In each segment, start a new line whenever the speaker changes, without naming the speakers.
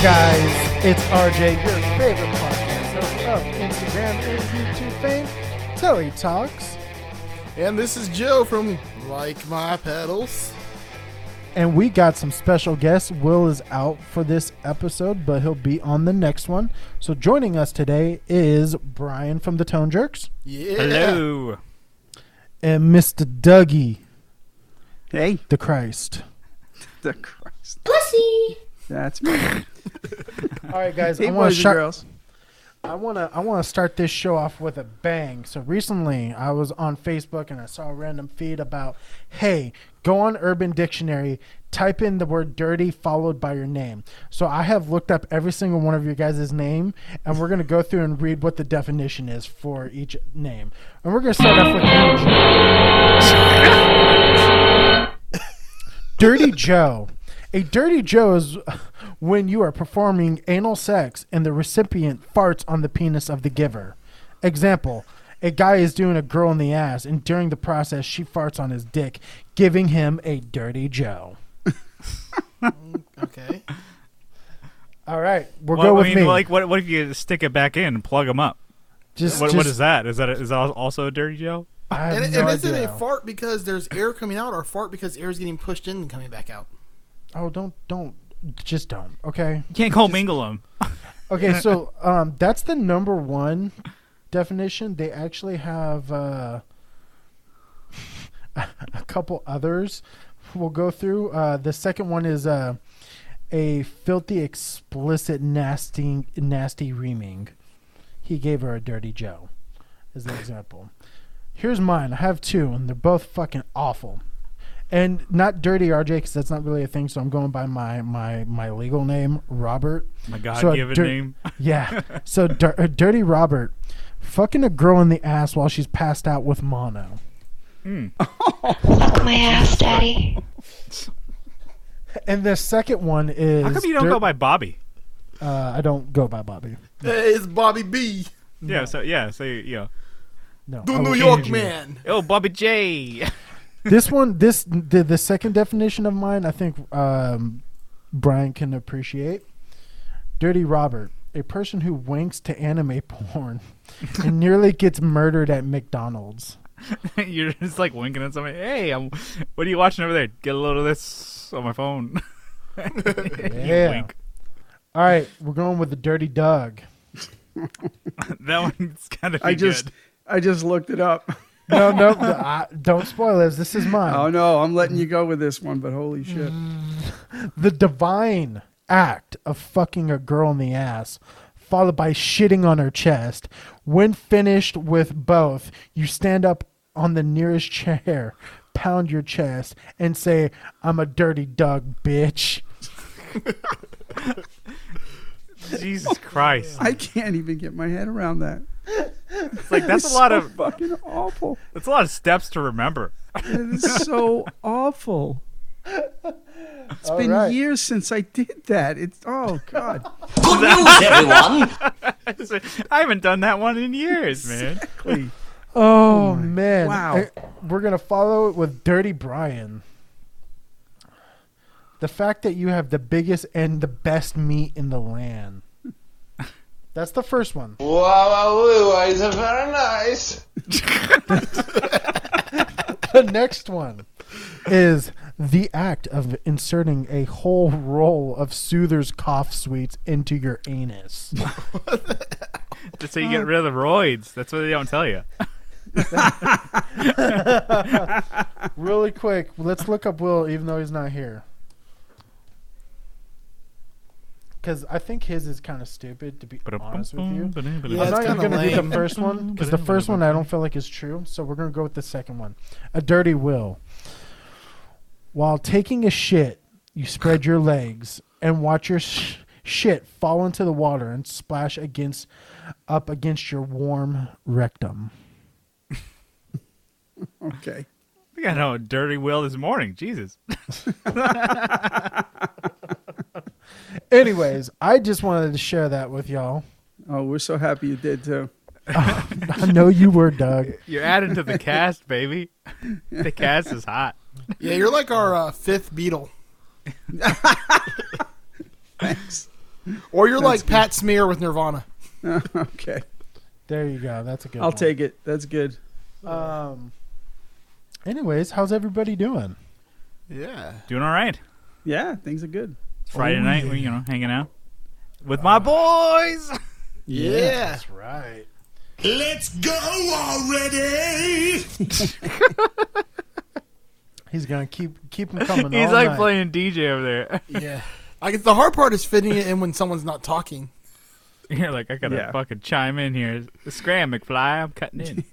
guys, it's RJ, your favorite podcast host of Instagram and YouTube fame, Telly Talks.
And this is Joe from Like My Pedals.
And we got some special guests. Will is out for this episode, but he'll be on the next one. So joining us today is Brian from the Tone Jerks
Yeah.
Hello.
and Mr. Dougie
Hey,
the Christ.
the Christ.
pussy.
That's me.
All right, guys,
Hey,
I want
boys
to
and
shout.
girls.
I want to I want to start this show off with a bang. So recently, I was on Facebook and I saw a random feed about, "Hey, go on Urban Dictionary, type in the word dirty followed by your name." So I have looked up every single one of your guys' name and we're going to go through and read what the definition is for each name. And we're going to start off with you, Joe. Dirty Joe. A dirty Joe is when you are performing anal sex and the recipient farts on the penis of the giver. Example a guy is doing a girl in the ass, and during the process, she farts on his dick, giving him a dirty Joe.
Okay.
All right, we'll
Well,
go with
I mean,
me.
like, what, what if you stick it back in and plug them up?
just,
what, what
just-
is that? Is that is that also a dirty Joe?
I have
And,
no
and isn't
idea.
it fart because there's air coming out or fart because air is getting pushed in and coming back out?
oh, don't, don't, just don't. Okay.
You can't call mingle Oh them.
Okay, so um, that's the number one definition. They actually have uh, a couple others we'll go through. Uh, the second one is uh, a filthy, explicit, nasty, nasty reaming. He gave her a dirty Joe, as an example. Here's mine. I have two, and they're both fucking awful. And not dirty RJ because that's not really a thing. So I'm going by my my my legal name, Robert.
My God,
So a
give it
dir-
name.
Yeah. So dir- uh, Dirty Robert fucking a girl in the ass while she's passed out with mono.
My ass, daddy.
And the second one is
How come you don't
dir-
go by Bobby?
uh, I don't go by Bobby.
Hey, it's Bobby B,
Mm.
Yeah, so yeah, so yeah.
No.
the
I will
New York
change you.
man.
Oh, Bobby J.
This one this the, the second definition of mine I think um, Brian can appreciate. Dirty Robert, a person who winks to anime porn and nearly gets murdered at McDonald's.
You're just like winking at somebody. Hey, I'm. What are you watching over there? Get a load of this on my phone.
Yeah.
wink.
All right, we're going with the Dirty Doug.
That one's kind of.
I just, I just looked it up.
No, no, I, don't spoil this. This is mine.
Oh no, I'm letting you go with this one, but holy shit!
the divine act of fucking a girl in the ass, followed by shitting on her chest. When finished with both, you stand up on the nearest chair, pound your chest, and say, I'm a dirty dog, bitch.
Jesus Christ!
I can't even get my head around that.
It's like that's a lot
so
of
fucking awful.
that's a lot of steps to remember.
That is so awful. It's been
right.
years since I did that. It's oh god.
I haven't done that one in years, man.
Exactly.
Oh, man.
Wow.
I- we're going to follow it with Dirty Brian. The fact that you have the biggest and the best meat in the land. That's the first one.
Wow, wow, it's very nice.
the next one is the act of inserting a whole roll of Soother's cough sweets into your anus.
So you get rid of the roids. That's what they don't tell you.
really quick, let's look up Will, even though he's not here. Because I think his is kind of stupid, to be honest with you.
Yeah,
I'm
it's
not even
kinda
going to do
lame.
the first one because the first one I don't feel like is true. So we're going to go with the second one. A dirty will. While taking a shit, you spread your legs and watch your sh- shit fall into the water and splash against up against your warm rectum.
Okay.
I think I know what Dirty Will this morning. Jesus.
Anyways, I just wanted to share that with y'all.
Oh, we're so happy you did too.
I know you were, Doug.
You're added to the cast, baby. The cast is hot.
Yeah, you're like our uh, fifth Beatle.
Thanks.
Or you're like
That's
Pat Smear with Nirvana.
okay.
There you go. That's a good.
I'll
one.
take it. That's good.
Um. Anyways, how's everybody doing?
Yeah.
Doing all right.
Yeah, things are good.
It's Friday
Oh,
night.
yeah.
We you know hanging out with my boys.
Yeah.
right.
Let's go already!
He's gonna keep keep him coming.
He's
all
like
night.
playing DJ over there.
Yeah. I guess the hard part is fitting it in when someone's not talking.
You're like, I gotta
Yeah.
fucking chime in here. Scram, McFly. I'm cutting in.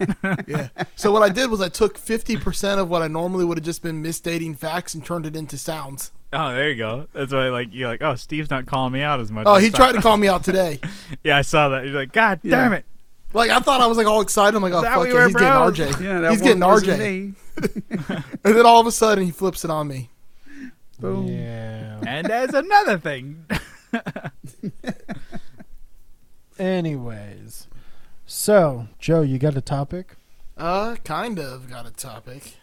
Yeah. So what I did was I took 50% of what I normally would have just been misstating facts and turned it into sounds.
oh, there you go. That's why, like, you're like, oh, Steve's not calling me out as much.
Oh,
as
he
I-
tried to call me out today.
Yeah, I saw that. You're like, God
Yeah.
damn it.
Like I thought I was like all excited. I'm like, oh
That
fuck
we
it,
were
he's
bros.
getting RJ.
Yeah, that
he's
one
getting
wasn't
RJ.
me.
And then all of a sudden he flips it on me.
Boom.
Yeah.
And there's another thing.
Anyways, so Joe, you got a topic?
Uh, kind of got a topic.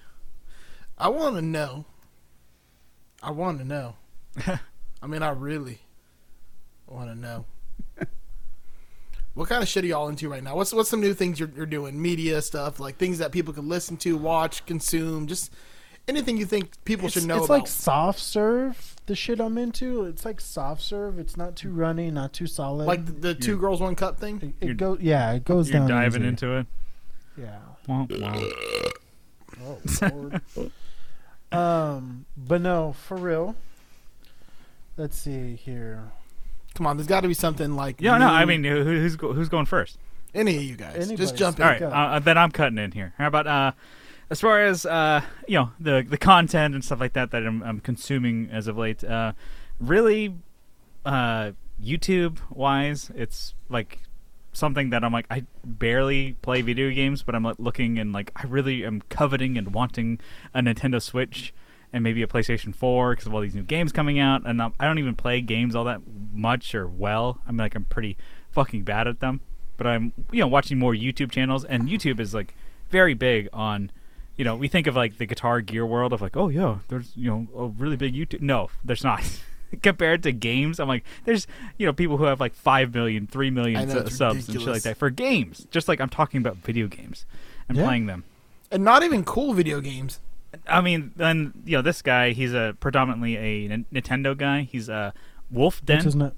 I want to know. I want to know. I mean, I really want to know. what kind of shit are y'all into right now? What's what's some new things you're, you're doing? Media stuff, like things that people can listen to, watch, consume, just anything you think people should
it's,
know
it's
about.
like soft serve. The shit I'm into, it's like soft serve. It's not too runny, not too solid.
Like, the, the two girls one cup thing.
it,
you're-
it goes, yeah, it goes
You're
down.
diving
easy.
into it.
yeah.
Womp womp.
Oh, Lord. um, but no, for real. Let's see here.
Come on, there's got to be something like.
Yeah, no,
new-
I mean, who, who's go- who's going first?
any of you guys, just
anybody's-
jump in.
All right,
Go.
uh, then I'm cutting in here. How about uh, as far as uh, you know the the content and stuff like that that I'm, I'm consuming as of late? Uh, really, uh, YouTube wise, it's like something that I'm like I barely play video games, but I'm like looking and like I really am coveting and wanting a Nintendo Switch and maybe a PlayStation 4 because of all these new games coming out. And I'm, I don't even play games all that much or well. I mean, like I'm pretty fucking bad at them. But I'm you know watching more YouTube channels, and YouTube is like very big on. You know, we think of like the Guitar Gear world of like, oh yeah, there's you know a really big YouTube. No, there's not. Compared to games, I'm like, there's you know people who have like five million, three million
I know,
su-
it's
subs and shit like
ridiculous.
that for games. Just like I'm talking about video games and
Yeah.
playing them.
And not even cool video games.
I mean, then you know this guy. He's a predominantly a N- Nintendo guy. He's a Wolf Den.
Which is not,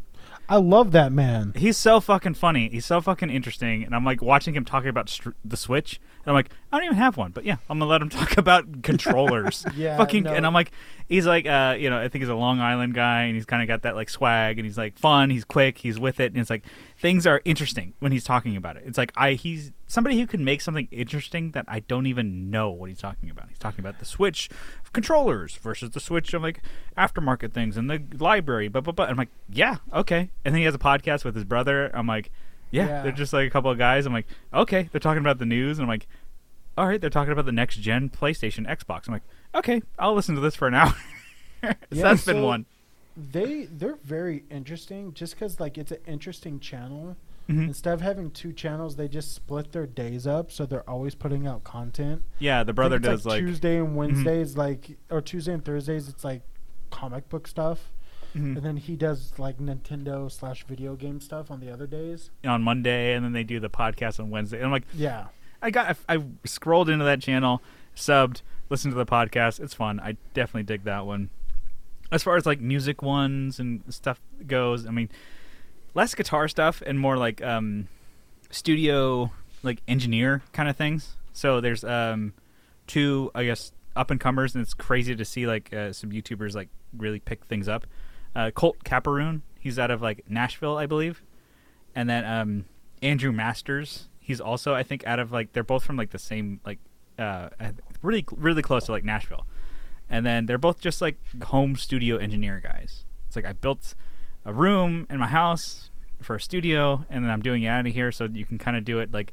I love that man.
he's so fucking funny. He's so fucking interesting. And I'm like watching him talking about str- the Switch, and I'm like, I don't even have one, but yeah, I'm gonna let him talk about controllers.
Yeah,
fucking.
no.
And I'm like, he's like, uh, you know, I think he's a Long Island guy, and he's kind of got that like swag, and he's like fun, he's quick, he's with it, and it's like things are interesting when he's talking about it. It's like I he's somebody who can make something interesting that I don't even know what he's talking about. He's talking about the Switch controllers versus the Switch of like aftermarket things and the library, but but but I'm like, yeah, okay. And then he has a podcast with his brother. I'm like, yeah,
Yeah.
they're just like a couple of guys. I'm like, okay, they're talking about the news, and I'm like, all right, they're talking about the next gen PlayStation, Xbox. I'm like, okay, I'll listen to this for an hour. so
Yeah,
that's been
so-
one.
They they're very interesting just because like it's an interesting channel.
Mhm.
Instead of having two channels, they just split their days up, so they're always putting out content.
Yeah, the brother
I think
does
it's,
like, mm-hmm.
Tuesday and Wednesdays, like or Tuesday and Thursdays, it's like comic book stuff, and
Mhm.
then he does like Nintendo slash video game stuff on the other days.
on Monday, and then they do the podcast on Wednesday. And I'm like,
Yeah,
I got, I, I scrolled into that channel, subbed, listened to the podcast. It's fun. I definitely dig that one. As far as like music ones and stuff goes, I mean, less guitar stuff and more like um, studio like engineer kind of things. So there's um, two, I guess, up and comers, and it's crazy to see like uh, some YouTubers like really pick things up. Uh, Colt Caparoon, he's out of like Nashville, I believe, and then um, Andrew Masters, he's also I think out of like they're both from like the same like uh, I- really really close to like Nashville, and then they're both just like home studio engineer guys. It's like I built a room in my house for a studio, and then I'm doing it out of here, so you can kind of do it like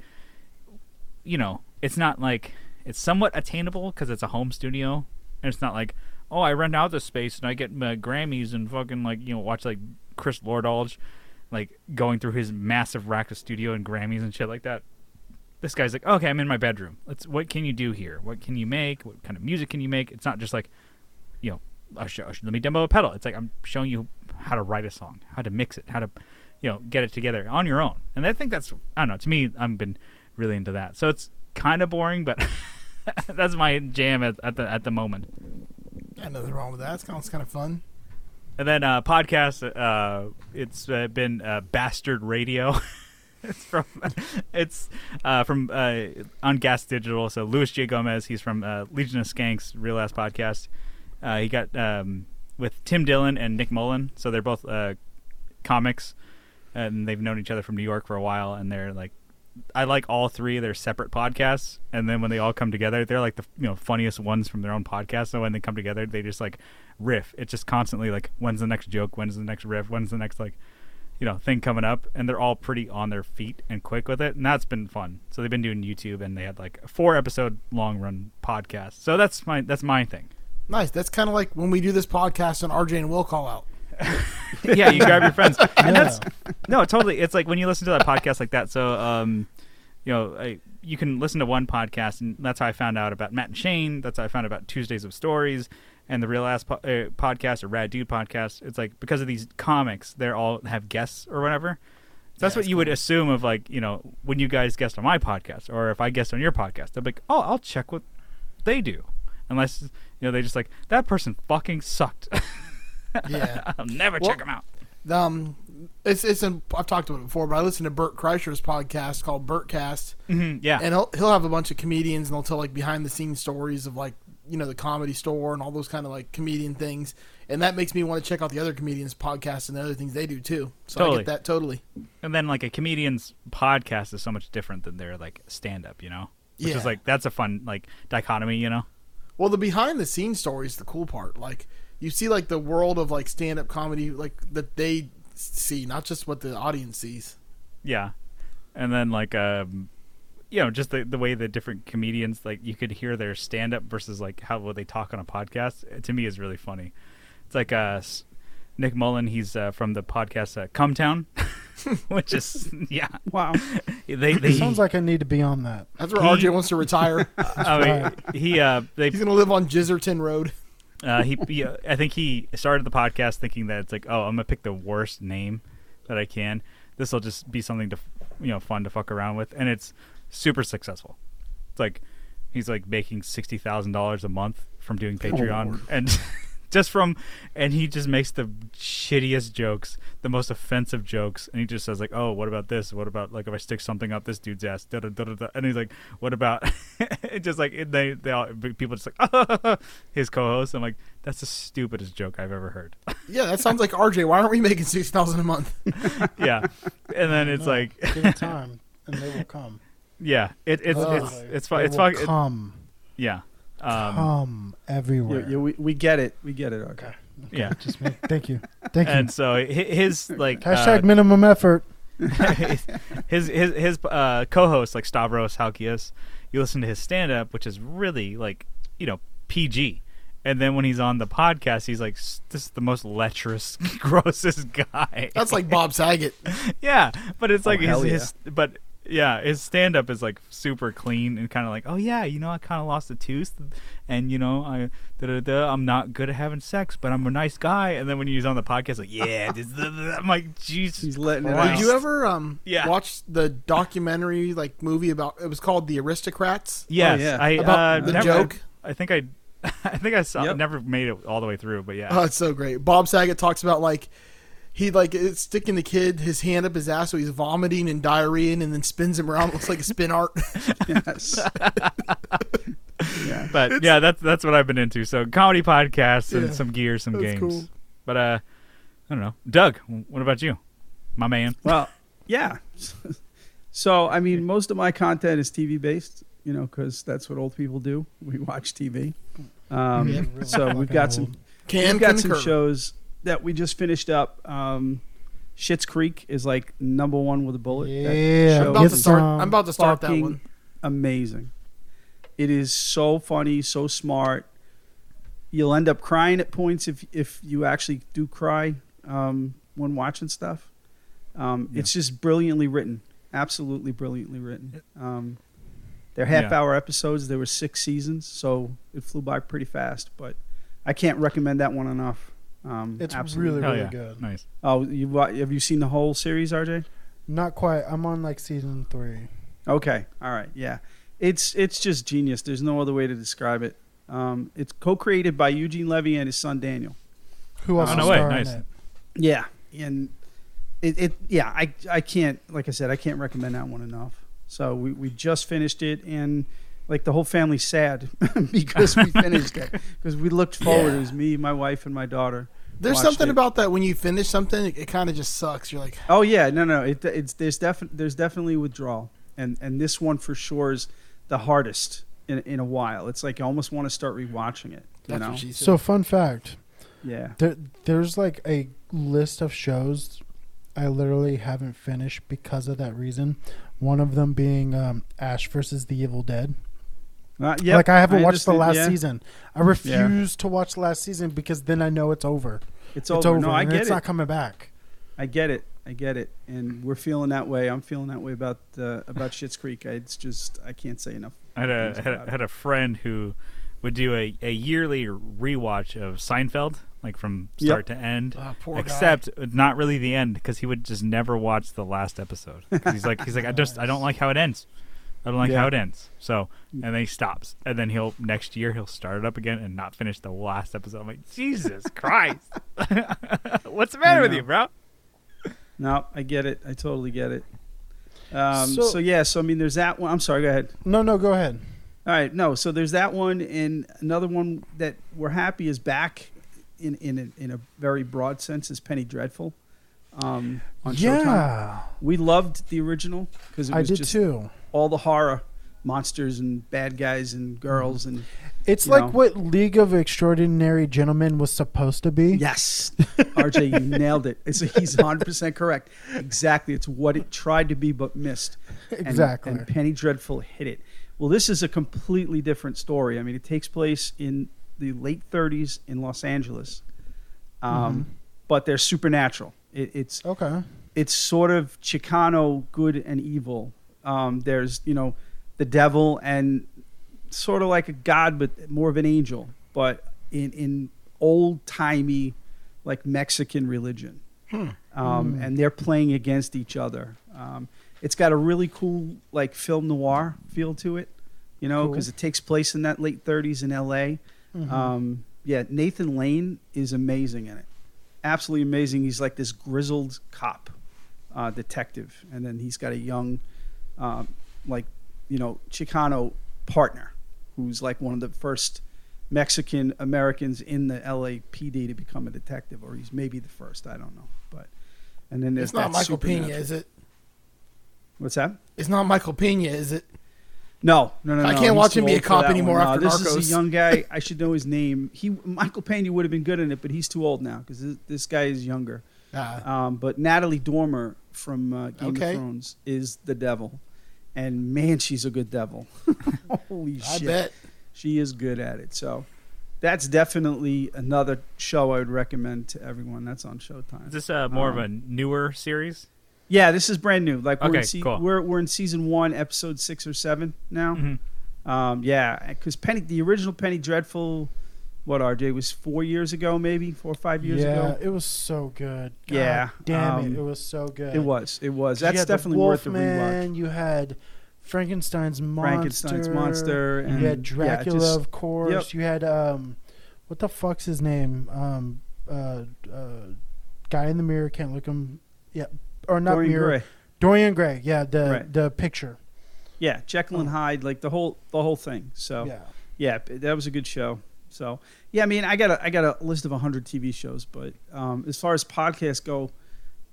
you know, it's not like it's somewhat attainable because it's a home studio, and it's not like oh, I rent out this space and I get my Grammys and fucking like you know watch like Chris Lordalge, like going through his massive rack of studio and Grammys and shit like that. This guy's like, okay, I'm in my bedroom. Let's. What can you do here? What can you make? What kind of music can you make? It's not just like, you know, I show, let me demo a pedal. It's like I'm showing you how to write a song, how to mix it, how to, you know, get it together on your own. And I think that's, I don't know, to me, I've been really into that. So it's kind of boring, but that's my jam at, at the at the moment.
Yeah, nothing wrong with that. It sounds kind of fun.
And then uh, podcast, uh, it's uh, been uh, Bastard Radio. it's from it's uh, from uh, on Gas Digital. So Luis J Gomez, he's from uh, Legion of Skanks, Real Ass Podcast. Uh, he got um, with Tim Dillon and Nick Mullen. So they're both uh, comics, and they've known each other from New York for a while. And they're like, I like all three of their separate podcasts. And then when they all come together, they're like the you know funniest ones from their own podcast. So when they come together, they just like riff. It's just constantly like, when's the next joke? When's the next riff? When's the next like, you know, thing coming up? And they're all pretty on their feet and quick with it. And that's been fun. So they've been doing YouTube, and they had like a four episode long run podcast. So that's my that's my thing.
Nice. That's kind of like when we do this podcast and RJ and Will call out.
yeah, you grab your friends. And
Yeah.
that's no, totally. It's like when you listen to that podcast like that. So, um, you know, I, you can listen to one podcast, and that's how I found out about Matt and Shane. That's how I found out about Tuesdays of Stories and the Real Ass po- uh, podcast or Rad Dude podcast. It's like because of these comics, they're all have guests or whatever. So that's what you would assume of like you know when you guys guest on my podcast or if I guest on your podcast, they'll be like, oh, I'll check what they do, unless you know they just like that person fucking sucked.
Yeah.
I'll never
Well-
check them out.
um, it's it's. In, I've talked about it before, but I listen to Burt Kreischer's podcast called Burtcast,
hmm yeah.
and he'll he'll have a bunch of comedians, and they'll tell like behind the scenes stories of like you know the comedy store and all those kind of like comedian things, and that makes me want to check out the other comedians' podcasts and the other things they do too. So I
Totally.
get that totally.
and then like a comedian's podcast is so much different than their like stand up, you know? Which
Yeah.
is like that's a fun like dichotomy, you know?
Well, the behind the scenes story is the cool part. Like you see like the world of like stand up comedy like that they see, not just what the audience sees.
Yeah. And then like um you know, just the, the way the different comedians like you could hear their stand up versus like how well they talk on a podcast it, to me is really funny. It's like uh S- Nick Mullen, he's uh, from the podcast uh, Come Town, which is yeah.
Wow.
They they
It sounds like I need to be on that.
That's where
He-
RJ wants to retire.
I mean, he uh they
He's gonna live on Jizzerton Road.
Uh, he, he, uh, I think he started the podcast thinking that it's like, oh, I'm gonna pick the worst name that I can. This will just be something to, you know, fun to fuck around with, and it's super successful. It's like he's like making sixty thousand dollars a month from doing Patreon, and just from, and he just makes the shittiest jokes, the most offensive jokes, and he just says like, oh, what about this? What about like if I stick something up this dude's ass? Da, da, da, da, da. And he's like, what about? it just like it- they, they all people just like his co-host. I'm like, that's the stupidest joke I've ever heard.
Yeah, that sounds like RJ. Why aren't we making six thousand a month?
yeah, and then it's like,
Give it time, and they will come.
yeah, it, it's,
Totally.
it's it's fu-
Oh, They
it's
will
fuck. it-
come,
Yeah. Um,
come
You,
everywhere.
you, we, we get it. We get it. Okay.
yeah.
Just me. Thank you. Thank
And
you.
so hi- his like
Hashtag
uh,
minimum effort.
his his his uh, co-host like Stavros Halkias, you listen to his stand-up, which is really like you know PG, and then when he's on the podcast, he's like, "S- "This is the most lecherous, grossest guy."
That's like Bob Saget.
yeah, but it's like his,
Oh. hell yeah.
his but yeah, his stand up is like super clean and kind of like, oh yeah, you know, I kind of lost a tooth, and you know, I da, da, da, I'm not good at having sex, but I'm a nice guy. And then when he's on the podcast, like, yeah, this, da, da, da," I'm like, Jesus,
He's letting it
Christ.
out.
Did you ever um
Yeah.
watch the documentary like movie about? It was called The Aristocrats.
yes,
Oh, yeah.
I
About
uh,
the
never-
joke?
I think I, I think I saw,
Yep.
never made it all the way through, but yeah,
Oh, it's so great. Bob Saget talks about like he like it's sticking the kid his hand up his ass so he's vomiting and diarrheaing and then spins him around. It looks like a spin art.
Yes. yeah.
but yeah, that's that's what I've been into. So comedy podcasts and
Yeah,
some gear, some
that's
games.
cool.
But uh, I don't know, Doug. What about you, my man?
Well, yeah. So, I mean, most of my content is TV based, you know, because that's what old people do. We watch TV. Um,
Yeah, really
so
fucking
we've got some
old.
Can
we've got some
concur.
shows that we just finished up. Um, Shit's Creek is like number one with a bullet. That
Yeah,
show
I'm about
Get
to
is
start.
some
I'm about to start that
fucking
one.
Amazing. It is so funny, so smart. You'll end up crying at points if if you actually do cry um, when watching stuff. Um, It's just brilliantly written, absolutely brilliantly written. Um, they're
Yeah.
half hour episodes. There were six seasons, so it flew by pretty fast. But I can't recommend that one enough. Um,
It's
absolutely.
really,
Hell
really
yeah.
good.
Nice.
Oh, you wa- have you seen the whole series, RJ?
Not quite. I'm on like season three.
Okay. All right. Yeah. It's it's just genius. There's no other way to describe it. Um, it's co-created by Eugene Levy and his son Daniel.
Who else
Oh,
is
no way.
starring
Nice.
in it?
Yeah. And it, it yeah, I I can't like I said, I can't recommend that one enough. So we, we just finished it and like the whole family's sad because we finished it. Because we looked forward. It was me, my wife, and my daughter.
There's
watched
something
it.
about that when you finish something, it, it kind of just sucks. You're like,
Oh yeah, no, no. It, it's there's definitely there's definitely withdrawal, and and this one for sure is the hardest in in a while. It's like I almost want to start rewatching it. You
that's
know?
what she said.
So, fun fact
yeah.
there, there's like a list of shows I literally haven't finished because of that reason. One of them being um, Ash versus the Evil Dead.
Uh, yep,
like I haven't watched the
understand,
last
yeah.
season. I refuse to watch the last season because then I know it's over.
It's
It's
over.
over.
No, I
and
get
it's
it.
not coming back.
I get it. I get it. And we're feeling that way. I'm feeling that way about uh, about Shit's Creek. I, it's just I can't say enough.
I had a, had a had a friend who would do a, a yearly rewatch of Seinfeld, like from start to end.
Ah, poor guy.
except not really the end because he would just never watch the last episode. 'Cause He's like he's like I just I don't like how it ends. I don't like
Yeah. Mm.
how it ends. So and then he stops and then he'll next year he'll start it up again and not finish the last episode. I'm like Jesus Christ, what's the matter with
know.
you, bro?
No, I get it. I totally get it. Um,
So-
so yeah. So I mean, there's that one. I'm sorry. Go ahead.
No, no, go ahead.
All right, no. So there's that one, and another one that we're happy is back in in a, in a very broad sense is Penny Dreadful. Um, on Showtime,
yeah,
we loved the original because it
I
was
did
just
too.
all the horror, monsters and bad guys and girls and
It's
you
like
know.
what League of Extraordinary Gentlemen was supposed to be.
yes, RJ, you nailed it. It's he's 100 percent correct. Exactly, it's what it tried to be but missed. And-
Exactly.
And, Penny Dreadful hit it. Well, this is a completely different story. I mean, it takes place in the late 30s in Los Angeles, um, but they're supernatural. It, it's
Mm-hmm. Okay.
it's sort of Chicano good and evil. Um, there's you know the devil and sort of like a god, but more of an angel, but in in old timey like Mexican religion, um, and they're playing against each other. Um, it's got a really cool like film noir feel to it, you know, because it takes place in that late 30s in L.A. Um, yeah, Nathan Lane is amazing in it absolutely amazing. He's like this grizzled cop uh, detective, and then he's got a young, um, like you know, Chicano partner who's like one of the first Mexican Americans in the LAPD to become a detective, or he's maybe the first. I don't know, but and then there's
it's not
that
Michael Pena,
supernatural-
is it?
What's that?
It's not Michael Pena, is it?
No, no, no.
I
no,
can't
he's
watch him
too
be a
old for
cop
that
anymore
one.
after
no, This
Narcos.
is a young guy. I should know his name. He Michael Pena would have been good in it, but he's too old now because this, this guy is younger.
Uh,
Um, but Natalie Dormer from uh, Game
Okay.
of Thrones is the devil, and man, she's a good devil. Holy
I
shit,
bet.
she is good at it. So that's definitely another show I would recommend to everyone. That's on Showtime.
Is this uh, more of a newer series?
yeah, this is brand new. Like we're in
Okay,
se-
cool.
we're we're in season one, episode six or seven now.
Mhm.
Um, yeah, because Penny, the original Penny Dreadful, what RJ was four years ago, maybe four or five years
yeah,
ago.
it was so good. God
Yeah,
damn
um,
it, it was so good.
It was. It was.
You
That's
had the
definitely worth the rewatch.
Wolfman, You had Frankenstein's monster.
Frankenstein's monster, and
you had
yeah,
Dracula,
just-
of course.
yep.
You had um, what the fuck's his name? Um, uh, uh, guy in the mirror can't look him. Yeah, or not
Dorian
mirror.
Gray.
Dorian Gray. Yeah, the
Right.
the picture.
Yeah, Jekyll and Hyde, like the whole the whole thing. So yeah.
Oh. Yeah.
p- that was a good show. So yeah, I mean, I got a I got a list of 100 TV shows, but um, as far as podcasts go,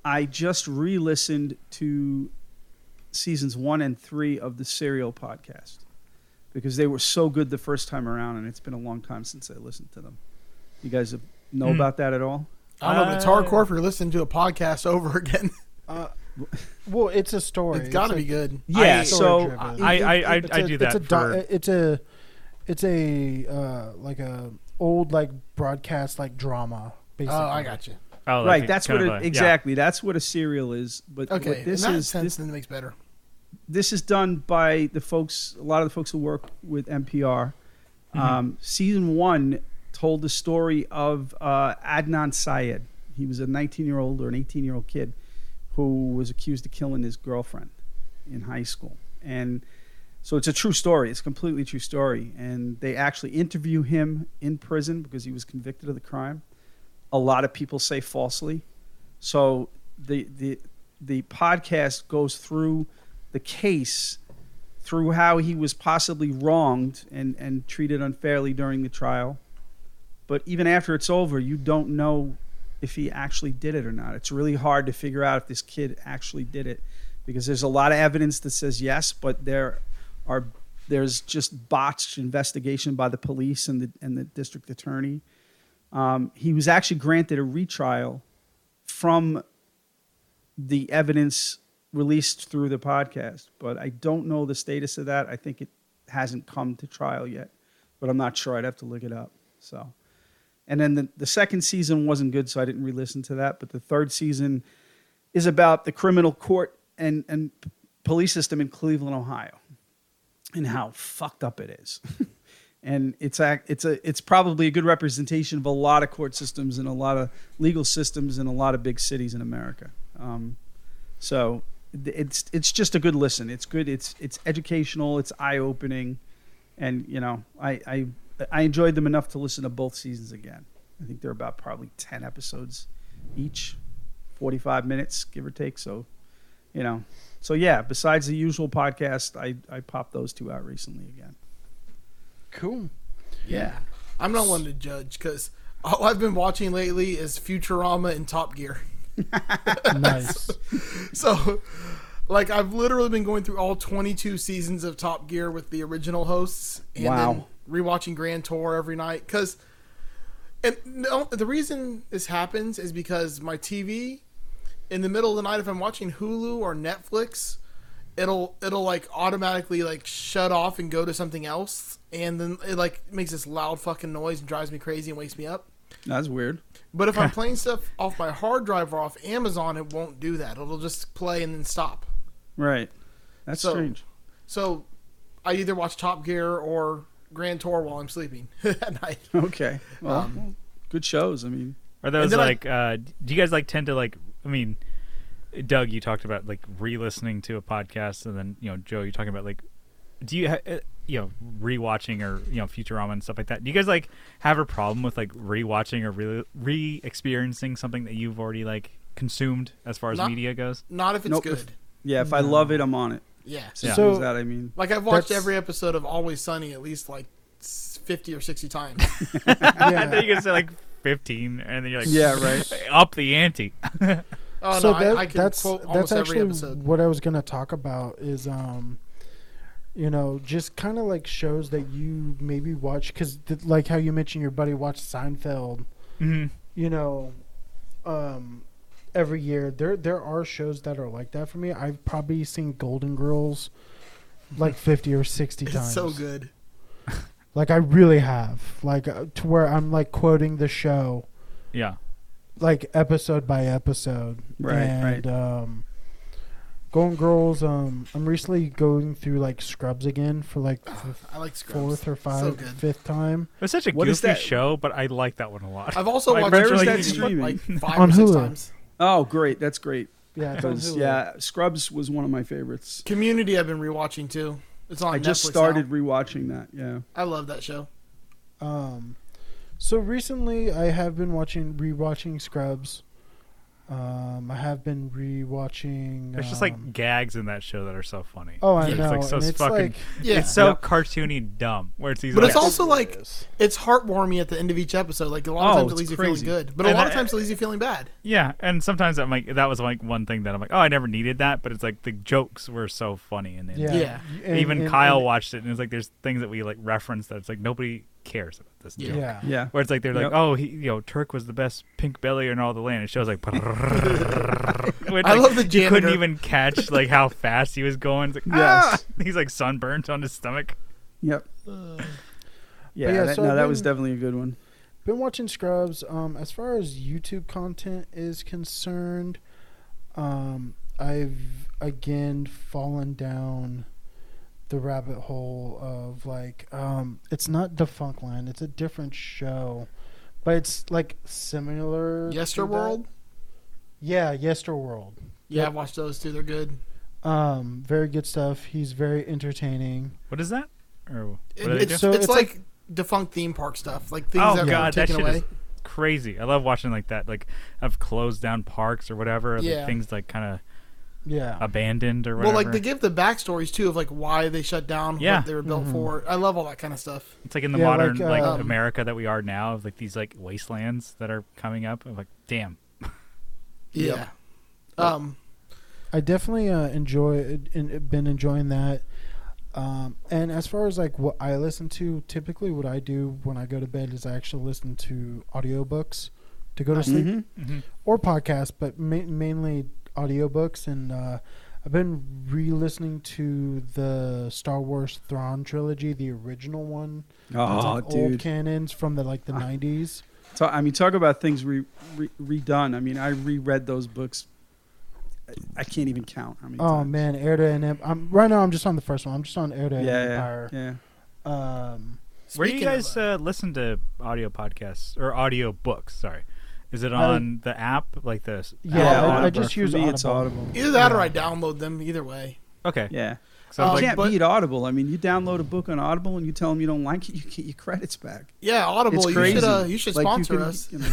I just re-listened to seasons one and three of the Serial podcast because they were so good the first time around, and it's been a long time since I listened to them. You guys have- know
Hmm.
about that at all?
I don't know, but it's hardcore if you're listening to a podcast over again.
Well, it's a story.
it's got to
like-
be good.
Yeah,
I-
so
Story-driven.
I-
I-
I- I-
It's
I do
It's a
that
doc-
uh,
for-
it's a it's a uh, like a old like broadcast like drama. Basically.
Oh, I got you.
Oh, like
right,
it-
that's
kind
what
of
it,
a- yeah.
exactly. That's what a serial is. But what
Okay,
this
in that
is
sense,
this,
then it makes better.
this is done by the folks. A lot of the folks who work with NPR. Um, season one t- told the story of uh, Adnan Syed. He was a 19 year old or an 18 year old kid who was accused of killing his girlfriend in high school. And so it's a true story. It's a completely true story. And they actually interview him in prison because he was convicted of the crime. A lot of people say falsely. So the the the podcast goes through the case through how he was possibly wronged and, and treated unfairly during the trial. But even after it's over, you don't know if he actually did it or not. It's really hard to figure out if this kid actually did it because there's a lot of evidence that says yes, but there are there's just botched investigation by the police and the and the district attorney. Um, he was actually granted a retrial from the evidence released through the podcast, but I don't know the status of that. I think it hasn't come to trial yet, but I'm not sure. I'd have to look it up. So, and then the, the second season wasn't good, so I didn't re listen to that. But the third season is about the criminal court and, and p- police system in Cleveland, Ohio, and how fucked up it is. and it's a, it's a it's probably a good representation of a lot of court systems and a lot of legal systems in a lot of big cities in America. Um, so th- it's it's just a good listen. It's good. It's it's educational. It's eye opening, and you know I, I I enjoyed them enough to listen to both seasons again. I think they're about probably ten episodes each, forty five minutes give or take. So, you know, so yeah. Besides the usual podcast, I I popped those two out recently again.
Cool.
Yeah.
I'm not one to judge because all I've been watching lately is Futurama and Top Gear.
nice.
So, like, I've literally been going through all 22 seasons of Top Gear with the original hosts, and
Wow.
then rewatching Grand Tour every night. Because, and no, the reason this happens is because my TV, in the middle of the night, if I'm watching Hulu or Netflix, it'll it'll like automatically like shut off and go to something else, and then it like makes this loud fucking noise and drives me crazy and wakes me up.
That's weird.
But if I'm playing stuff off my hard drive or off Amazon, it won't do that. It'll just play and then stop.
Right. That's
So-
strange.
So I either watch Top Gear or Grand Tour while I'm sleeping at night.
Okay. Well, good shows. I mean,
Are those
then I-
like? uh, do you guys like tend to like? I mean, Doug, you talked about like re-listening to a podcast, and then you know, Joe, you're talking about like, do you ha- uh, you know rewatching or you know Futurama and stuff like that? Do you guys like have a problem with like rewatching or re- re-experiencing something that you've already like consumed as far as
Not-
media goes?
Not if it's
Nope.
good.
yeah. If I love it, I'm on it.
Yeah.
Yeah.
Simple as
So-
that I mean.
Like I've watched
That's-
every episode of Always Sunny at least like s- 50 or 60 times.
I thought you were gonna say like fifteen, and then you're like,
Yeah. Right.
up the ante.
Oh
so
no,
that,
I, I can
that's
quote almost
that's
every
actually
episode.
what I was gonna talk about is um, you know, just kind of like shows that you maybe watch because like how you mentioned your buddy watched Seinfeld,
Mhm.
you know, um, every year there there are shows that are like that for me. I've probably seen Golden Girls like fifty or sixty
It's
times.
so good.
Like I really have like uh, to where I'm like quoting the show
Yeah.
like episode by episode.
Right,
and, Um, Golden Girls. Um, I'm recently going through like Scrubs again for like the
Ah,
I like Scrubs.
fourth or five,
good.
fifth time
It was such a
What is
goofy
that-
show, but I like that one a lot.
I've also
I
watched
remember
it
like-
that
like,
streaming?
like five
On
or six
Hulu.
times.
Oh, great. That's great.
Yeah, it's on
Because
Hulu.
yeah, Scrubs was one of my favorites.
Community I've been rewatching too. It's on
I
Netflix
just
now.
started rewatching that. Yeah.
I love that show.
Um, so recently I have been watching rewatching Scrubs. Um, I have been rewatching.
There's just
um,
like gags in that show that are so funny.
oh, I
It's,
know.
like so
and it's
fucking
like
Yeah.
It's so
Yep.
cartoony and dumb. Where it's these,
But
like,
it's also like it's heartwarming at the end of each episode. Like a lot
Oh,
of times it
it's
leaves you
crazy.
feeling good, but a
And
lot of
I-
times it leaves you feeling bad.
yeah. And sometimes I'm like, that was like one thing that I'm like, oh, I never needed that. But it's like the jokes were so funny, and then
yeah.
Yeah.
And-
even
and-
Kyle
and-
watched it, and it's like there's things that we like reference that it's like nobody cares about this joke.
Yeah.
Yeah.
Where it's like they're like,
Yep.
oh, he, you know, Turk was the best pink belly in all the land. It shows like, which,
I
like,
love the
you
janitor.
couldn't even catch like how fast he was going. It's like,
Yes.
"Ah!" he's like sunburnt on his stomach.
Yep. Yeah.
yeah,
that,
so
no, that
I've
was
been-
definitely a good one.
been watching Scrubs. Um, as far as YouTube content is concerned, um, I've again fallen down the rabbit hole of like um it's not Defunctland, it's a different show. But it's like similar to that.
Yesterworld.
Yeah, Yesterworld.
Yeah, I've watched those too. They're good.
Um very good stuff. He's very entertaining.
What is that? Or
It-
what do they do?
it's,
So
it's
it's
like, defunct theme park stuff, like things
oh
that
god,
were
that
taken
shit
away.
is crazy. I love watching like that, like of closed down parks or whatever. like,
Yeah.
things like kind
Yeah.
of abandoned or
well,
whatever.
like they give the backstories too of like why they shut down,
Yeah.
what they were built for. I love all that kind of stuff.
it's like in the
yeah,
modern
like,
like,
um,
America that we are now of like these like wastelands that are coming up. I'm like, damn.
Yeah. Um.
I definitely uh, enjoy in, been enjoying that. Um, and as far as like what I listen to, typically what I do when I go to bed is I actually listen to audiobooks to go to sleep
Mhm.
or podcasts, but ma- mainly audiobooks. And uh, I've been re-listening to the Star Wars Thrawn trilogy, the original one. It's
Oh,
like old
dude. Ah,
canons from the like the nineties.
Ta- I mean, talk about things re, re, redone. I mean, I reread those books. I, I can't even count how many
Oh
times.
man, Air to an Emp- I'm right now. I'm just on the first one. I'm just on Air to
Yeah,
an
yeah,
Empire.
yeah.
Um,
Where do you
speaking of,
guys uh, listen to audio podcasts or audio books? Sorry, is it
I-
on the app like this?
Yeah,
Yeah,
I- I,
Audible.
just
For
use
me,
Audible.
it's
uh,
Audible.
Either that or I download them. Either way.
Okay,
Yeah,
so
Um,
like,
you can't
but-
beat Audible. I mean, you download a book on Audible and you tell them you don't like it, you get your credits back.
Yeah, Audible.
It's
You
crazy.
should uh, you should
Like,
sponsor
can-
us.
you know.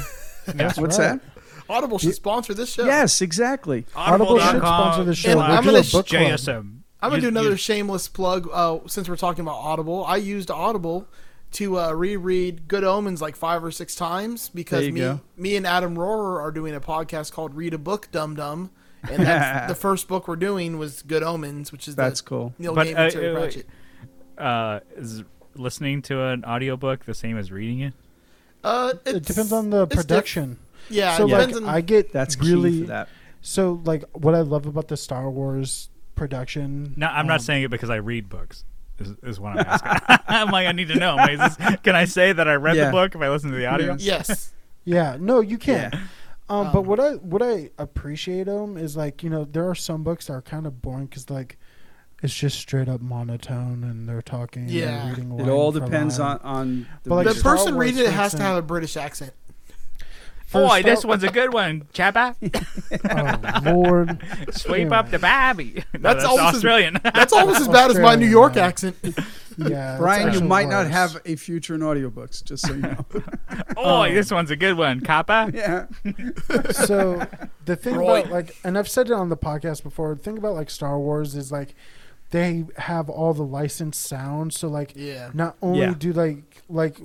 yeah.
what's
right.
that?
Audible should sponsor this show.
Yes, exactly.
Audible should sponsor the show.
And
We'll
I'm
do
gonna
a book club.
JSM.
I'm gonna
You-
do another
you-
shameless plug. Uh, since we're talking about Audible, I used Audible to uh, reread Good Omens like five or six times because
There you
me,
go.
me and Adam Rohrer are doing a podcast called Read a Book, Dum Dum, and that's, the first book we're doing was Good Omens, which is
That's
the,
cool.
Neil
But,
Gaiman,
uh,
Terry
uh, wait.
Pratchett.
uh, is listening to an audiobook the same as reading it?
Uh,
It
it's-
depends on the
it's diff-
production.
Yeah,
so
it
like
depends on.
I get
That's key
really
for that.
so like what I love about the Star Wars production.
No, I'm
um,
not saying it because I read books. Is, is what I'm asking. I'm like, I need to know. Am I- is this- can I say that I read
Yeah.
the book if I listen to the audio?
yes,
Yeah, no, you can't.
Yeah.
Um, but what I what I appreciate them is like you know there are some books that are kind of boring because like it's just straight up monotone and they're talking. and
Yeah.
reading
It
line
all
for
depends
line.
on on the
But, like,
the
Star
person
Wars,
reading it
for
has to
example.
have a British accent.
For
Boy,
Star-
this one's a good one, Chappa.
Oh, Lord,
Sweep up
Anyway.
the babby. No,
That's
that's
almost as-
Australian.
That's almost as bad as my New
Australian,
York
yeah.
accent.
yeah, it's
Brian, you
actually
might not
worse.
have a future in audiobooks, just so you know.
Oi, this one's a good one, Kappa.
yeah.
so the thing
Roy.
about like and i've said it on the podcast before the thing about like star wars is like they have all the licensed sounds so like
Yeah.
not only
Yeah.
do like like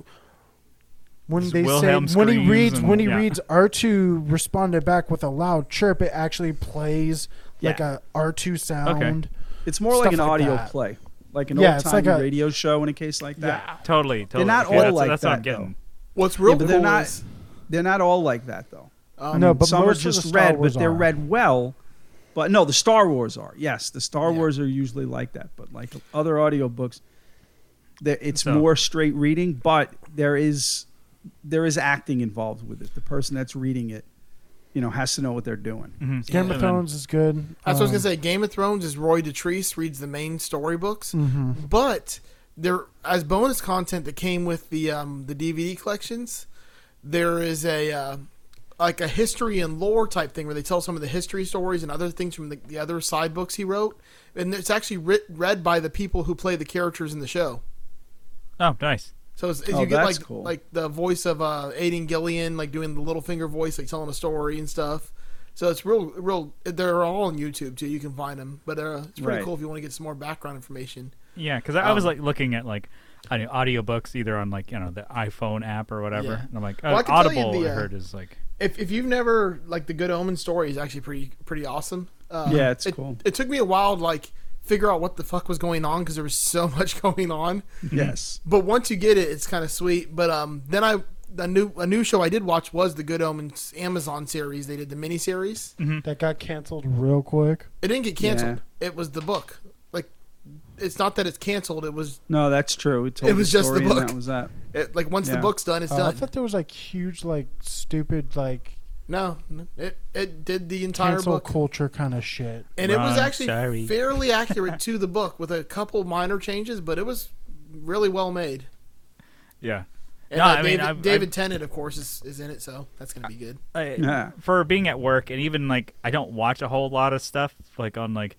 when
Just
they
Wilhelm
say when he
screams
reads
and-
when he
yeah.
reads r2 responded back with a loud chirp it actually plays like
Yeah.
a r2 sound
It's more like
Stuff
an
like
audio
that.
play, like an
Yeah,
old
it's
time
like a-
radio show in a case like that.
Totally, totally.
not
Yeah,
all
that's,
like
that's what I'm
that,
getting.
What's real
Yeah, but
cool
they're not-
is
They're not all like that though.
um,
no but
Some are
most of the
just
Star
read,
Wars
but they're
are.
read well. But no, the Star Wars are. Yes, the Star
Yeah.
Wars are usually like that. But like other audiobooks, there- it's
So-
more straight reading, but there is there is acting involved with it. The person that's reading it, you know, has to know what they're doing.
Mhm.
game
And
of
then-
thrones is good
That's what I
Um,
was gonna say. Game of Thrones is Roy Dotrice reads the main storybooks,
Mhm.
but there as bonus content that came with the um, the DVD collections, there is a uh, like a history and lore type thing where they tell some of the history stories and other things from the, the other side books he wrote, and it's actually writ, read by the people who play the characters in the show.
Oh, nice.
So it's,
Oh,
you get
that's
like
cool.
like the voice of uh, Aiden Gillian, like doing the Littlefinger voice, like telling a story and stuff. So it's real, real. They're all on YouTube too. You can find them, but uh, it's pretty
Right.
cool if you want to get some more background information.
Yeah, because I, I was
Um,
like looking at like I don't know, audiobooks either on like you know the iPhone app or whatever,
Yeah.
and I'm like,
Well, I
uh,
can tell you
Audible
the,
I
uh,
heard is like
If, if you've never like the Good Omen story is actually pretty pretty awesome. Uh,
Yeah, it's
it-
cool.
It took me a while to like figure out what the fuck was going on because there was so much going on.
Mm-hmm.
Yes.
But once you get it, it's kind of sweet. But um, then I a new a new show I did watch was the Good Omens Amazon series. They did the miniseries.
that got canceled real quick
It didn't get canceled. It was the book. Like, it's not that it's canceled. It was
No, that's true. It, told
It was
the
just the
story and
book.
that was that.
it, like once the
Yeah.
Oh,
book's done, it's
Uh, I
done.
thought there was like huge, like stupid, like
No, no, it it did the entire
cancel
book,
culture kind of shit.
and it was
Wrong,
actually
sorry.
fairly accurate to the book with a couple minor changes, but it was really well made.
Yeah.
And
No,
uh,
I mean,
David,
I've-
David Tennant, of course, is, is in it, so that's gonna be good.
I,
Yeah.
uh, for being at work and even like I don't watch a whole lot of stuff like on like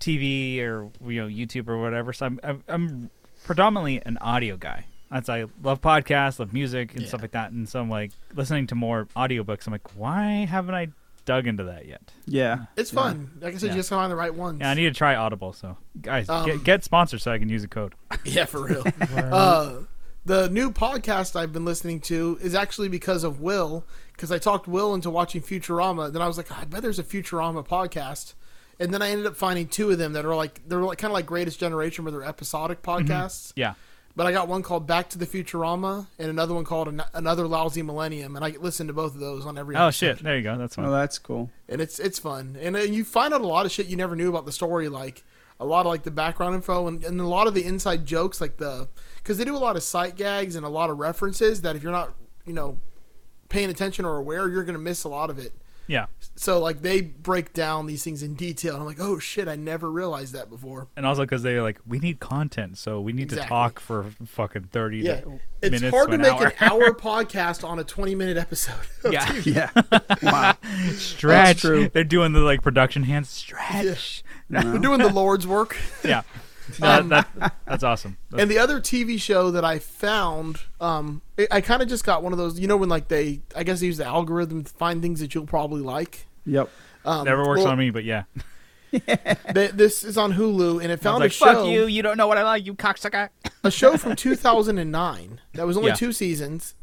TV or you know YouTube or whatever. So I'm I'm, I'm predominantly an audio guy. That's I love podcasts, love music and stuff like that. And so I'm like listening to more audiobooks. I'm like, why haven't I dug into that yet?
Yeah.
It's fun. Like I said,
Yeah.
you just find the right ones.
Yeah, I need to try Audible. So guys,
Um,
get, get sponsored so I can use a code.
Yeah, for real. uh, the new podcast I've been listening to is actually because of Will, because I talked Will into watching Futurama. Then I was like, "Ah, I bet there's a Futurama podcast, and then I ended up finding two of them that are like they're like kind of like Greatest Generation, where they're episodic podcasts.
Mm-hmm. Yeah.
But I got one called Back to the Futurama and another one called An- Another Lousy Millennium, and I listen to both of those on every.
Oh
episode.
shit, there you go. That's fine.
Oh, that's cool.
and it's it's fun and uh, you find out a lot of shit you never knew about the story like a lot of like the background info and, and a lot of the inside jokes like the because they do a lot of sight gags and a lot of references that if you're not you know paying attention or aware you're gonna miss a lot of it
yeah.
so like they break down these things in detail and i'm like oh shit i never realized that before
and also because they're like, we need content, so we need
Exactly.
to talk for fucking thirty.
yeah
to-
it's
minutes
hard to
an
make
hour.
an hour podcast on a 20 minute episode
yeah,
Yeah. wow.
stretch.
true.
They're doing the like production hands stretch.
we're doing the lord's work
Yeah, No, that- that- that's awesome. That's-
Um, And the other TV show that I found, um, I- I kind of just got one of those. You know when like they, I guess they use the algorithm to find things that you'll probably like.
Yep.
Um,
never works
well,
on me, but yeah.
th- this is on Hulu, and it
I was
found a
like,
show,
fuck you. You don't know what I like, you cocksucker.
a show from 2009 that was only
Yeah.
two seasons.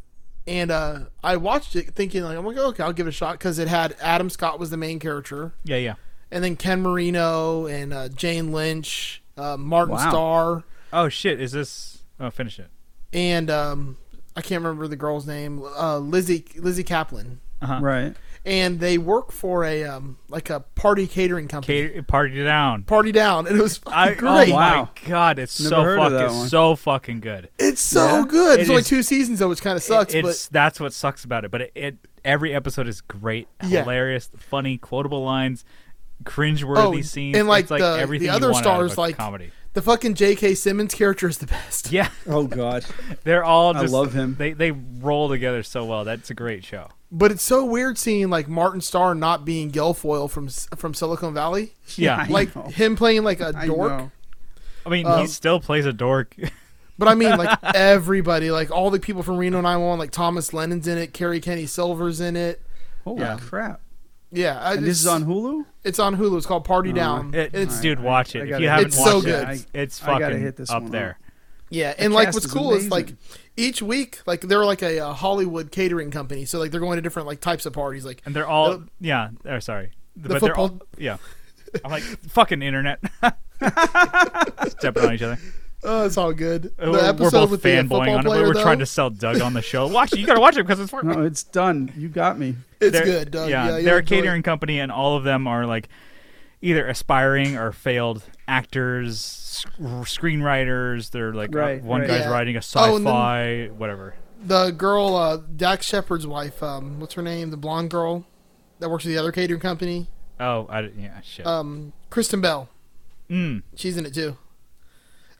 And uh, I watched it thinking like, I'm like, okay, I'll give it a shot because it had Adam Scott was the main character,
Yeah, yeah.
and then Ken Marino and uh, Jane Lynch, uh, Martin
Wow.
Starr,
Oh shit, is this? Oh, finish it.
and um, I can't remember the girl's name, uh, Lizzie Lizzie Kaplan.
Right.
and they work for a um, like a party catering company.
Cater- party down.
party down, and it was fucking
I,
great.
Oh my
Wow.
god, it's
Never
so
heard of that
fucking
one.
so fucking good.
It's so
Yeah.
good.
It
It's only
is-
two seasons though, which kind of sucks.
it's that's what sucks about it. But it, it every episode is great,
Yeah.
hilarious, funny, quotable lines, cringeworthy
but oh,
scenes,
and like,
it's like
the,
everything
the
you
other
want out of
stars,
a
like
comedy.
the fucking J.K. Simmons character is the best.
Yeah,
Oh God.
they're all.
I
Just,
love him.
They they roll together so well. That's a great show.
But it's so weird seeing like Martin Starr not being Guilfoyle from S- from Silicon Valley,
Yeah,
I
like
know.
him playing like a
I
dork.
know.
I mean, he
um,
still plays a dork.
But I mean, like everybody, like all the people from Reno 911, like Thomas Lennon's in it, Kerry Kenny Silver's in it.
Holy
Yeah.
crap!
Yeah, I
And this
just-
is on Hulu.
It's on Hulu. It's called Party Down.
It-
And it's
dude, watch
I
it if
gotta
you
hit
haven't
this
watched
one. It's so good.
it. it's- It's
I gotta
fucking
hit this
up
one up.
there.
Yeah, and like
cast
what's
is
cool is like
amazing.
each week, like they're like a, uh Hollywood catering company, so like they're going to different like types of parties. Like
And they're all
The-
yeah. Or sorry, but they're all
football-
yeah. I'm like fucking internet. Stepping on each other.
oh, it's all good.
Uh, we're, we're both fanboying on it, but we're
though,
trying to sell Doug on the show. Watch it. You gotta watch it because it's fun.
No, it's done. You got me.
It's
They're-
good. Doug. Yeah, you'll
they're a
enjoy it.
catering company, and all of them are like either aspiring or failed actors, sc- screenwriters. They're like uh,
Right,
one
right.
guy's
Yeah.
writing a
Oh, and then-
sci-fi, whatever.
The girl, uh, Dax Shepard's wife, um, what's her name? The blonde girl that works at the other catering company.
Oh, I d- yeah, shit.
Um, Kristen Bell.
mm,
She's in it too.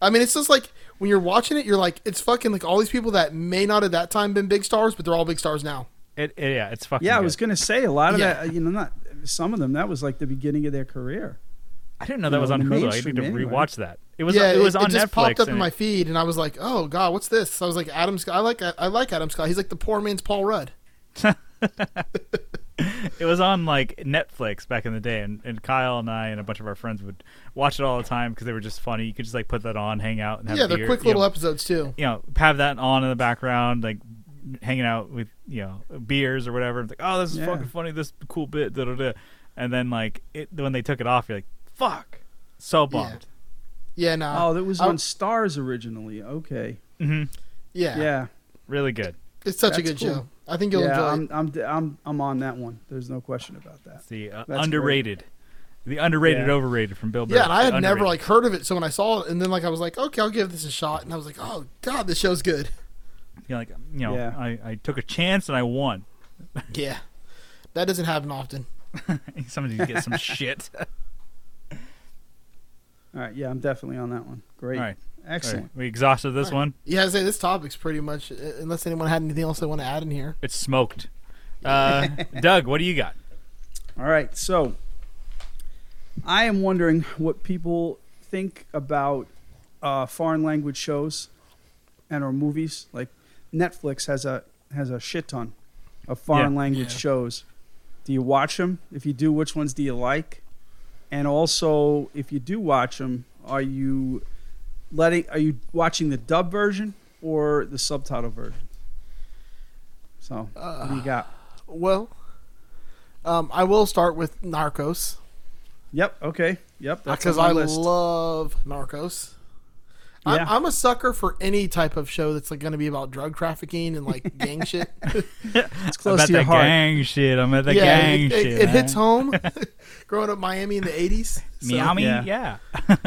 I mean, it's just like when you're watching it, you're like, it's fucking like all these people that may not at that time been big stars, but they're all big stars now.
it, it- yeah, it's fucking.
Yeah, I
good.
was gonna say a lot of
Yeah.
that. You know, not some of them. That was like the beginning of their career.
I didn't know that
you
was
know,
on
in the
Hulu. I need
mainstream
to
anyway.
rewatch that. It was.
yeah,
it was on
just
Netflix.
popped up in
and
my
it-
feed, and I was like, "Oh God, what's this?" I was like, "Adam Scott, I like I like Adam Scott. He's like the poor man's Paul Rudd."
it was on like Netflix back in the day, and, and Kyle and I and a bunch of our friends would watch it all the time because they were just funny. You could just like put that on, hang out, and have
yeah,
beer,
they're quick
you
little
know,
episodes too.
you know, have that on in the background, like hanging out with you know beers or whatever. It's like, oh, this is
Yeah.
fucking funny. This cool bit, da da da. And then like it, when they took it off, you're like, fuck, so bummed.
Yeah, no.
Oh, that was
I-
on Stars originally. Okay.
hmm
yeah,
Yeah.
Really good.
It's such a
That's
good
cool.
show. I think you'll
yeah.
enjoy.
I'm,
it.
I'm I'm I'm on that one. There's no question about that.
It's the uh,
great.
underrated, the underrated
Yeah.
overrated from Bill.
Yeah,
Burr.
and I had
The
never
underrated.
like heard of it, so when I saw it, and then like I was like, "Okay, I'll give this a shot," and I was like, "Oh God, this show's good."
you know, like you know,
Yeah.
I, I took a chance and I won.
Yeah. That doesn't happen often.
Somebody get some shit.
All right, yeah, I'm definitely on that one. Great.
All right.
Excellent.
All right, We exhausted this one.
Yeah, I say this topic's pretty much. uh, Unless anyone had anything else they want to add in here.
It's smoked. Uh, Doug, what do you got?
All right. So I am wondering what people think about uh, foreign language shows and or movies. Like Netflix has a has a shit ton of foreign language shows. Do you watch them? If you do, which ones do you like? And also, if you do watch them, are you letting are you watching the dub version or the subtitle version? So, what do you got?
Well, um, I will start with Narcos
Yep. Okay. Yep. That's
because
on my
uh, I
list.
love Narcos.
Yeah.
I'm, I'm a sucker for any type of show that's like going to be about drug trafficking and like gang shit.
It's close
I'm at
to your
the
heart.
gang shit. I'm at the gang
it, it-
shit.
it hits
man.
home. Growing up Miami in the '80s, so-
Miami,
Yeah.
yeah.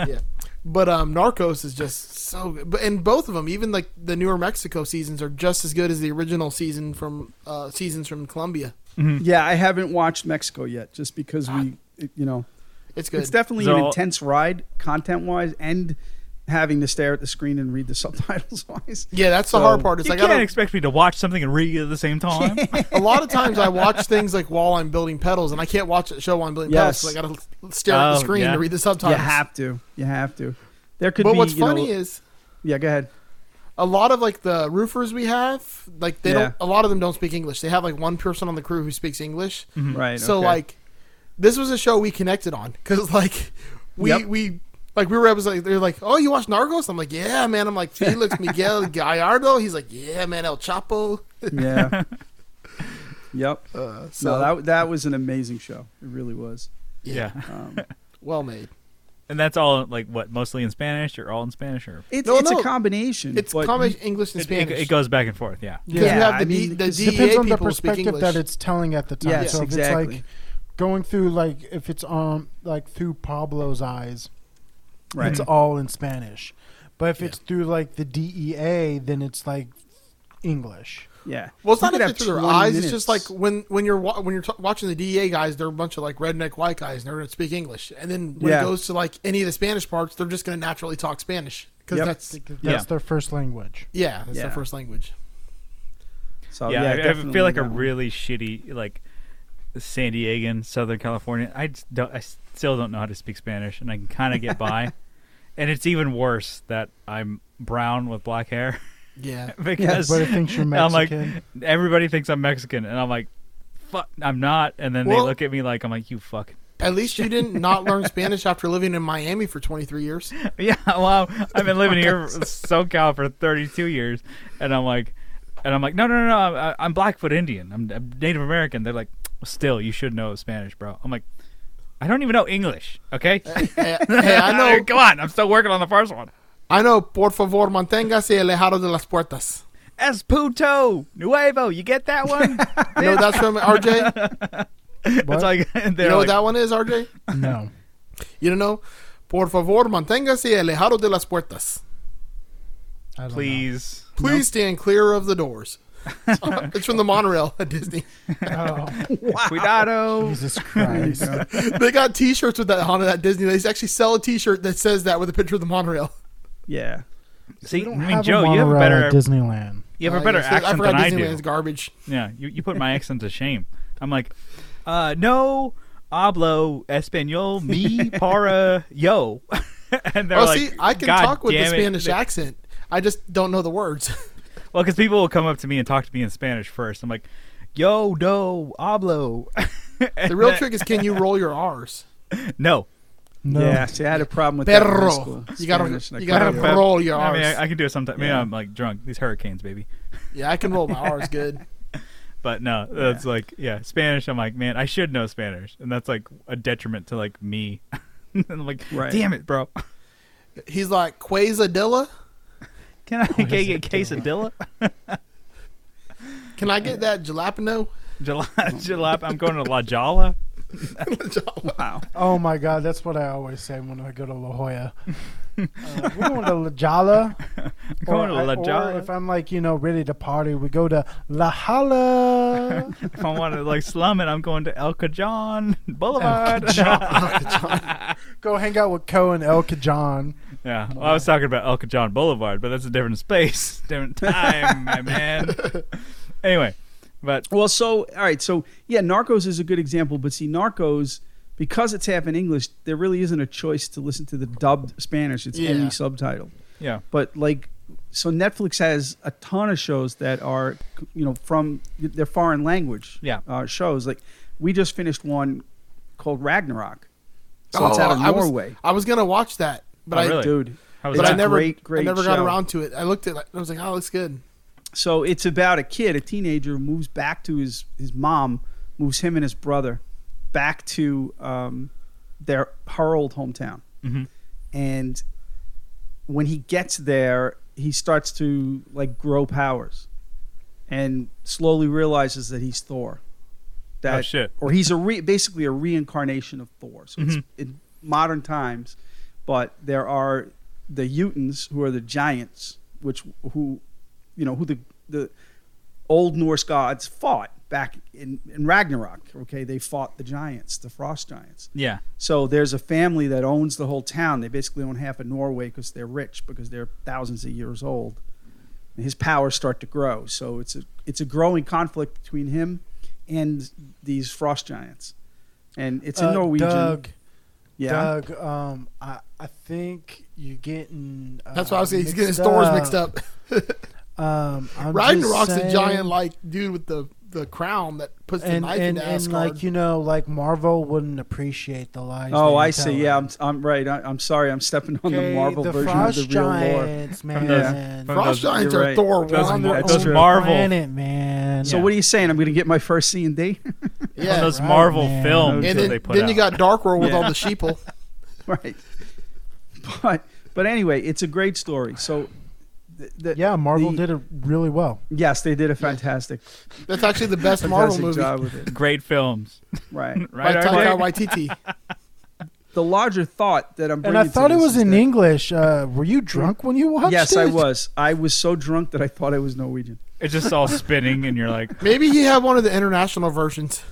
yeah. But um, Narcos is just so good. But and both of them, even like the newer Mexico seasons, are just as good as the original season from uh, seasons from Colombia.
Yeah, I haven't watched Mexico yet, just because we, it- you know,
It's Ah. good.
it's definitely an
So-
intense ride, content-wise, and having to stare at the screen and read the subtitles-wise.
yeah, that's the
So-
hard part. Is
you
I
can't
got
expect me to watch something and read it at the same time.
a lot of times I watch things like while I'm building pedals, and I can't watch a show while I'm building pedals.
Yes.
'cause I got to stare at the
Oh,
screen
yeah.
to read the
You
subtitles.
have to. You have to. There could
but
be.
what's
you know-
funny is
yeah, go ahead.
a lot of like the roofers we have, like they
Yeah.
don't. A lot of them don't speak English. They have like one person on the crew who speaks English.
Right.
So
okay.
like, this was a show we connected on because like we
Yep.
we like we were I was like they're like oh you watch Narcos I'm like yeah man I'm like Felix Miguel Gallardo he's like yeah man El Chapo
yeah. yep.
uh, so
So that that was an amazing show. It really was.
yeah.
Um,
well made
And that's all like what mostly in Spanish or all in Spanish or
it's
No,
it's
no.
a combination.
it's
but-
common English and
it, it,
Spanish
it goes back and forth. Yeah.
because
Yeah,
we have the,
I
D,
mean,
the
because
DEA
depends on the
people speak
perspective
English
that it's telling at the time.
Yes,
so if
exactly.
it's like going through like if it's um like through Pablo's eyes,
Right.
it's all in Spanish. But if it's through like the DEA, then it's like English.
Mm-hmm.
yeah.
well it's
You
not
could
even
have
through their
20
eyes it's just like
minutes.
when when you're wa- when you're t- watching the DEA guys they're a bunch of like redneck white guys and they're gonna speak English and then when
Yeah.
it goes to like any of the Spanish parts they're just gonna naturally talk Spanish because
Yep.
that's
That's
Yeah.
their first language.
yeah that's
Yeah.
their first language
So,
yeah, I- I,
Oh, definitely
feel like a
that one.
really shitty like San Diegan, Southern California. I just don't. I s- still don't know how to speak Spanish, and I can kind of get by. and it's even worse that I'm brown with black hair
yeah
because
But it thinks you're
I'm
Mexican.
like everybody thinks I'm Mexican, and I'm like, fuck, I'm not. And then
Well-
they look at me like I'm like you fuck.
At least you didn't not learn Spanish after living in Miami for 23 years.
Yeah, well, I've been living here, in SoCal, for 32 years, and I'm like, and I'm like, no, no, no, no I'm, I'm Blackfoot Indian. I'm, I'm Native American. They're like, still, you should know Spanish, bro. I'm like, I don't even know English. Okay,
hey, hey, I know,
Come on, I'm still working on the first one.
I know. Por favor, manténgase alejado de las puertas.
Es puto nuevo. You get that one?
You know what that's from RJ.
That's like
You
they're
know what
like,
that one is, RJ.
No.
You don't know. Por favor, manténgase alejado de las puertas.
I don't know.
please.
Please stand clear of the doors. it's from the monorail at Disney.
Oh,
Cuidado.
Jesus Christ.
They got T-shirts with that on it at Disney. They actually sell a T-shirt that says that with a picture of the monorail.
Yeah.
See, I
don't
mean,
have a
Joe, you have a
monorail
better,
at Disneyland.
you have a
Uh,
better
yes,
accent
I
than
forgot
I do.
Disneyland's garbage.
Yeah, you, you put my accent to shame. I'm like, uh, no hablo español, mi para yo. and they're
Oh,
like,
see, I can
"God
talk with the
damn it."
Spanish
They-
accent. I just don't know the words.
Well, because people will come up to me and talk to me in Spanish first. I'm like, yo, no, hablo.
The real trick is can you roll your R's?
no.
No.
Yeah. See, I had a problem with that in high
Perro.
school.
You gotta,
Spanish, and I
you
couldn't
gotta
do it.
Perro.
roll your
I
R's.
mean, I, I can do it sometimes. Maybe
Yeah.
I'm like drunk. These hurricanes, baby.
yeah, I can roll my R's good.
But no, that's like, yeah, Spanish. I'm like, man, I should know Spanish. And that's like a detriment to like me. and I'm like,
Right.
damn it, bro.
He's like Quasadilla.
Can I can I get quesadilla?
Can I get that jalapeno?
Jalap, jalap. I'm going to La Jolla.
Wow.
Oh my God, that's what I always say when I go to La Jolla. Uh, we're going to La Jolla.
Going to
I-
La Jolla.
if I'm like, you know, ready to party, we go to La Jolla.
if I want to like slum it, I'm going to El Cajon Boulevard.
go hang out with Co and El Cajon.
yeah, well, I was talking about El Cajon Boulevard, but that's a different space, different time, my man. Anyway, but
Well, so all right, so yeah, Narcos is a good example, but see, Narcos because it's half in English, there really isn't a choice to listen to the dubbed Spanish. It's
Yeah.
only subtitled.
yeah,
But like, so Netflix has a ton of shows that are, you know, from their foreign language.
Yeah.
uh, shows like we just finished one called Ragnarok. So it's
Oh,
out of
I was-
Norway,
I was gonna watch that, but
Oh,
I
really?
dude.
How was
but
it's
I
a
that?
never
great, great
I never got
show.
around to it. I looked at it and I was like, oh, looks good.
So it's about a kid, a teenager, who moves back to his his mom, moves him and his brother back to um, their her old hometown,
Mhm.
and when he gets there, he starts to like grow powers, and slowly realizes that he's Thor. That,
shit.
Or he's a re- basically a reincarnation of Thor. So it's in modern times, but there are the Utans who are the giants, which who you know who the the old Norse gods fought back in, in Ragnarok. Okay, they fought the giants, the frost giants.
yeah,
So there's a family that owns the whole town. They basically own half of Norway because they're rich because they're thousands of years old. And his powers start to grow. So it's a it's a growing conflict between him and these frost giants. And it's in
Uh,
Norwegian.
Doug,
yeah.
Doug, um, I, I think you're getting. Uh,
That's why I was saying he's getting his stores mixed up.
Um, I'm just
Ragnarok's a
saying-
giant like dude with the the crown that puts the
And
knife
and,
in
and
Asgard.
like you know, like Marvel wouldn't appreciate the lies.
Oh,
that
I
you
see.
tell
Yeah,
them.
I'm, I'm right. I, I'm sorry. I'm stepping on the
Okay,
Marvel
the
version
Frost
of the real lore.
Giants, man.
From those- from
Frost
those-
giants
you're
are
right.
Thor
Those-
one.
They're
it does
on their
Marvel.
planet, man.
So what are you saying? I'm going to get my first C and D,
on
Yeah,
those
right,
Marvel
man.
and
films that
then,
they put
then
out.
you got Dark World with
Yeah.
all the sheeple.
right? But but anyway, it's a great story. So the, the,
Yeah, Marvel
the-
did it really well.
Yes, they did a fantastic,
That's actually the best Marvel
fantastic
movie.
job with it.
great films,
Right.
By
right?
Taika
RJ?
Waititi.
The larger thought that I'm
And
bringing
I thought
to
it
this
was
is
in
that-
English. Uh, were you drunk when you watched
Yes,
it?
I was. I was so drunk that I thought I was Norwegian.
It's just all spinning, and you're like,
Maybe he had one of the international versions.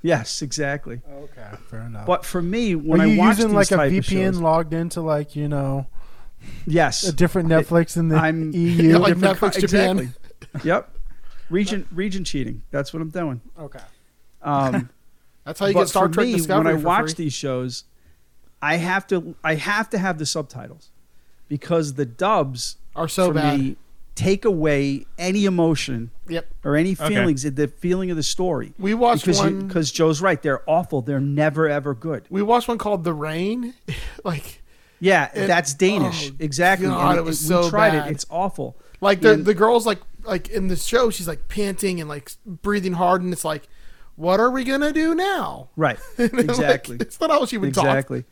Yes, exactly.
Okay, fair enough.
But for me, when
Oh. Are
I
you
watch
using
these
like a
type of
VPN
shows-
logged into like you know a
yes,
different E Netflix in the
I'm-
EU?
Yeah, like
different co-
Netflix Japan.
exactly. yep, region region cheating. That's what I'm doing.
okay.
Um,
That's how you
but
get Star
for
Trek
me,
Discovery
when I
for
watch
free.
these shows, I have to I have to have the subtitles because the dubs
are so
for
bad.
me take away any emotion
Yep.
or any
Okay.
feelings, the feeling of the story.
We watched
because
one.
because Joe's right. They're awful. They're never ever good.
we watched one called The Rain. like,
Yeah,
It-
that's Danish.
oh,
exactly.
God,
and
it was
we
so
tried
bad.
it. It's awful.
like the
And-
the girls like like in the show, she's like panting and like breathing hard, and it's like, what are we gonna do now?
Right.
And I'm like,
Exactly.
it's not how she would talk.
exactly.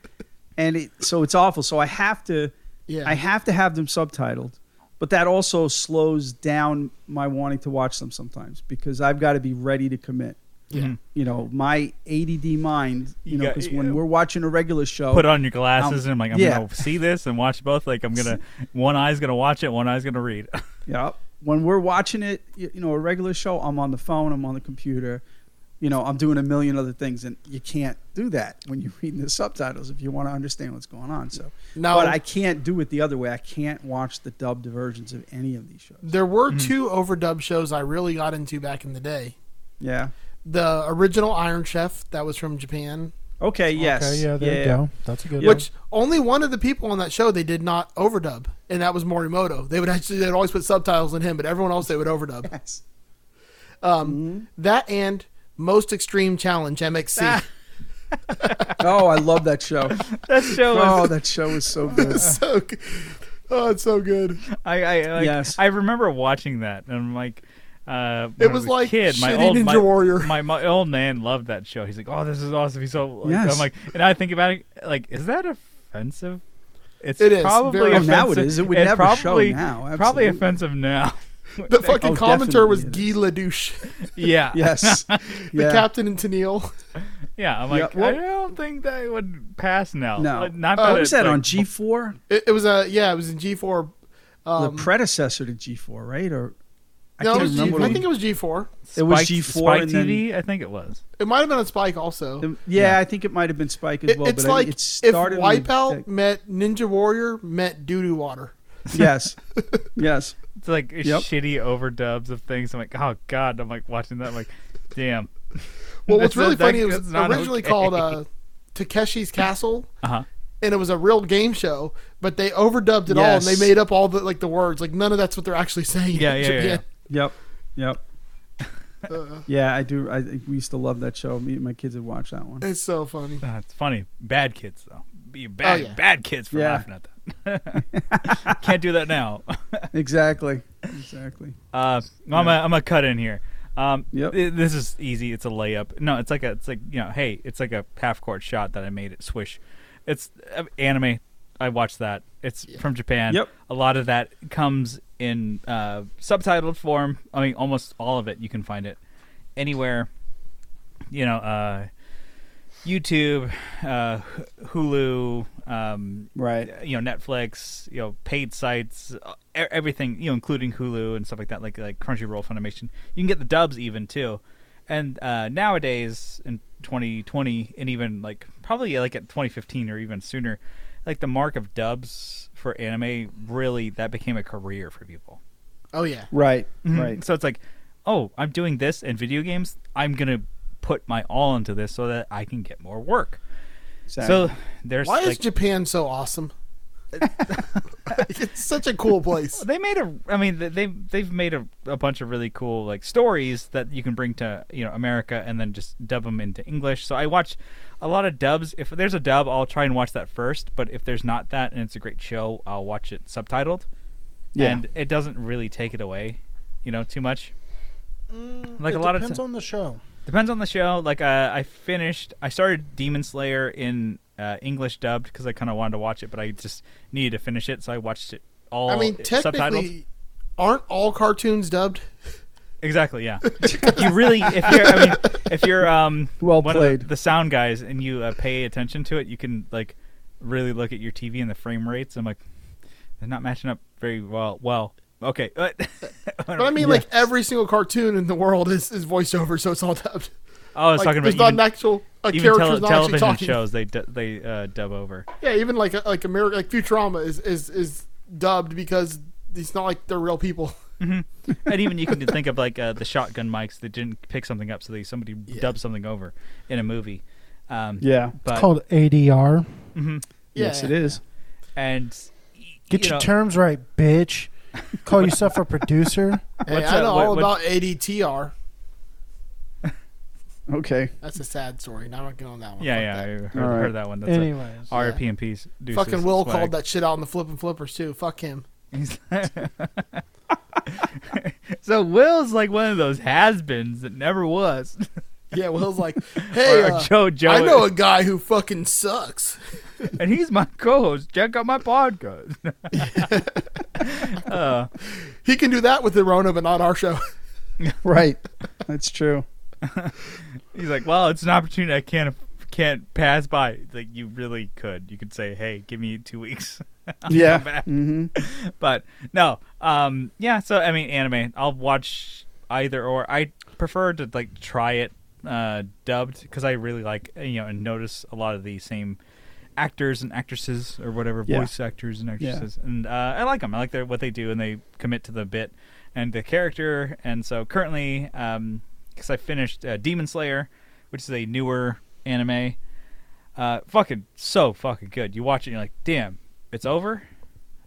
And it, so it's awful. So I have to
Yeah.
I have to have them subtitled. But that also slows down my wanting to watch them sometimes because I've got to be ready to commit.
Mm-hmm.
Yeah.
You know, my ADD mind, you,
You
know,
got-
because when
yeah.
we're watching a regular show,
put on your glasses,
Um,
and I'm like, I'm
yeah.
gonna see this and watch both. Like, I'm gonna one eye's gonna watch it, one eye's gonna read.
Yeah. When we're watching it, you, you know, a regular show, I'm on the phone, I'm on the computer, you know, I'm doing a million other things, and you can't do that when you're reading the subtitles if you want to understand what's going on. So,
Now-
but I can't do it the other way. I can't watch the dubbed versions of any of these shows.
There were two overdub shows I really got into back in the day.
Yeah.
The original Iron Chef that was from Japan,
Okay. Yes.
Okay. Yeah. There you go. That's a good. one.
which only one of the people on that show they did not overdub, and that was Morimoto. They would actually they'd always put subtitles in him, but everyone else they would overdub.
Yes.
Um, That and Most Extreme Challenge MXC.
Oh, I love that show.
that show
Oh,
was.
that show is so good.
so, g- oh, it's so good.
I I like,
Yes.
I remember watching that, and I'm like. Uh,
It
when I
was
a
like
kid. My
shitty
old
Ninja
my,
Warrior.
My, my old man loved that show. He's like, "Oh, this is awesome." He's so. Like,
Yes.
I'm like, and I think about it, like, is that offensive? It's
It is.
probably
Very- Oh,
offensive.
now it is. It would never show
probably,
now,
Probably
absolutely.
offensive now.
The fucking
Oh,
commenter was
definitely
Guy Ledouche,
yeah.
Yes.
the
yeah.
captain in Tennille.
Yeah, I'm
Yeah,
like,
well-
I don't think that would pass now.
No.
Like,
Uh,
not
What
that
was
it's,
Oh, that
like-
on G4?
It, it was a yeah. It was in G four. Um,
the predecessor to G4, right? Or I
no, it
can't
was G-
remember.
I
what-
think it was G four.
It was
Spike-
G4
Spike
and then-
TV. I think it was.
It might have been on Spike also.
yeah, I think it might have been Spike as
It-
well.
it's
but I-
like
it
if
started on the-
Wipeout met Ninja Warrior met Doo Doo Water.
yes, yes.
It's like it's
Yep.
shitty overdubs of things. I'm like, oh god. I'm like watching that. I'm like, damn.
Well,
That's
what's really
not- that-
funny, it was
that's not
originally
okay.
called uh, Takeshi's Castle,
Uh huh.
and it was a real game show, but they overdubbed it all and
Yes.
they made up all the like the words. Like none of that's what they're actually saying.
Yeah,
in
yeah, yeah,
Japan.
Yep. Yep.
Uh,
Yeah, I do. I think we used to love that show. Me and my kids would watch that one.
it's so funny.
Uh, it's funny. Bad kids though. Be bad.
yeah.
Bad kids for
Oh, Yeah.
laughing at that. Can't do that now.
Exactly. Exactly.
Uh, I'm gonna I'm gonna cut in here. Um,
Yep.
th- this is easy. It's a layup. No, it's like a, it's like you know, hey, it's like a half court shot that I made at Swish. It's uh, anime. I watched that. It's from Japan.
Yep.
A lot of that comes in uh, subtitled form. I mean, almost all of it. You can find it anywhere. You know, uh, YouTube, uh, Hulu, um,
Right.
you know Netflix, you know paid sites, uh, e- everything, you know including Hulu and stuff like that, like like Crunchyroll, Funimation. You can get the dubs even too. And uh, nowadays in 2020 and even like probably like at 2015 or even sooner, like the mark of dubs for anime really that became a career for people.
Oh yeah,
Right.
Mhm.
Mm-hmm. Right.
So it's like, oh, I'm doing this and video games. I'm gonna put my all into this so that I can get more work. So there's
why is
like,
Japan so awesome? it's such a cool place.
they made a i mean they they've- they've made a, a bunch of really cool like stories that you can bring to you know america and then just dub them into english so i watch a lot of dubs if there's a dub i'll try and watch that first but if there's not that and it's a great show i'll watch it subtitled
Yeah.
and it doesn't really take it away you know too much like
Mm, it
a lot of
depends
ti-
on the show.
Depends on the show. Like uh, I finished, I started Demon Slayer in uh, English dubbed because I kind of wanted to watch it, but I just needed to finish it, so I watched it all. uh,
I mean,
subtitled.
technically, aren't all cartoons dubbed?
Exactly, yeah. you really, if you're, I mean, if you're, um,
Well
one of
played.
the, the sound guys, and you uh, pay attention to it, you can like really look at your TV and the frame rates. I'm like, they're not matching up very well. Well, okay, but
But I mean, like every single cartoon in the world is, is voiceover, so it's all dubbed.
I was
Like,
talking about
there's
even,
not an actual a
even
character's
tele-
not actually
television
talking.
shows they du- they uh, dub over.
Yeah, even like like America, like Futurama is is is dubbed because it's not like they're real people.
and even you can think of like uh, the shotgun mics that didn't pick something up, so they somebody dubbed something over in a movie. Um,
yeah.
but
It's called ADR.
Yes, it is.
and
Get
you
your
know,
terms right, bitch. Call yourself a producer.
Hey,
What's
I
that-
know
what-
all
what-
about ADTR.
Okay.
That's a sad story. Now I'm not getting on that one.
yeah,
Fuck
yeah,
that.
I heard,
All right.
heard that one. That's a,
Anyways,
RIP and peace. Deuces,
Fucking Will
swag.
called that shit out in the Flip and Flippers too. Fuck him.
He's- so Will's like one of those has-beens that never was.
Yeah, Will's like, hey,
Or
uh,
Joe Joe,
I know a guy who fucking sucks.
and he's my co-host. Check out my podcast. uh,
He can do that with the Rona, but not our show.
Right. That's true.
He's like, well, it's an opportunity I can't can't pass by. It's Like you really could. You could say, hey, give me two weeks. I'll
yeah.
come back.
Mm-hmm.
But no. Um. Yeah. So I mean, anime. I'll watch either or. I prefer to like try it uh, dubbed because I really like you know and notice a lot of the same actors and actresses or whatever
Yeah.
voice actors and actresses and uh, I like them. I like their, what they do and they commit to the bit and the character. And so currently, because I finished uh, Demon Slayer, which is a newer anime. Uh, fucking so fucking good. You watch it, and you're like, damn, it's over.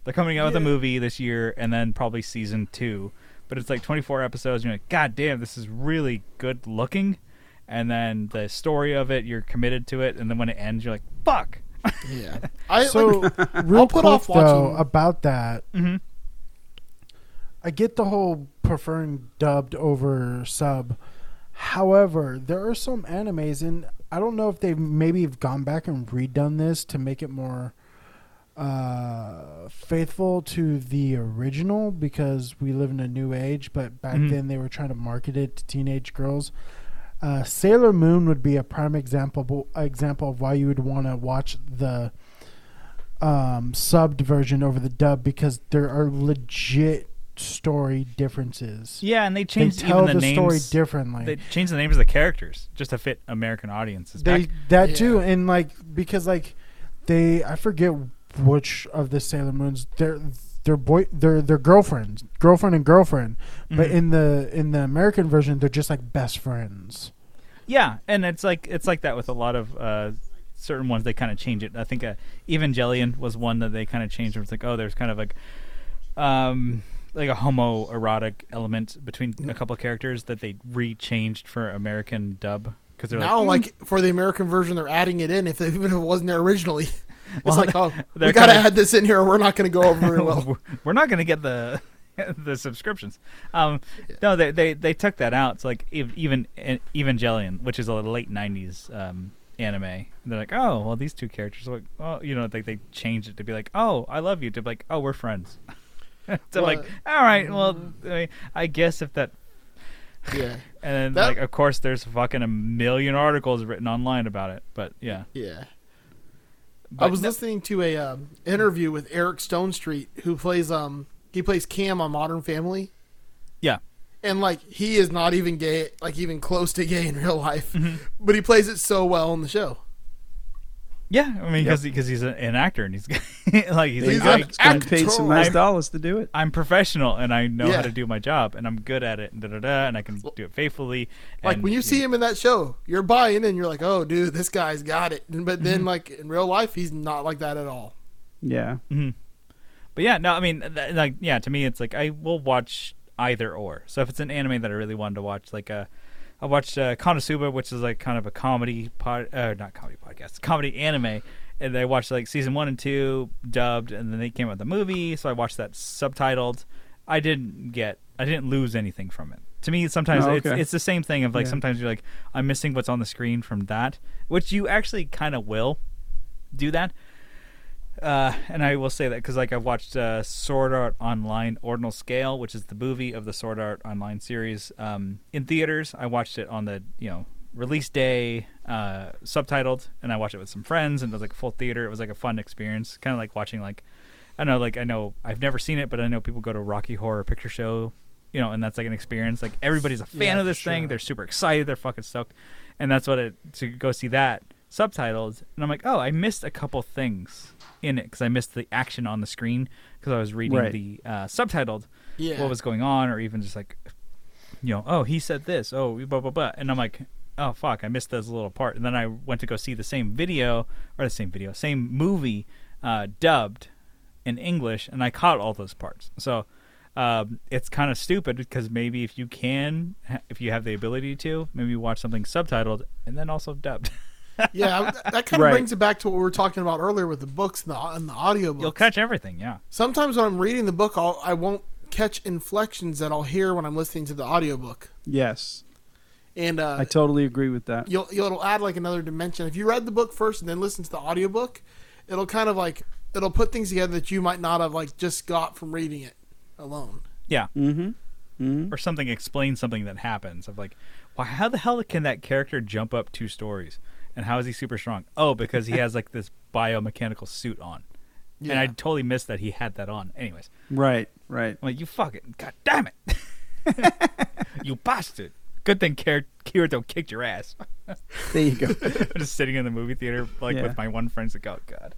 They're coming out with a movie this year, and then probably season two. But it's like 24 episodes. And you're like, god damn, this is really good looking. And then the story of it, you're committed to it. And then when it ends, you're like, fuck.
Yeah. I
so
like,
real
I'll put
quick
off
though
watching- Mm-hmm.
about that.
Mhm.
I get the whole preferring dubbed over sub. However, there are some animes, and I don't know if they've maybe have gone back and redone this to make it more uh, faithful to the original because we live in a new age. But back
Mhm.
then, they were trying to market it to teenage girls. Uh, Sailor Moon would be a prime example example of why you would want to watch the um, subbed version over the dub because there are legit story differences.
Yeah, and they
they
changed
tell
even
the,
the, names.
story differently.
They changed the names of the characters just to fit American audiences.
they
Back-
that
Yeah.
too and like because like they i forget which of the sailor moons their their boy their their girlfriends girlfriend and girlfriend but
Mhm.
in the in the american version they're just like best friends
yeah, and it's like it's like that with a lot of uh, certain ones. They kind of change it. I think uh, Evangelion was one that they kind of changed. It was like, oh, there's kind of like, um, like a homoerotic element between a couple of characters that they re-changed for American dub because they're
Now,
like,
like for the American version, they're adding it in if they, even if it wasn't there originally. It's
Well,
like, oh,
they're
we gotta
kinda-
add this in here, or we're not gonna go over very well.
We're- we're not going to get the the subscriptions. Um, No, they, they they took that out. It's like ev- even e- Evangelion, which is a late '90s um, anime. And they're like, oh, well, these two characters, are like, oh, you know, like they changed it to be like, oh, I love you, to be like, oh, we're friends. so like, all right,
uh,
well, I, mean, I guess if that.
Yeah,
And then,
That-
like, of course, there's fucking a million articles written online about it. But yeah,
yeah. I
But
was
no-
listening to a um, interview with Eric Stone Street, who plays um he plays Cam on Modern Family.
yeah,
and like he is not even gay, like even close to gay in real life,
Mm-hmm.
but he plays it so well on the show.
yeah. I mean, because he's a, an actor and he's like he's,
He's an
like, I-
It's going to pay some nice
actor.
dollars to do it.
I'm professional and I know how
Yeah.
to do my job and I'm good at it and da da da and I can do it faithfully.
Like
and,
when you see him in that show, you're buying and you're like, "Oh, dude, this guy's got it." And- But
Mm-hmm.
then, like in real life, he's not like that at all.
Yeah.
but yeah, no, I mean, th- like yeah, to me it's like I will watch either or. So if it's an anime that I really wanted to watch, like uh, I watched uh, Konosuba, which is like kind of a comedy pod, uh, not comedy podcast, comedy anime, and I watched like season one and two dubbed, and then they came out the movie, so I watched that subtitled. I didn't get, I didn't lose anything from it. To me, sometimes
Oh,
it's,
okay.
it's the same thing of like
Yeah.
sometimes you're like I'm missing what's on the screen from that, which you actually kind of will do that. Uh, and I will say that because like I've watched uh, Sword Art Online Ordinal Scale, which is the movie of the Sword Art Online series, um, in theaters. I watched it on the you know release day, uh, subtitled, and I watched it with some friends, and it was like a full theater. It was like a fun experience, kind of like watching like I don't know, like I know I've never seen it, but I know people go to Rocky Horror Picture Show, you know, and that's like an experience. Like everybody's a fan
Yeah,
of this
for
thing.
sure.
They're super excited. They're fucking stoked, and that's what it to go see that subtitled. And I'm like, oh, I missed a couple things in it because I missed the action on the screen because I was reading
Right.
the uh, subtitled
Yeah.
what was going on, or even just like, you know, oh, he said this, oh, blah blah blah, and I'm like, oh fuck, I missed this little part, and then I went to go see the same video or the same video, same movie, uh, dubbed in English, and I caught all those parts. So um, it's kind of stupid because maybe if you can, if you have the ability to, maybe watch something subtitled and then also dubbed.
Yeah, I- that kind of
Right.
brings it back to what we were talking about earlier with the books and the, and the audio
You'll
books.
catch everything, yeah.
Sometimes when I'm reading the book, I'll, I won't catch inflections that I'll hear when I'm listening to the audiobook.
Yes.
And uh,
I totally agree with that.
you'll, you'll it'll add like another dimension. If you read the book first and then listen to the audiobook, it'll kind of like it'll put things together that you might not have like just got from reading it alone.
Yeah. Mm-hmm. Or something explains something that happens of like, why? How the hell can that character jump up two stories? And how is he super strong? Oh, because he has like this biomechanical suit on, and I
Yeah.
totally missed that he had that on. Anyways,
Right. Right.
I'm like, you fucking god damn it, you bastard! Good thing Kir- Kirito kicked your ass.
There you go.
I'm just sitting in the movie theater like
Yeah.
with my one friend. Like, oh god.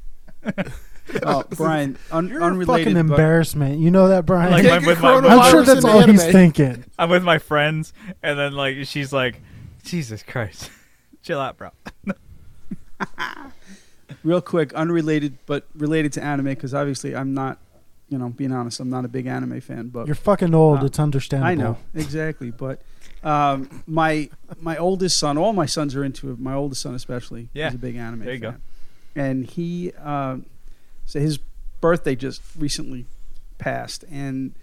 Oh, Brian, un-
You're
unrelated.
fucking
but-
embarrassment you know that brian
Like,
Take
my-
a
with my-
coronavirus
i'm sure that's
in
all he's
anime.
thinking
I'm with my friends, and then like she's like, Jesus Christ, chill out, bro.
real quick, unrelated but related to anime because obviously I'm not, you know, being honest, I'm not a big anime fan. But
you're fucking old
Uh,
it's understandable
I know exactly. But um, my my oldest son, all my sons are into it. My oldest son especially,
Yeah.
he's a big anime.
There you go.
fan. And he, um, so his birthday just recently passed, and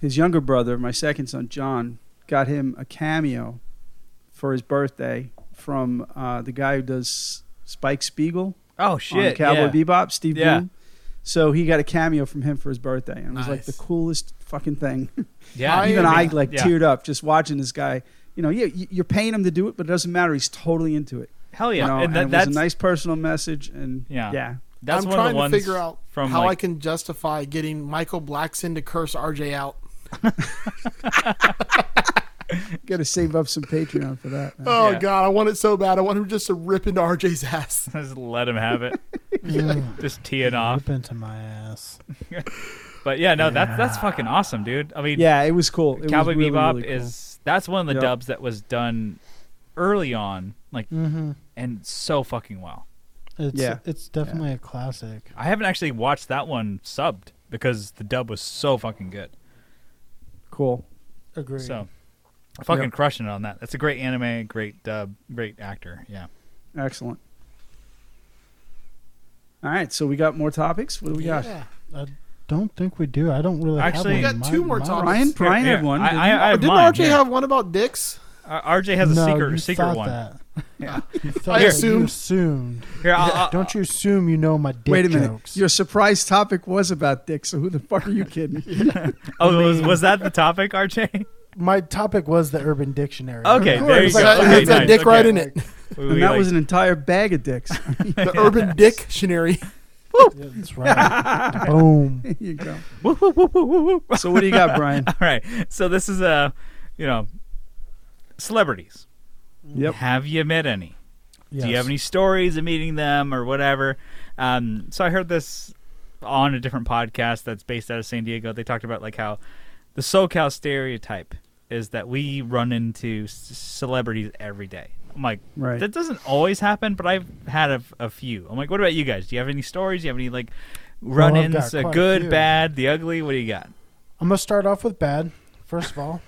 his younger brother, my second son John, got him a cameo for his birthday from uh, the guy who does Spike Spiegel
Oh
on Cowboy Bebop, Steve
Yeah.
Bloom. So he got a cameo from him for his birthday, and it was like the
Nice.
coolest fucking thing.
Yeah,
I
Even
am-
I like
yeah.
teared up just watching this guy you know, yeah, you- you're paying him to do it, but it doesn't matter. He's totally into it.
Hell yeah,
you know,
and, that,
it was
that's
a nice personal message, and
Yeah.
yeah,
that's
I'm
one of
trying
the ones
to figure out
from
how I
like,
can justify getting Michael Blackson to curse RJ out.
got to save up some Patreon for that. man.
Oh
Yeah.
God, I want it so bad. I want him just to rip into RJ's ass.
just let him have it,
Mm,
just tee it off.
Rip into my ass.
But yeah, no, that's that's fucking awesome, dude. I mean,
yeah, it was cool. It
Cowboy
was really,
Bebop
really cool.
is that's one of the
Yep.
dubs that was done early on, like
Mm.
and so fucking well.
It's
Yeah.
it's definitely a classic.
I haven't actually watched that one subbed because the dub was so fucking good.
cool.
Agreed.
So fucking
Yep.
crushing it on that. That's a great anime, great dub, great actor. Yeah.
Excellent. All right, so we got more topics. What do we got?
Yeah.
I don't think we do. I don't really
Actually- We
have
got
one.
two more topics.
Brian, Brian
Here,
had one.
I,
didn't
I,
he?
I have
Didn't
mine.
RJ
here.
have one about dicks?
Uh, RJ has a
no,
secret
you
secret
thought
one.
That.
Yeah.
You thought
I
that You
assumed.
assumed.
Here, I'll, I'll,
Don't you assume you know my dick
Wait a minute.
jokes?
Your surprise topic was about dick, so who the fuck are you kidding?
oh, was, was that the topic, RJ?
my topic was the Urban Dictionary.
Okay,
course.
there you
It's
go.
like,
Okay,
it's a
nice.
dick
okay.
right in it.
We,
and
we,
that
like-
was an entire bag of dicks.
The urban dictionary.
Yeah, that's right. Boom.
there you go. So what do you got, Brian?
All right. So this is a, you know, celebrities.
Yep.
Have you met any? Do you
Yes.
have any stories of meeting them or whatever? Um, so I heard this on a different podcast that's based out of San Diego. They talked about like how the SoCal stereotype is that we run into c- celebrities every day. I'm like,
Right.
that doesn't always happen, but I've had a, a few. I'm like, what about you guys? Do you have any stories? Do you have any like
got
run-ins? a
quite a
good,
few.
bad, the ugly? What do you got?
I'm gonna start off with bad. First of all,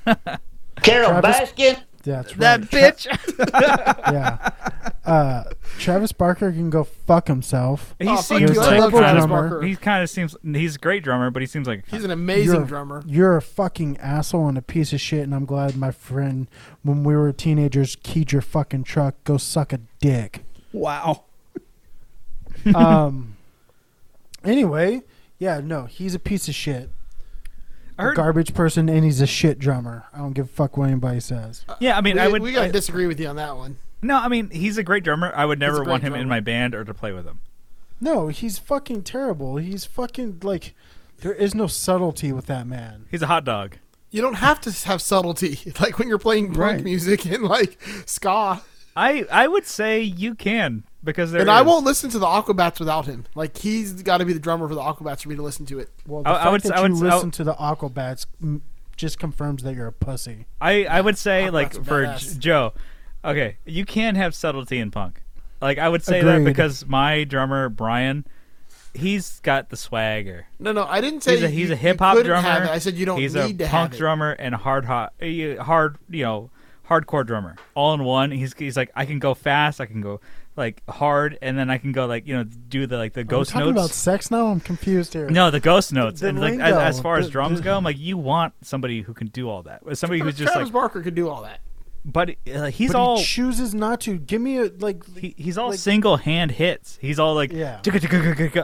Carol
Travis-
Baskin.
that's
That
right.
bitch.
yeah. Uh, Travis Barker can go fuck himself.
He
Oh, fuck
seems
you, I
like
love
kind of,
Travis Barker.
He kind of seems he's a great drummer, but he seems like
He's an amazing
You're-
drummer.
You're a fucking asshole and a piece of shit, and I'm glad my friend, when we were teenagers, keyed your fucking truck. Go suck a dick.
Wow.
Um. anyway, yeah, no, he's a piece of shit.
I
A
heard-
garbage person, and he's a shit drummer. I don't give a fuck what anybody says.
yeah. I mean,
We,
I would
we gotta
I-
disagree with you on that one.
no. I mean, he's a great drummer. I would never
great
want him in
drummer.
my band or to play with him.
No, he's fucking terrible. He's fucking like, there is no subtlety with that man.
He's a hot dog.
You don't have to have subtlety, like when you're playing punk
Right.
music and like ska.
I I would say you can because there.
and I
is-
won't listen to the Aquabats without him. Like he's got to be the drummer for the Aquabats for me to listen to it.
Well, the
I- I
fact
would-
that
I would-
you
I would-
listen to the Aquabats mm, just confirms that you're a pussy.
I I would say
Fuck,
like
Oh, that's
for J-
badass.
Joe, okay, you can have subtlety in punk. Like I would say that
Agreed.
because my drummer Brian, he's got the swagger.
No, no, I didn't say
He's a,
you-
he's a
you
hip hop
couldn't
drummer.
Have it. I said you don't
He's
need
a
to
punk
have it.
drummer and hard hot, uh, hard you know, hardcore drummer, all in one. He's he's like I can go fast, I can go like hard, and then I can go like you know do the like the
Are we
ghost
talking
notes.
about sex now? I'm confused here.
no, the ghost notes,
the
and like as,
lingo,
as far as
the-
drums
the-
go, I'm like you want somebody who can do all that. Somebody who's just
Travis
like,
Barker could do all that.
but uh, he's
but
all
he chooses not to. Give me a like.
he, he's all
like-
single hand hits. He's all like,
Yeah.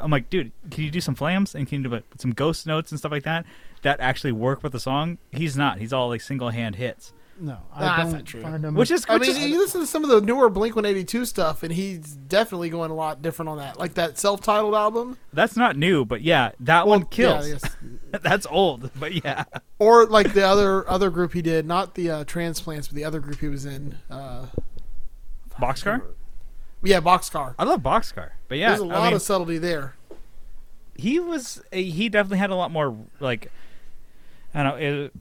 I'm like, dude, can you do some flams and can you do like, some ghost notes and stuff like that that actually work with the song? He's not. He's all like single hand hits,
No,
Nah,
I
that's
don't
not true.
find him.
which is
Mm. I
which
mean,
is-
you listen to some of the newer Blink One Eighty Two stuff, and he's definitely going a lot different on that. Like that self-titled album.
that's not new, but yeah, that one kills.
Yeah, yes.
that's old, but yeah,
Or like the other other group he did, not the uh, transplants, but the other group he was in. Uh,
boxcar.
yeah, Boxcar.
I love boxcar, but yeah,
There's a lot
I mean,
of subtlety there.
he was he definitely had a lot more like I don't know. It,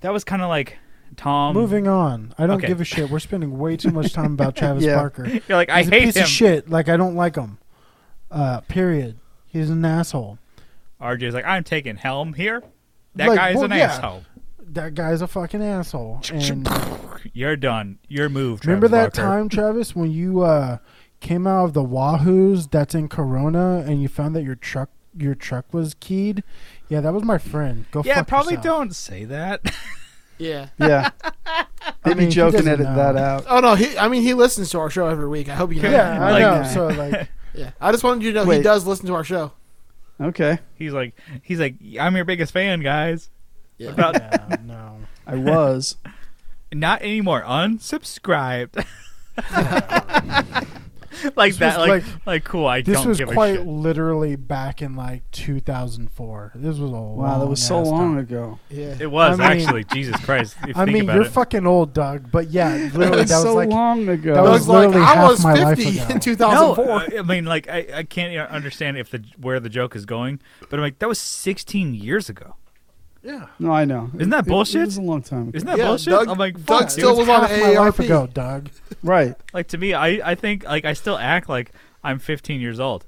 that was kind of like Tom
Moving on. I don't
okay.
give a shit. We're spending way too much time about Travis
Yeah.
Barker. He's
You're like I
a
hate
piece
him.
of shit. Like I don't like him. Uh, period. He's an asshole.
RJ's like I'm taking helm here. That
Like,
guy's
well,
an
yeah.
asshole.
That guy's a fucking asshole. And
You're done. You're moved.
remember that
Travis Barker.
time, Travis, when you uh, came out of the Wahoos that's in Corona, and you found that your truck your truck was keyed? Yeah, that was my friend. Go.
Yeah,
fuck
probably
yourself.
don't say that.
Yeah.
Yeah.
I mean, he doesn't know.
out.
Oh no, he. I mean, he listens to our show every week. I hope you know. that.
Yeah, I
Like-
know. So like,
Yeah. I just wanted you to know he
Wait.
does listen to our show.
Okay.
he's like, he's like, I'm your biggest fan, guys.
Yeah.
About
yeah, no.
I was.
Not anymore. Unsubscribed. like that.
was
Like,
like-
like cool. I
This
don't
was
give a
quite
shit.
literally back in like 2004. This was a
Wow, that was so long ago.
Yeah.
It was
I mean-
actually Jesus Christ. If you
I
think
mean,
about
you're
it.
fucking old, Doug, but yeah,
That
literally
was
that was
so
like
long ago.
that
I
was
was like,
literally
I
half
was
my life
50
ago.
in
no,
2004.
uh, I mean, like I, I can't even understand if the where the joke is going, but I'm like that was 16 years ago.
yeah.
no, I know.
Isn't that
It- it- It
bullshit?
was a long time ago.
Isn't that
Yeah,
bullshit?
Doug-
I'm like,
Doug
fuck,
still
dude.
was on
half my life
AARP.
ago, Doug.
right.
Like to me, I, I think like I still act like I'm 15 years old.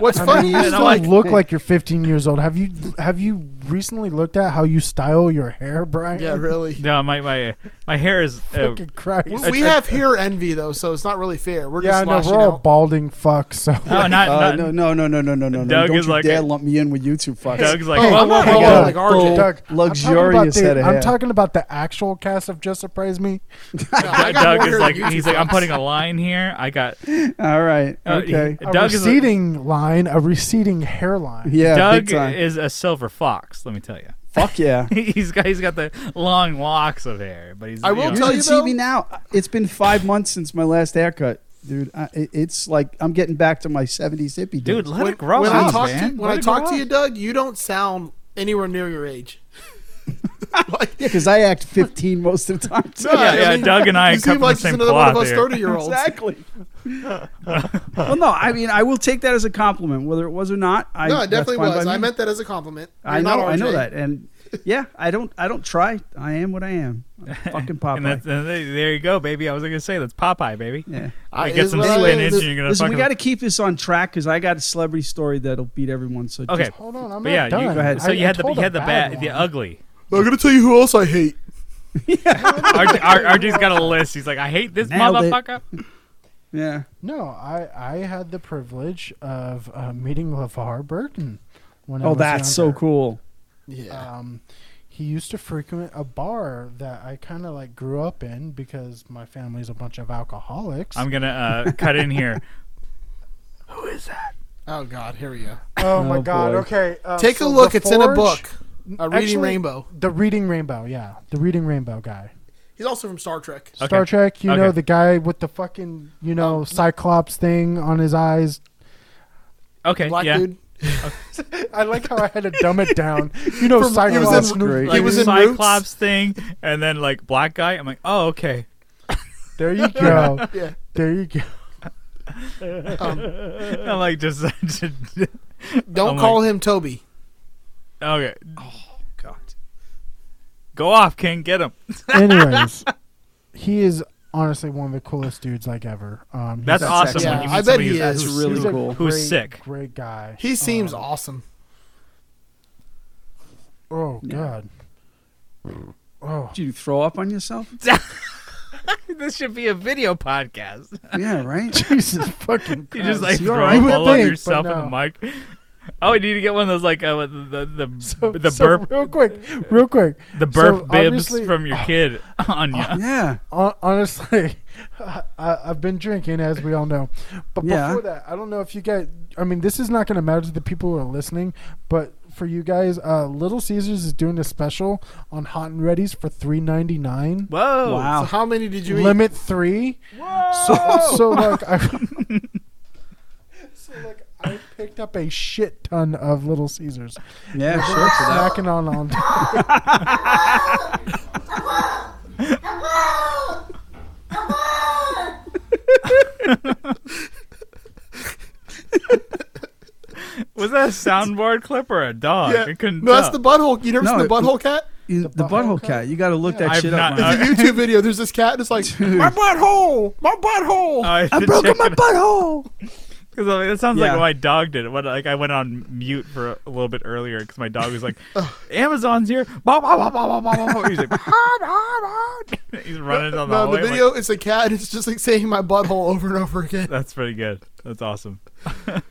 What's
I
funny
mean, you
is
still
like,
look like you're 15 years old. Have you have you recently looked at how you style your hair, Brian?
yeah, really.
No, my my my hair is uh,
Fucking Christ.
We, we have hair envy though, so it's not really fair. We're
yeah, I
just
know
lashing
we're all
out.
balding fucks. So
no, not,
Uh,
not
no, no, no, no, no, no, no.
Doug
Don't
is
you
like
dare
a-
lump me in with you two fucks.
Doug's like,
Hey,
"Oh,
I'm not
my
bald,
God."
like RJ.
full
Doug,
luxurious
I'm talking, about
head
the,
of
I'm
hair.
talking about the actual cast of Just Surprise Me.
Yeah, I got more
Doug
hair
is
than
like
you
he's
two
like I'm
fucking-
putting a line here. I got
All right.
Uh, he-
Okay.
A
Doug is a-
receding line, a receding hairline.
yeah.
Doug
big time.
is a silver fox. Let me tell you,
Fuck yeah.
he's got he's got the long locks of hair, but he's
I will
you know,
You
tell
should see
though-
me now. It's been five months since my last haircut, dude. I, it- it's like I'm getting back to my '70s hippie, dude.
dude. Let
when,
it grow
when I
out,
talk
man.
to when
Let
I
it
talk
grow
to
out.
you, Doug, you don't sound anywhere near your age. like,
Because I act 15 most of the time. Too.
Yeah, yeah, Doug and I
you
cut
seem
from the
like just
same
another one of
cloth
us
here.
thirty year olds.
Exactly. well, no, I mean, I will take that as a compliment, whether it was or not. I,
No, it
that's
definitely
fine by
was.
me.
I meant that as a compliment.
I
You're not
know, I know
RJ.
that, and yeah, I don't, I don't try. I am what I am. I'm fucking Popeye.
And that's, and there there you go, baby. I was gonna say that's Popeye, baby.
yeah.
I-
It gets
is
some
what I
spinach,
am.
and you're gonna
Listen, we
fucking-
got to keep this on track because I got a celebrity story that'll beat everyone. So
okay.
just-
Hold on, I'm
But
not
yeah,
done.
you,
Go ahead.
so
I-
you
I
had the
told
you
a
had the
bad
bad, the
one.
ugly.
I'm gonna tell you who else I hate.
RJ, RJ's got a list. He's like, I hate this
Nailed it.
motherfucker.
yeah,
No, I I had the privilege of uh, meeting LeVar Burton. When I
oh,
was
that's so
younger.
cool.
Yeah.
Um, he used to frequent a bar that I kind of like grew up in because my family's a bunch of alcoholics.
I'm gonna uh, cut in here.
Oh God, here we go.
oh
my
my
Oh, God,
god!
boy.
Okay, uh,
Take a look. It's in a book. A reading
Actually-
rainbow.
The Reading Rainbow, yeah, the Reading Rainbow guy.
He's also from Star Trek.
Star Trek, you know
Okay.
the guy with the fucking you
Um,
know Cyclops thing on his eyes.
Okay,
Black
yeah.
dude.
I like how I had to dumb it down. You know,
he was
Cyclops.
in-
knew-
He
Like
was in
Cyclops thing, and then like black guy. I'm like, oh okay.
there you go.
Yeah.
There you go.
Um,
I'm like just, just-
don't
I'm
call him Toby.
okay. Oh god. Go off, King. Get him.
Anyways, he is honestly one of the coolest dudes like ever. Um, he's
That's
a-
awesome.
Yeah,
when you meet
I bet
somebody
he
who's-
is.
who's
That's really
he's a
cool.
Who's
great,
sick.
Great guy.
He seems
Um,
awesome.
Oh
Yeah.
god. Oh,
Did you throw up on yourself?
This should be a video podcast.
yeah, right.
Jesus fucking.
You
Christ.
just like
you're
throw
right.
a
You would
ball on
think, but
yourself in the mic. Oh, you need to get one of those like uh, the the the,
So-
the
so
burp
real quick, real quick.
the burp
so
bibs
obviously-
from your kid on you.
Oh, Yeah.
Hon- honestly, I, I've been drinking, as we all know. But
Yeah.
before that, I don't know if you guys. I mean, this is not going to matter to the people who are listening, but for you guys, uh, Little Caesars is doing a special on hot and ready's for three ninety nine.
Whoa!
So
Wow.
how many did you eat?
Limit three. So, so like I, so like I picked up a shit ton of Little Caesars.
Yeah, sure. for that.
Snacking on on.
Was that a soundboard clip or a dog? I couldn't
no,
tell.
that's the butthole. You never
No,
seen the
it-
butthole cat?
You- The, butthole cat. You got to look that
I've
shit
not-
up. man.
I-
It's a YouTube video. There's this cat, and it's like my butthole, my butthole.
I had to
Broken
check
my
it
butthole.
Because I mean, that sounds
Yeah.
like my dog did it. When, like I went on mute for a, a little bit earlier because my dog was like, "Amazon's here!" Bah, bah, bah, bah, bah, bah, bah. He's like, "Hard, hard, hard." He's running down the
no,
hallway.
the
I'm like,
video it's a cat. and It's just like saying my butthole over and over again.
That's pretty good. That's awesome.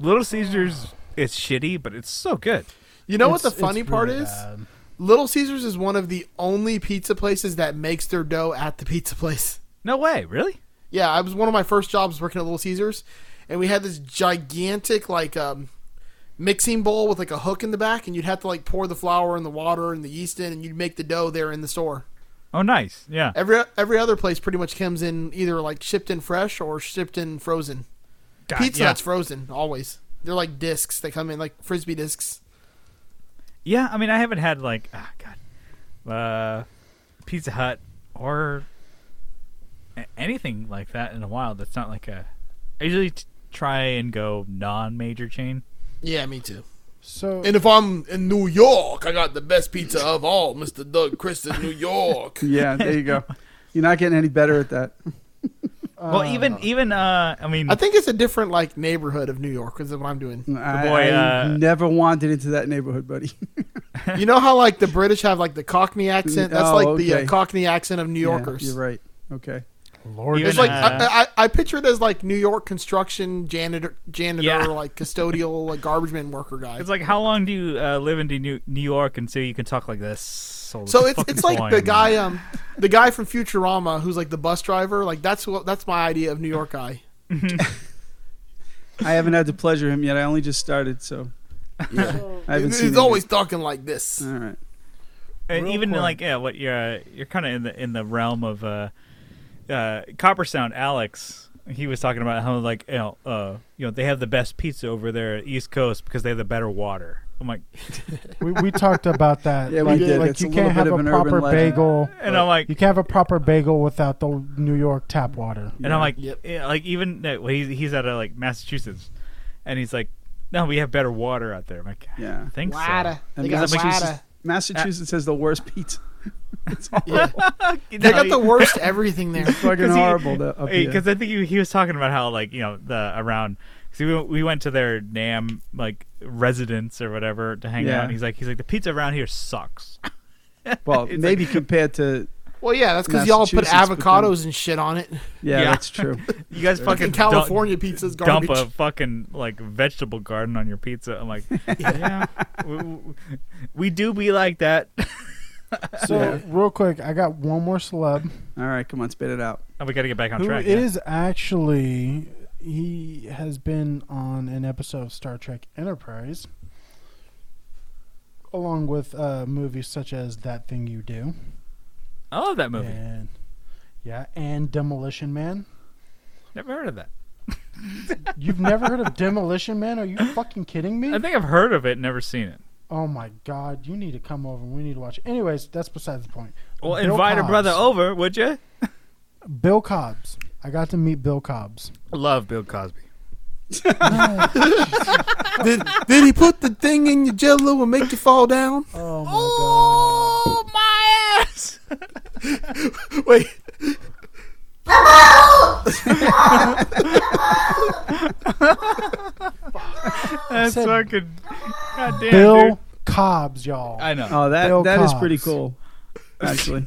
Little Caesars is shitty, but it's so good.
You know what
It's-
the funny
it's
part
really
is?
bad.
Little Caesars is one of the only pizza places that makes their dough at the pizza place.
No way, really?
Yeah, I was one of my first jobs working at Little Caesars, and we had this gigantic like um, mixing bowl with like a hook in the back, and you'd have to like pour the flour and the water and the yeast in, and you'd make the dough there in the store.
Oh, nice. Yeah.
Every every other place pretty much comes in either like shipped in fresh or shipped in frozen.
God,
Pizza
yeah.
Hut's frozen always. They're like discs. They come in like frisbee discs.
Yeah, I mean, I haven't had like, ah, God, uh, Pizza Hut or a- anything like that in a while. That's not like a. I usually t- try and go non-major chain.
Yeah, me too.
So
And if I'm in New York, I got the best pizza of all, Mister Doug Christon, New York.
Yeah, there you go. You're not getting any better at that.
well, even even uh, I mean,
I think it's a different like neighborhood of New York. Is what I'm doing.
I,
boy,
I
uh,
never wandered into that neighborhood, buddy.
You know how like the British have like the Cockney accent. That's
Oh,
like the
okay.
uh, Cockney accent of New
Yeah,
Yorkers.
you're right. Okay.
Lord,
even,
It's like
uh,
I, I, I picture it as like New York construction janitor, janitor,
Yeah.
like custodial, like garbage man worker guy.
it's like how long do you uh, live in New New York and so you can talk like this? So,
so it's it's like the guy
Uh,
um the guy from Futurama who's like the bus driver. Like that's what that's my idea of New York guy.
I haven't had to pleasure him yet. I only just started, so I haven't
He's
seen. him
always talking like this.
yet. All right.
and
real
Uh, even
quick.
like yeah, what you're uh, you're kind of in the in the realm of uh, uh, Copper Sound. Alex, he was talking about how like you know, uh, you know they have the best pizza over there at East Coast because they have the better water. I'm like,
we, we talked about that.
Yeah, we
like,
did.
Like
It's
you
a little
can't have
bit of
a
an urban
proper
legend.
bagel.
and I'm like,
You can't have a proper bagel without the New York tap water.
And I'm like,
Yep.
yeah, like even no, well, he's he's out of like Massachusetts, and he's like, no, we have better water out there. I'm like, yeah,
Yeah.
I think
Wada.
And
They got
Massachusetts,
wada.
Massachusetts has the worst pizza. it's horrible.
Yeah.
so.
They got the worst everything there.
Fucking horrible. to- up here.
Because I think he, he was talking about how like you know the around. See, we, we went to their Nam like residence or whatever to hang
Yeah.
out. And he's like he's like the pizza around here sucks.
well,
it's
maybe compared to
Well, yeah, that's because y'all put
Massachusetts, but
avocados and shit on it.
yeah,
Yeah.
that's true.
You guys fucking
Fucking
dump-
California pizza's
dump
garbage.
a fucking like vegetable garden on your pizza. I'm like, yeah, we, we- we do be like that.
So real quick, I got one more celeb
All right, come on, spit it out.
Oh, we got to get back on
who is
track. yeah.
actually he has been on an episode of Star Trek Enterprise, along with uh, movies such as That Thing You Do
I love that movie.
and yeah, and Demolition Man.
Never heard of that.
You've never heard of Demolition Man? Are you fucking kidding me?
I think I've heard of it, never seen it.
Oh my god, you need to come over. We need to watch. it. Anyways, that's besides the point.
Well,
Bill
invite a
Cobbs.
brother over, would you?
Oh.
Bill Cobbs. I got to meet Bill Cobbs.
Love Bill Cosby.
did, did he put the thing in your jello and make you fall down?
Oh my
Oh my ass!
Wait,
That's
Said-
fucking goddamn,
god. Bill
dude.
Cobbs, y'all.
I know.
Oh, that that
Bill
is pretty
Cobbs.
cool. Actually,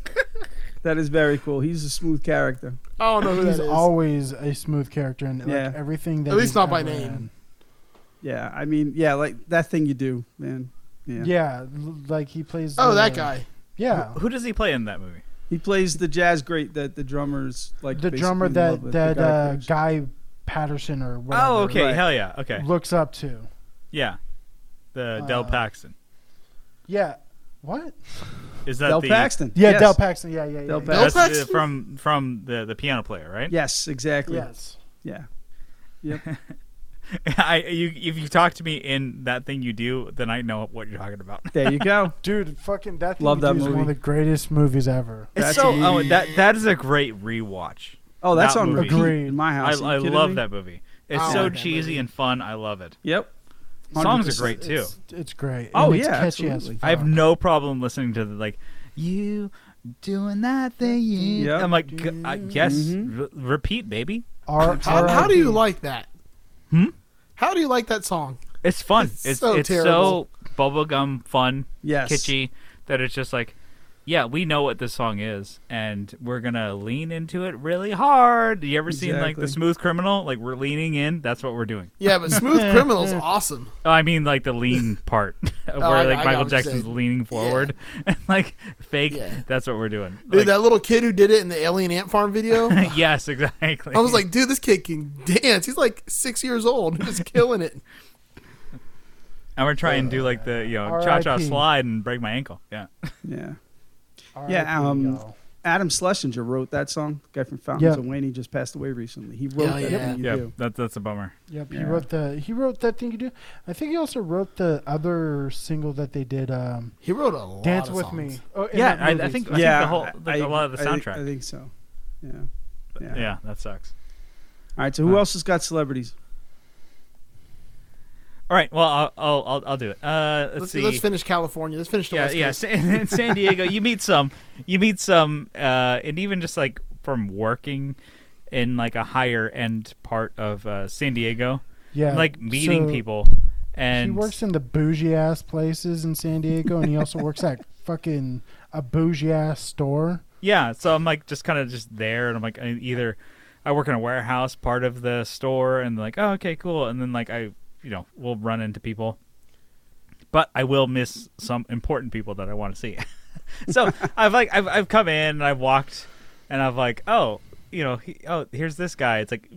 that is very cool. He's a smooth character.
I don't know who
He's
that is.
always a smooth character in like,
Yeah.
everything that
At least
he's
not by
ever
name.
Yeah, I mean, yeah, like that thing you do, man. Yeah,
in. Yeah, l- like he plays.
oh, that
uh,
guy.
Yeah,
Who does he play in that movie?
he plays the jazz great that the drummers like
the
basically
drummer
in love
that
with,
that
the guy
uh,
Crouch.
guy Patterson or whatever.
Oh, okay.
right.
Hell yeah. Okay.
Looks up to.
Yeah. The
Uh,
Del Paxton.
Yeah. What?
Is that
Del
the
Paxton.
uh, Yeah,
yes.
Del Paxton. Yeah, yeah, yeah.
Del
yeah.
Paxton.
That's
Del
the-
Paxton?
from from the, the piano player, right?
Yes, exactly.
Yes.
Yeah.
I, you, if you talk to me in that thing you do, then I know what you're talking about.
There you go.
Dude, fucking that. Thing
Love
You
that
Do is one of
movie.
the greatest movies ever.
It's
That's
so
a-
oh, that that is a great rewatch.
Oh, that's
That
on
movie.
repeat
Agreed.
in my
I,
house. Are
I
you kidding
love
me?
that movie. It's
I
so
like that
cheesy
movie.
and fun. I love it.
Yep.
Songs are
100%.
great too.
It's, it's great.
Oh,
And it's
yeah,
catchy as
absolutely.
fuck.
I have no problem listening to the, like you doing that thing. You.
Yep.
I'm like, g- I yes,
Mhm.
re- repeat, baby.
R-
How, how do
RIP.
you like that?
Hmm?
How do you like that song?
It's fun.
It's
It's it's so,
so terrible.
bubblegum fun,
Yes.
kitschy that it's just like, yeah, we know what this song is, and we're gonna lean into it really hard. You ever seen like the
Exactly.
Smooth Criminal? Like we're leaning in. That's what we're doing. Oh,
Yeah, but Smooth Criminal's awesome.
I mean, like the lean part, where
Oh, I-
like
I got
Michael
what you're
Jackson's
saying.
leaning forward and like fake.
Yeah.
That's what we're doing.
Dude,
Like-
that little kid who did it in the Alien Ant Farm video. I
yes, exactly.
was like, dude, this kid can dance. He's like six years old. He's killing it.
I'm gonna try and do like the you know cha cha
RIP.
slide and break my ankle. Yeah,
Yeah.
RIP,
Yeah, um,
y'all.
Adam Schlesinger wrote that song. The guy from Fountains
Yeah.
of Wayne. He just passed away recently. He wrote
Oh,
that
yeah.
thing you
Yeah,
do.
that, that's a bummer.
Yep, he
Yeah.
wrote the he wrote that thing you do. I think he also wrote the other single that they did, um,
He wrote a lot
"Dance
of
with
songs.
Me." Oh, and
Yeah,
that
I, I
movie.
think I think the whole the, a lot of the
I think-
soundtrack.
I, think so. Yeah.
yeah. that sucks.
All right. So who
Uh,
else has got celebrities? Oh,
All right, well I'll I'll I'll, I'll do it. Uh, let's,
Let's,
see.
let's finish California. Let's finish the
yeah,
West
yeah.
Coast.
Sa- in San Diego, you meet some, you meet some, uh, and even just like from working in like a higher end part of uh, San Diego,
yeah,
like meeting
so
people, and
He works in the bougie ass places in San Diego, and he also works at fucking a bougie ass store.
Yeah, so I'm like just kind of just there, and I'm like I either I work in a warehouse part of the store, and like oh okay cool, and then like I you know will run into people, but I will miss some important people that I want to see. so I've like I've I've come in and I've walked, and I've like oh you know he, oh here's this guy. It's like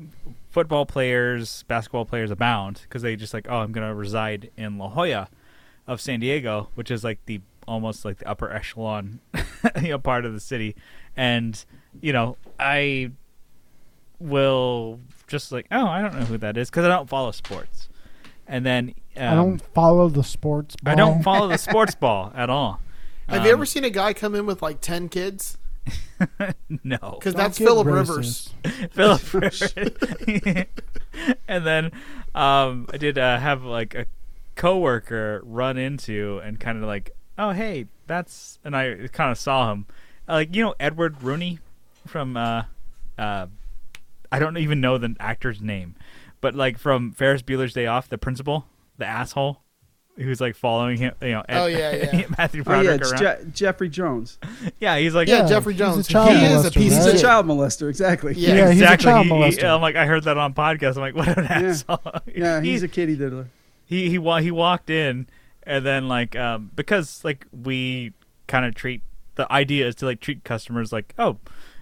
football players, basketball players abound because they just like oh I'm gonna reside in La Jolla of San Diego, which is like the almost like the upper echelon, you know, part of the city. And you know, I will just like, oh, I don't know who that is because I don't follow sports. And then um,
I don't follow the sports. Ball.
I don't follow the sports ball at all.
Have you ever seen a guy come in with like ten kids?
Um, No,
Because
Don't
that's
get
Philip
racist.
Rivers.
Philip. and then um, I did uh, have like a coworker run into and kind of like, oh hey, that's and I kind of saw him, uh, like you know Edward Rooney from uh, uh, I don't even know the actor's name, but like from Ferris Bueller's Day Off, the principal, the asshole. Who's like following him? You know,
Oh, yeah, yeah.
Matthew
Oh yeah,
Broderick
it's
around.
Je- Jeffrey Jones.
yeah, he's like,
Yeah,
Yeah,
Jeffrey
he's a
Jones.
child
he is a
molester,
piece
right?
of
He's a
shit.
child molester. Exactly.
Yeah.
Yeah, he's a
exactly.
child
He- he-
molester.
I'm like, I heard that on podcast. I'm like, what an asshole.
Yeah. He's
He-
a kitty diddler.
he he wa- he walked in and then like um because like we kind of treat the idea is to like treat customers like oh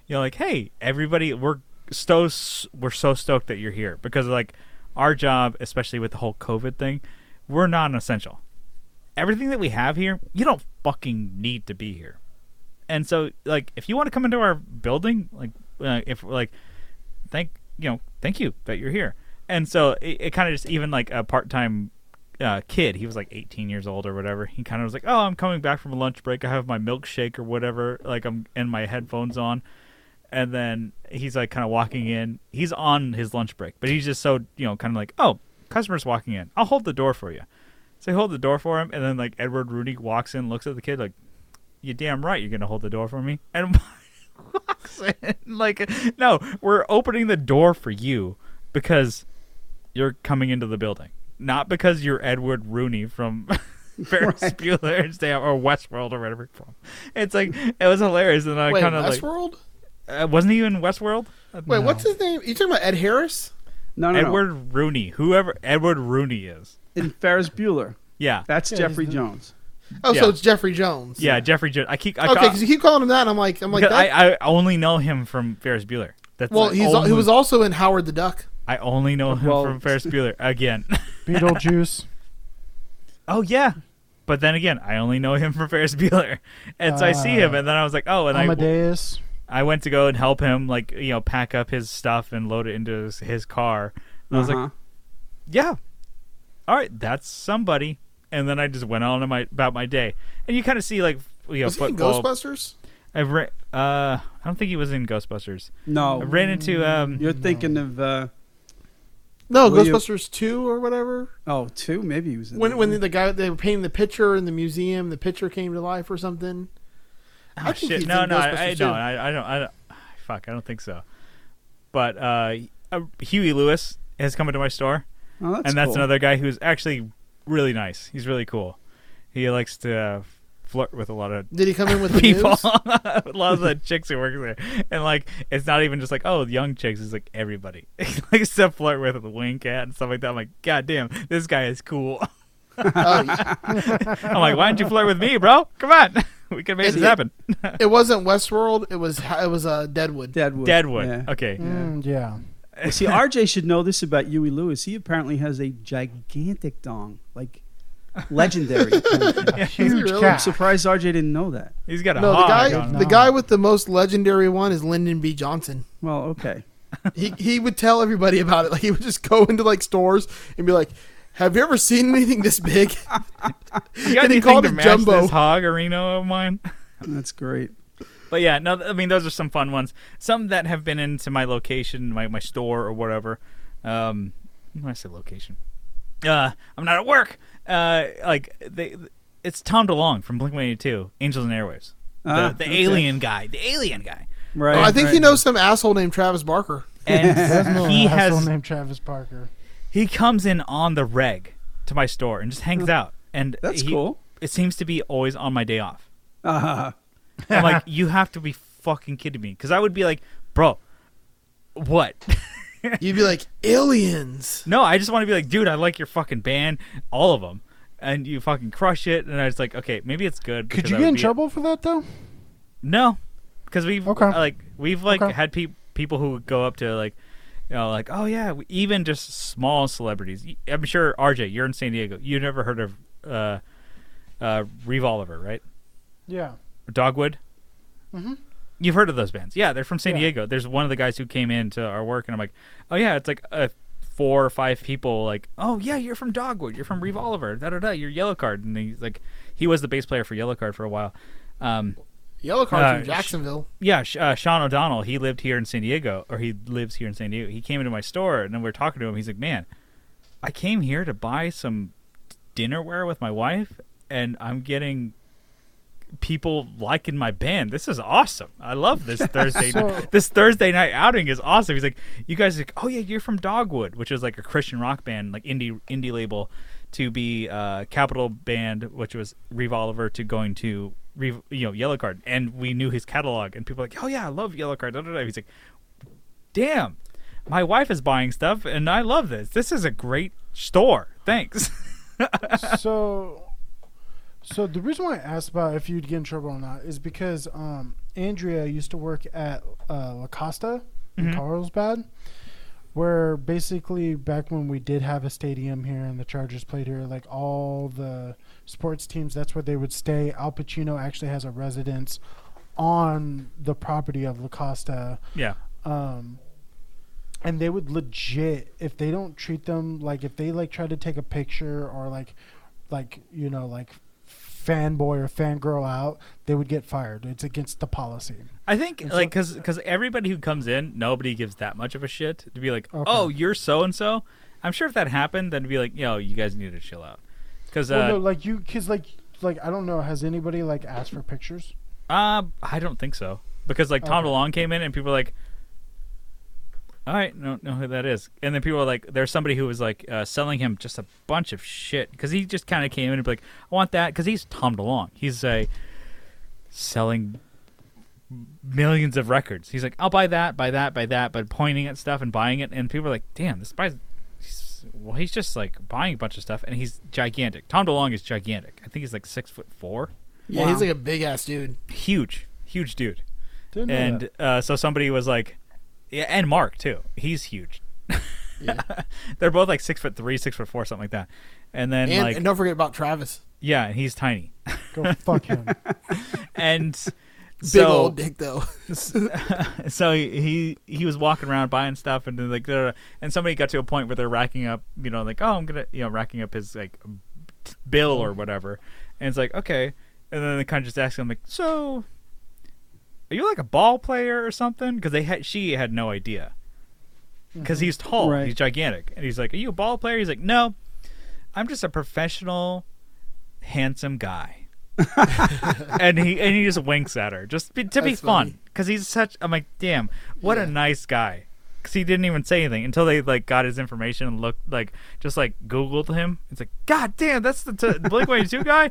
you know like hey everybody we're so we're so stoked that you're here because like our job especially with the whole covid thing we're non-essential everything that we have here you don't fucking need to be here and so like if you want to come into our building like uh, if like thank you know thank you that you're here and so it, it kind of just even like a part-time uh, kid he was like 18 years old or whatever he kind of was like oh i'm coming back from a lunch break i have my milkshake or whatever like i'm and my headphones on and then he's like kind of walking in he's on his lunch break but he's just so you know kind of like oh customers walking in i'll hold the door for you so I hold the door for him, and then like Edward Rooney walks in, looks at the kid like, "You damn right, you're gonna hold the door for me." And walks in like, "No, we're opening the door for you because you're coming into the building, not because you're Edward Rooney from." Ferris Bueller's Day Off or Westworld or whatever. it's from. It's like it was hilarious, and I
Wait,
kind of like
Westworld?
uh, wasn't he in Westworld?
Wait, what's his name? You talking about Ed Harris?
No, no,
Edward Rooney, whoever Edward Rooney is,
no. And Ferris Bueller.
yeah,
That's
Yeah,
Jeffrey
he's the-
Jones.
Oh,
Yeah.
so it's Jeffrey Jones.
yeah, Jeffrey. Jo- I keep I
Okay,
call-
because you keep calling him that, and I'm like, I'm like,
Because
that,
I, I only know him from Ferris Bueller. That's
well,
the
he's
only,
he was also in Howard the Duck.
I only know him
Well-
from Ferris Bueller again.
Beetlejuice.
oh yeah, but then again, I only know him from Ferris Bueller, and so I see
Ah.
him, and then I was like, oh, and I
Amadeus.
I went to go and help him, like you know, pack up his stuff and load it into his, his car. And I was like,
Uh-huh.
yeah, all right, that's somebody. And then I just went on to my, about my day, and you kind of see like you know,
Was he in
football-
Ghostbusters?
I re- uh, I don't think he was in Ghostbusters. I
no.
ran into um,
You're thinking of uh,
No,
Will you-
Ghostbusters two or whatever.
oh two. Maybe he was in
When
that
when
one.
the guy they were painting the picture in the museum, the picture came to life or something.
Oh,
I think
shit.
he's
No,
in
no, I, I,
Ghostbusters
no,
too.
I, I don't. I don't. Fuck, I don't think so. But uh, uh, Huey Lewis has come into my store,
oh, that's
and that's
cool.
another guy who's actually really nice. He's really cool. He likes to uh, flirt with a lot of
Did he come in with the
people,
news?
a lot of the chicks who work there, and like it's not even just like oh the young chicks. It's like everybody. he likes to flirt with the wink at and stuff like that. I'm like, god damn, this guy is cool.
Oh,
I'm like, why didn't you flirt with me, bro? Come on, we can make
And
this
it-
happen.
it wasn't Westworld. It was it was uh, Deadwood.
Deadwood.
Deadwood.
Yeah.
Okay.
Mm, yeah.
Well, See, RJ should know this about Huey Lewis. He apparently has a gigantic dong. Like, legendary.
Huge
really?
cat.
I'm surprised RJ didn't know that.
He's got a
No, the
hog
guy,
on
the guy with the most legendary one is Lyndon B. Johnson.
Well, okay.
He he would tell everybody about it. Like he would just go into like stores and be like, "Have you ever seen anything this big?"
You got
and he
anything
called
to
it
match
Jumbo.
this hog arena of mine?
That's great.
But yeah, no, I mean those are some fun ones. Some that have been into my location, my my store or whatever. Um, when I say location, uh, I'm not at work. Uh, like they, it's Tom DeLong from Blink One Eighty Two, Angels and Airwaves, the,
Ah,
the
okay.
alien guy, the alien guy,
Right.
I think
right.
he knows some asshole named Travis Barker.
There's no
and he
asshole
has
named Travis Parker.
he comes in on the reg to my store and just hangs out. And
That's
he-
cool.
It seems to be always on my day off.
Ah,
I'm like, you have to be fucking kidding me, because I would be like, bro, what?
You'd be like, "Aliens."
No, I just want to be like, dude, I like your fucking band, all of them, and you fucking crush it. And I was like, okay, maybe it's good.
Could
because
you
I
get
would
in
be-
trouble for that though?
No, because we've
Okay.
like we've like
Okay.
had pe- people who would go up to like, you know, like oh yeah, we- even just small celebrities. Y- I'm sure RJ, you're in San Diego. You never heard of uh, uh, Reeve Oliver, right?
Yeah.
Dogwood. Mm-hmm. You've heard of those bands? Yeah, they're from San
Yeah.
Diego. There's one of the guys who came into our work, and I'm like, oh yeah, it's like uh, four or five people. Like, oh yeah, you're from Dogwood. You're from Reeve Oliver. Da da da. You're Yellow Card, and he's like, he was the bass player for Yellow Card for a while. Um,
Yellow card
Uh,
from
sh-
Jacksonville.
yeah, Sh- uh, Sean O'Donnell. He lived here in San Diego, or he lives here in San Diego. He came into my store, and then we are talking to him. He's like, "Man, I came here to buy some dinnerware with my wife, and I'm getting people liking my band. This is awesome. I love this Thursday.
So-
night. This Thursday night outing is awesome." He's like, "You guys, are like, oh yeah, you're from Dogwood, which is like a Christian rock band, like indie indie label, to be uh, Capital Band, which was Reeve Oliver, to going to." Reeve- You know, Yellow Card, and we knew his catalog, and people were like, "Oh yeah, I love Yellow Card." Da, da, da. He's like, damn, my wife is buying stuff and I love this. This is a great store. Thanks.
so so the reason why I asked about if you'd get in trouble or not is because um, Andrea used to work at uh, La Costa in Carlsbad, where basically back when we did have a stadium here and the Chargers played here, like all the sports teams, that's where they would stay. Al Pacino actually has a residence on the property of La Costa
yeah.
um and they would legit if they don't treat them like if they like try to take a picture or like like you know like fanboy or fangirl out they would get fired it's against the policy
I think like cuz cuz everybody who comes in, nobody gives that much of a shit to be like,
Okay.
"Oh, you're so and so." I'm sure if that happened, then it'd be like, "Yo, you guys need to chill out." Cuz uh,
well, no, like you because like like i don't know has anybody like asked for pictures
uh I don't think so. Because like Tom
Okay.
DeLonge came in and people were like, all right, no, know who that is. And then people were like, there's somebody who was like uh, selling him just a bunch of shit because he just kind of came in and be like, I want that because he's Tom DeLonge. He's a selling millions of records. He's like, I'll buy that, buy that, buy that, but pointing at stuff and buying it. And people are like, damn, this guy's. he's- Well, he's just like buying a bunch of stuff, and he's gigantic. Tom DeLonge is gigantic. I think he's like six foot four,
Yeah, he's like a big ass dude.
huge, huge dude
Didn't know
and
that.
uh, so somebody was like, yeah, and Mark too. He's huge. They're both like six foot three, six foot four, something like that. And then
And,
like,
and don't forget about Travis.
yeah, he's tiny.
go fuck him
And
Big
so,
old dick though.
so he he was walking around buying stuff, and then like, da- da- da. and somebody got to a point where they're racking up, you know, like, oh, I'm gonna, you know, racking up his like bill or whatever, and it's like, okay, and then they kind of just ask him like, so, are you like a ball player or something? Because they had she had no idea, because he's tall,
Right.
he's gigantic, and he's like, are you a ball player? He's like, no, I'm just a professional, handsome guy and he and he just winks at her just be, to be
That's
fun
funny.
because he's such. I'm like, damn, what a nice guy. Because he didn't even say anything until they like got his information and looked like just like Googled him. It's like, god damn, that's the t- Blink One Eighty Two guy.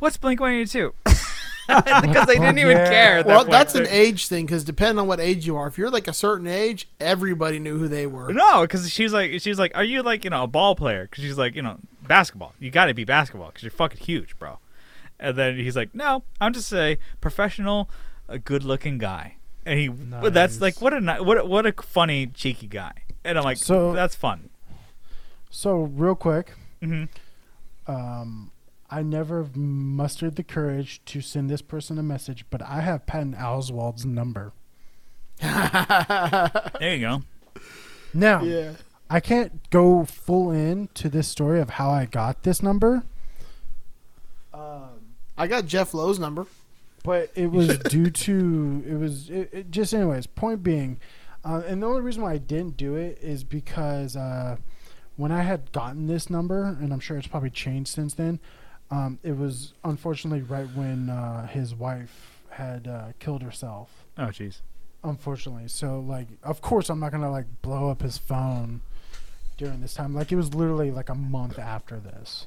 What's Blink One Eighty Two? Because they didn't even
Yeah.
care. At
well,
that
that's an
point. uh,
age thing because depending on what age you are, if you're like a certain age, everybody knew who they were.
No, because she's like, she's like, are you like, you know, a ball player? Because she's like, you know, basketball. You got to be basketball because you're fucking huge, bro. And then he's like, no, I'm just a professional, a good-looking guy. And he, but that's
Nice.
like, what a ni- what a, what a funny cheeky guy. And I'm like,
So-
that's fun. Mm-hmm.
so real quick
Mhm.
um I never mustered the courage to send this person a message, but I have Patton Oswald's number.
There you go.
Now,
Yeah.
I can't go full in to this story of how I got this number,
I got Jeff Lowe's number.
but it was due to it was it, it just anyways. Point being, uh, and the only reason why I didn't do it is because uh, when I had gotten this number, and I'm sure it's probably changed since then. Um, it was unfortunately right when uh, his wife had uh, killed herself.
Oh, jeez.
unfortunately. So like, of course, I'm not gonna like blow up his phone during this time. Like, it was literally like a month after this,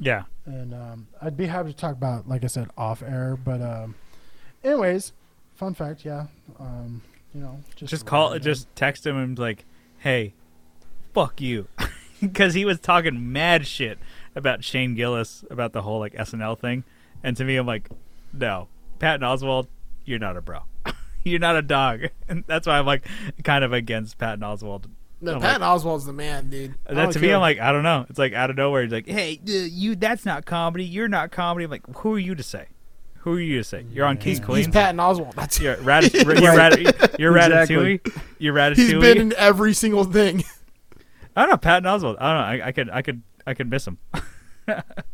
Yeah.
and um, I'd be happy to talk about, like I said, off air. But um, anyways, fun fact, yeah, um, you know, just
Just call.
random.
Just text him and be like, "Hey, fuck you," because he was talking mad shit about Shane Gillis about the whole like SNL thing. And to me, I'm like, "No, Patton Oswald, you're not a bro. you're not a dog." And that's why I'm like, kind of against Patton Oswald.
No,
I'm
Patton Oswald's the man, dude. I
Like, that
don't
to me,
care.
I'm like, I don't know. It's like out of nowhere. He's like, "Hey, uh, you. That's not comedy. You're not comedy." I'm like, "Who are you to say? Who are you to say? You're on King Queen.
he's Patton Oswald. That's
You're rat- you're, rat- you're
Exactly.
Ratatouille. You're Ratatouille.
He's been in every single thing.
I don't know Patton Oswald. I don't know. I, I could I could I could miss him.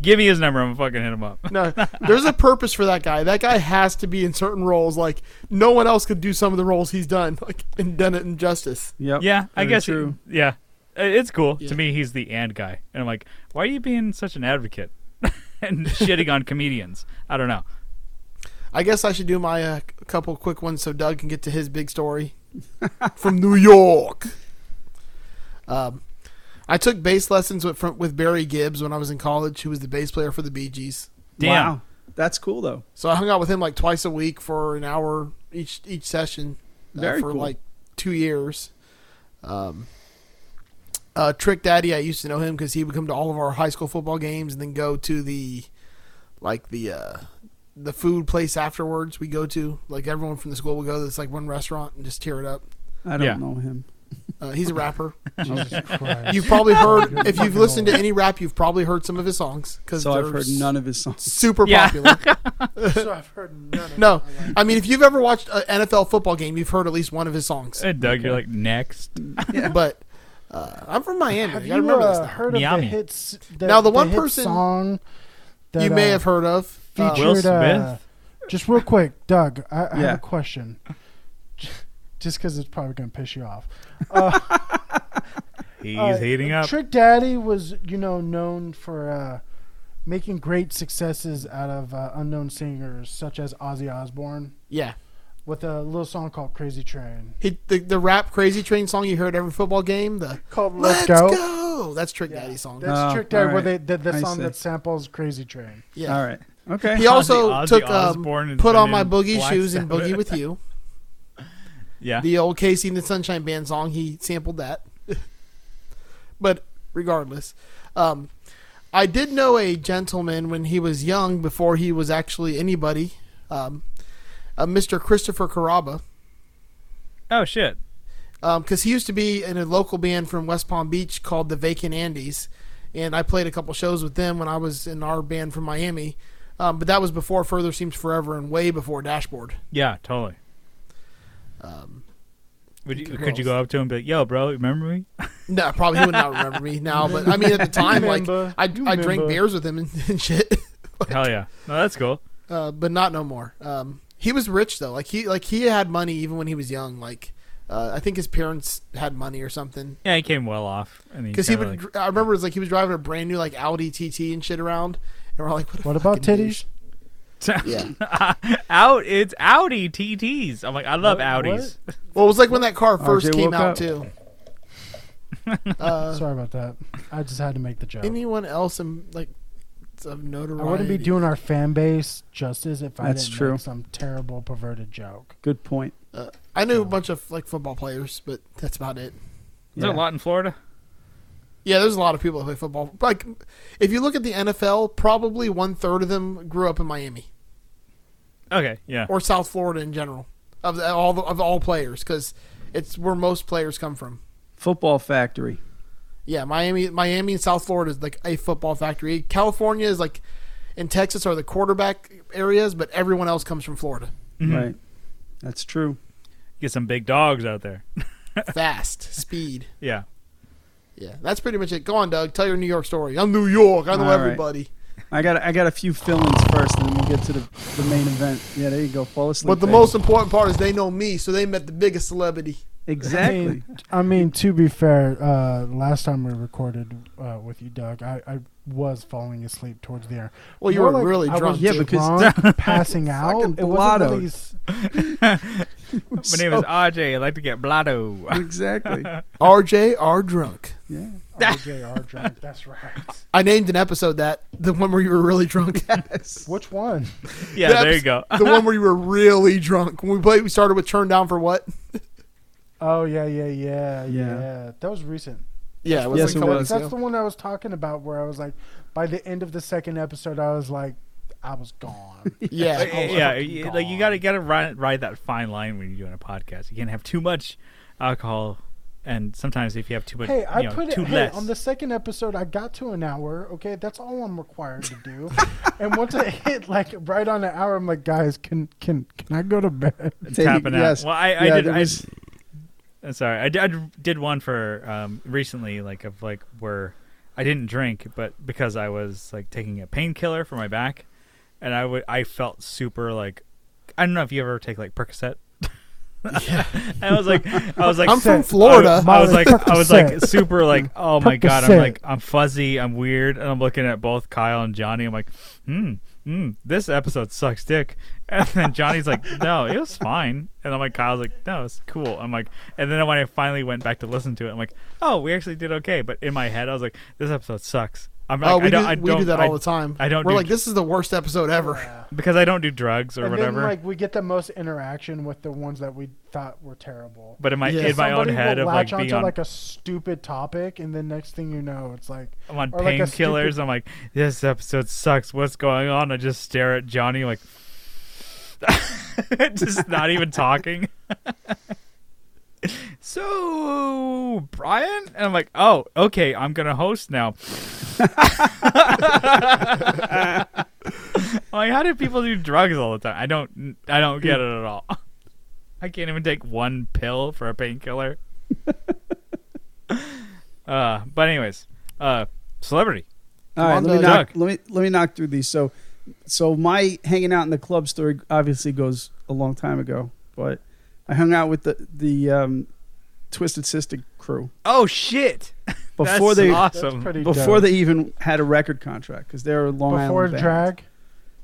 Give me his number. I'm gonna fucking hit him up.
No, there's a purpose for that guy. That guy has to be in certain roles. Like no one else could do some of the roles he's done, like and done it in justice.
Yep.
yeah, I
very
guess.
True.
yeah, Uh, it's cool
Yeah.
to me. He's the and guy, and I'm like, why are you being such an advocate and shitting on comedians? I don't know.
I guess I should do my uh, c- couple quick ones so Doug can get to his big story from New York. Um, I took bass lessons with from, with Barry Gibbs when I was in college, who was the bass player for the Bee Gees.
Damn.
Wow. That's cool though.
So I hung out with him like twice a week for an hour each each session uh,
Very
for
cool.
like two years. Um, uh, Trick Daddy, I used to know him because he would come to all of our high school football games and then go to the like the uh, the food place afterwards. We go to like everyone from the school would go to this like one restaurant and just tear it up.
I don't
Yeah.
know him.
Uh, he's a rapper.
Jesus Christ.
You've probably heard if you've
fucking
listened to
old.
any rap, you've probably heard some of his songs because
So I've heard none of his songs.
super
Yeah.
popular.
so I've heard none of
No, I mean, if you've ever watched an NFL football game, you've heard at least one of his songs.
And Uh, Doug, you're like next.
But uh, I'm from Miami.
Have
I
you
gotta remember
uh,
this now.
heard of
Miami.
the hits? The,
Now, the one
hit
person
song that
you may
uh,
have heard of. Uh,
Will
featured, uh,
Smith?
just real quick, Doug. I, I
Yeah.
have a question. Just because it's probably going to piss you off. Uh,
He's
uh,
heating up.
Trick Daddy was, you know, known for uh, making great successes out of uh, unknown singers such as Ozzy Osbourne
yeah,
with a little song called Crazy Train.
he, the, the rap "Crazy Train" song you heard at every football game. The
Called
"Let's,
Let's,
go.
Go.
That's Trick
Yeah.
Daddy's song.
That's
Oh,
Trick Daddy, where
alright.
they did the
I
song
see.
that samples Crazy Train.
yeah.
All right. Okay.
He also
Ozzy
took um,
Osbourne has
put
been
on my
in
boogie
Black
shoes and
Sabbath.
boogie with you.
yeah.
The old Casey and the Sunshine Band song. He sampled that. but regardless, um, I did know a gentleman when he was young, before he was actually anybody, um, uh, Mr. Christopher Caraba,
oh shit.
because he used to be in a local band from West Palm Beach called the Vacant Andes, and I played a couple shows with them when I was in our band from Miami. Um, but that was before Further Seems Forever and way before Dashboard.
Yeah. Totally.
Um,
Would you,
Who
could
else?
you go up to him and be like, "Yo, bro, remember me?"
No, probably he would not remember me now, but I mean at the time, like
Remember.
I,
You
I drank
remember.
beers with him and, and shit,
Hell yeah. No, that's cool.
uh, but not no more. Um, he was rich though, like he like he had money even when he was young. Like uh, I think his parents had money or something.
Yeah, he came well off.
Because he would, I remember it was like he was driving a brand new like Audi TT and shit around, and we're like, what, a
What about titties?
fucking douche. Yeah.
out it's Audi TTs. I'm like, I love
What-
Audis.
Well, it was like when that car first
RJ
came
woke
out
up.
too. Uh,
Sorry about that. I just had to make the joke.
anyone else in like some
I
notoriety?
wouldn't be doing our fan base justice if I
That's
didn't
true.
make some terrible perverted joke.
Good point.
Uh, I knew a bunch of like football players, but that's about it.
Is there a
Yeah.
lot in Florida?
Yeah, there's a lot of people that play football. Like, if you look at the NFL, probably one third of them grew up in Miami
Okay, yeah.
or South Florida in general of the, all the, of all players because it's where most players come from.
Football Factory.
Yeah, Miami, Miami, and South Florida is like a football factory. California is like, and Texas are the quarterback areas, but everyone else comes from Florida.
Mm-hmm.
Right. That's true.
Get some big dogs out there.
Fast, speed.
Yeah.
Yeah, that's pretty much it. Go on, Doug. Tell your New York story. I'm New York. I know
All right.
everybody.
I got I got a few fill-ins first, and then we'll get to the, the main event. Yeah, there you go. Fall asleep.
But the
baby.
most important part is they know me, so they met the biggest celebrity.
I
exactly.
mean, I mean, to be fair, uh, last time we recorded uh, with you, Doug, I, I was falling asleep towards the end.
Well, you
More
were
like
really
I was
drunk.
Yeah,
too.
but- because-
drunk, passing out.
Fucking
It wasn't
blotto.
really s-
My name is RJ. I like to get blotto.
exactly.
RJ are drunk.
Yeah.
RJR drunk. That's right.
I named an episode that the one where you were really drunk.
Which one?
yeah,
The
there you
episode-
go.
Oh,
the one where you were really drunk. When we played, we started with "Turn Down for What."
Oh yeah, yeah, yeah, yeah.
Yeah.
That was recent.
Yeah, it was
Yes,
like
it
a couple
was.
weeks
That's the
ago.
one I was talking about. Where I was like, by the end of the second episode, I was like, I was gone.
Yeah,
yeah, you- like you gotta gotta ride, ride that fine line when you're doing a podcast. You can't have too much alcohol, and sometimes if you have too much,
hey,
you
I
know,
put it
too
hey,
less.
on the second episode. I got to an hour. Okay, that's all I'm required to do. and once I hit like right on an hour, I'm like, guys, can can can I go to bed?
tapping out.
Yes.
Well, I, I
Yeah,
did.
there
I,
was-
am Uh, sorry. I did, I did one for um, recently, like of like where I didn't drink, but because I was like taking a painkiller for my back, and I would I felt super like I don't know if you ever take like Percocet. And I was like, I was like,
I'm from
Set.
Florida.
I, I was like, I was like
Percocet.
super like, oh my god, I'm
Percocet.
like, I'm fuzzy, I'm weird, and I'm looking at both Kyle and Johnny. I'm like, hmm, hmm, this episode sucks dick. And then Johnny's like, no, it was fine. And I'm like, Kyle's like, no, it's cool. I'm like, and then when I finally went back to listen to it, I'm like, oh, we actually did okay. But in my head, I was like, this episode sucks. I'm like,
oh, we
I don't,
do,
I
we
don't,
do that
I-
all the time.
I don't
We're
do-
like, this is the worst episode ever.
because I don't do drugs or
and
whatever.
then like we get the most interaction with the ones that we thought were terrible.
but in my
Yeah.
in my own
Somebody
head
will
of
latch
like being
onto
on,
like a stupid topic, and then next thing you know, it's like
I'm on
or like a
painkillers.
stupid-
I'm like, this episode sucks. What's going on? I just stare at Johnny like, just not even talking. so Brian, and I'm like, oh, okay, I'm gonna host now. I'm like, how do people do drugs all the time? I don't, I don't get it at all. I can't even take one pill for a painkiller. uh, but anyways, uh, celebrity.
All right,
on,
let me
Doug.
knock.
Doug.
Let me let me knock through these. So, so my hanging out in the club story obviously goes a long time ago, but I hung out with the the um, Twisted Sister crew
Oh shit!
before
That's
they
that's
awesome.
pretty
before
dope.
they even had a record contract because they were a Long
before
Island band.
drag.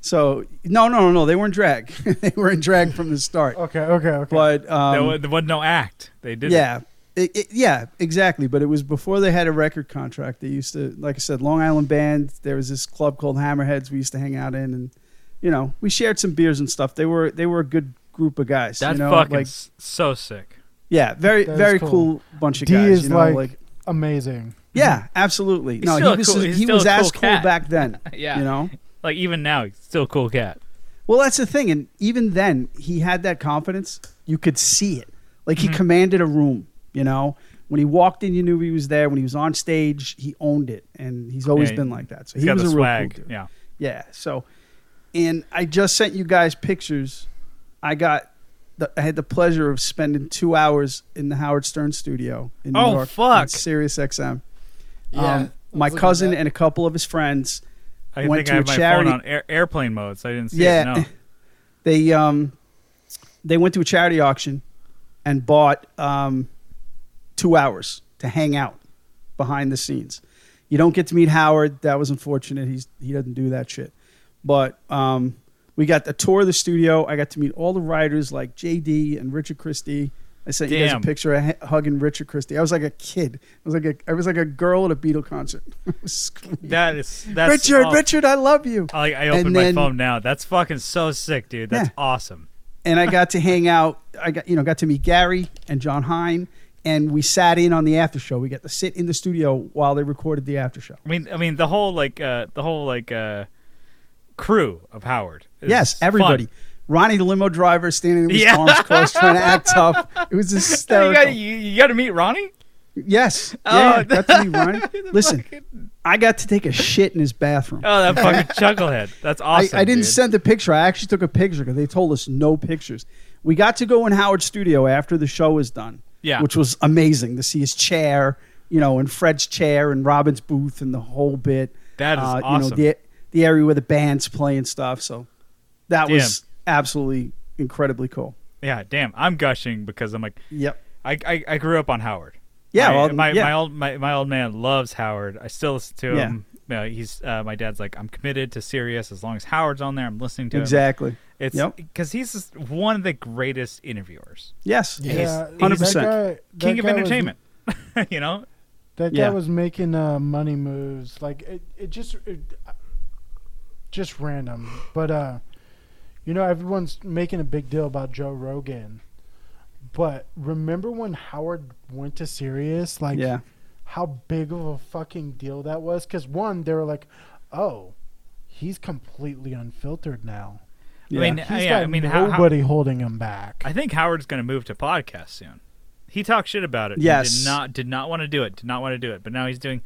So no, no, no, no, they weren't drag. they were in drag from the start.
Okay, okay, okay.
But um,
there, was, there was no act. They did. It.
yeah It- it- yeah exactly but it was before they had a record contract they used to like i said long island band there was this club called hammerheads we used to hang out in and you know we shared some beers and stuff they were they were a good group of guys
That's
you know
fucking
like
s- so sick.
yeah very
That is
very
cool.
cool. bunch of
D
guys
is
you know
like,
like,
amazing.
yeah absolutely no
still a
he was
cool- he's
he
still
was
a
as
cool
cool
cat.
back then
Yeah.
you know
Like even now, he's still a cool cat.
Well, that's the thing, and even then, he had that confidence. You could see it. Like
Mm-hmm.
he commanded a room. You know, when he walked in, you knew he was there. When he was on stage, he owned it, and he's always
Yeah,
been like that. So
He's
he
got
was
the
a
swag.
real cool dude.
yeah.
Yeah. So, and I just sent you guys pictures. I got. The, I had the pleasure of spending two hours in the Howard Stern studio in New
Oh,
York.
fuck.
on Sirius XM.
Yeah, I was
um, my
looking at
cousin
that.
and a couple of his friends.
I think
Went to
I
a
have my
charity-
phone on air, airplane mode, so I didn't see
Yeah.
it. No.
they um they went to a charity auction and bought um two hours to hang out behind the scenes. You don't get to meet Howard. That was unfortunate. He's he doesn't do that shit. But um we got the tour of the studio. I got to meet all the writers like JD and Richard Christie. I sent you guys a
Damn.
picture of hu- hugging Richard Christie. I was like a kid. I was like a I was like a girl at a Beatle concert. I was screaming,
That is that's
Richard,
aw-
Richard, I love you.
I, I opened
And
my
then-
phone now. That's fucking so sick, dude. That's
Yeah.
awesome.
and I got to hang out. I got you know got to meet Gary and John Hine, and we sat in on the after show. We got to sit in the studio while they recorded the after show.
I mean, I mean the whole like uh, the whole like uh, crew of Howard. is
yes,
fun.
everybody. Ronnie, the limo driver, standing with his
Yeah.
arms crossed, trying to act tough. It was
So you
hysterical.
got you, you got to meet Ronnie.
Yes.
Oh.
Yeah, that's me, Ryan. Listen,
Fucking-
I got to take a shit in his bathroom.
oh, that fucking chucklehead. That's
I,
awesome.
I didn't
dude.
send the picture. I actually took a picture because they told us no pictures. We got to go in Howard's studio after the show was done,
Yeah.
which was amazing to see his chair, you know, and Fred's chair and Robin's booth and the whole bit.
That is
uh, You know,
awesome.
the, the area where the band's playing stuff. So that was absolutely incredibly cool.
Yeah, damn. I'm gushing because I'm like,
Yep.
I, I, I grew up on Howard.
Yeah,
my,
well,
my,
yeah.
my old my, my old man loves Howard. I still listen to
Yeah.
him. Yeah, he's uh, my dad's like I'm committed to Sirius as long as Howard's on there. I'm listening to him.
Exactly.
It's
Yep.
because he's just one of the greatest interviewers,
Yes.
Yeah,
he's-
100%.
that guy- that
king of
guy was-
entertainment. you know,
that
Yeah.
guy was making uh, money moves. Like it, it just, it, just random. But uh, you know, everyone's making a big deal about Joe Rogan. But remember when Howard went to Sirius? Like,
Yeah.
how big of a fucking deal that was? Because one, they were like, "Oh, he's completely unfiltered now.
Uh, Yeah.
I mean,
He's
yeah,
got
I mean, how, how,
nobody holding him back."
I think Howard's going to move to podcast soon. He talked shit about it.
Yes.
He did not did not want to do it. Did not want to do it. But now he's doing.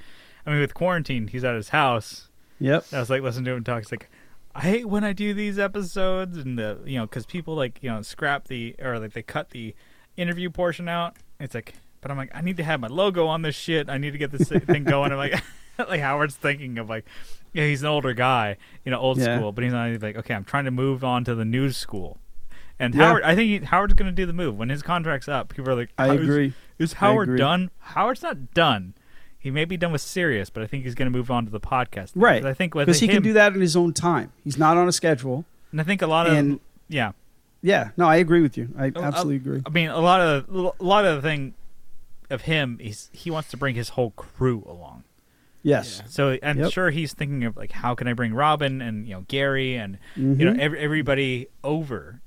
I mean, with quarantine, he's at his house.
Yep.
I was like listening to him talk. He's like, I hate when I do these episodes and the you know because people like you know scrap the or like they cut the interview portion out. It's like, but I'm like, I need to have my logo on this shit. I need to get this thing going. I'm like, like Howard's thinking of like, yeah, he's an older guy, you know, old
Yeah.
school, but he's not he's like, okay, I'm trying to move on to the news school. And
Yeah.
Howard, I think he, Howard's going to do the move when his contract's up. People are like,
I
"How is-
agree.
Is
I
Howard
agree.
done? Howard's not done. He may be done with Sirius, but I think he's going to move on to the podcast. thing.
Right.
But I think with
Because he
him-
can do that in his own time. He's not on a schedule.
and I think a lot of
And-
yeah,
Yeah. No, I agree with you. I
A- a-
absolutely agree.
I mean, a lot of a lot of the thing of him is he wants to bring his whole crew along.
Yes.
So I'm
Yep.
sure he's thinking of like how can I bring Robin and you know Gary and you know every, everybody over.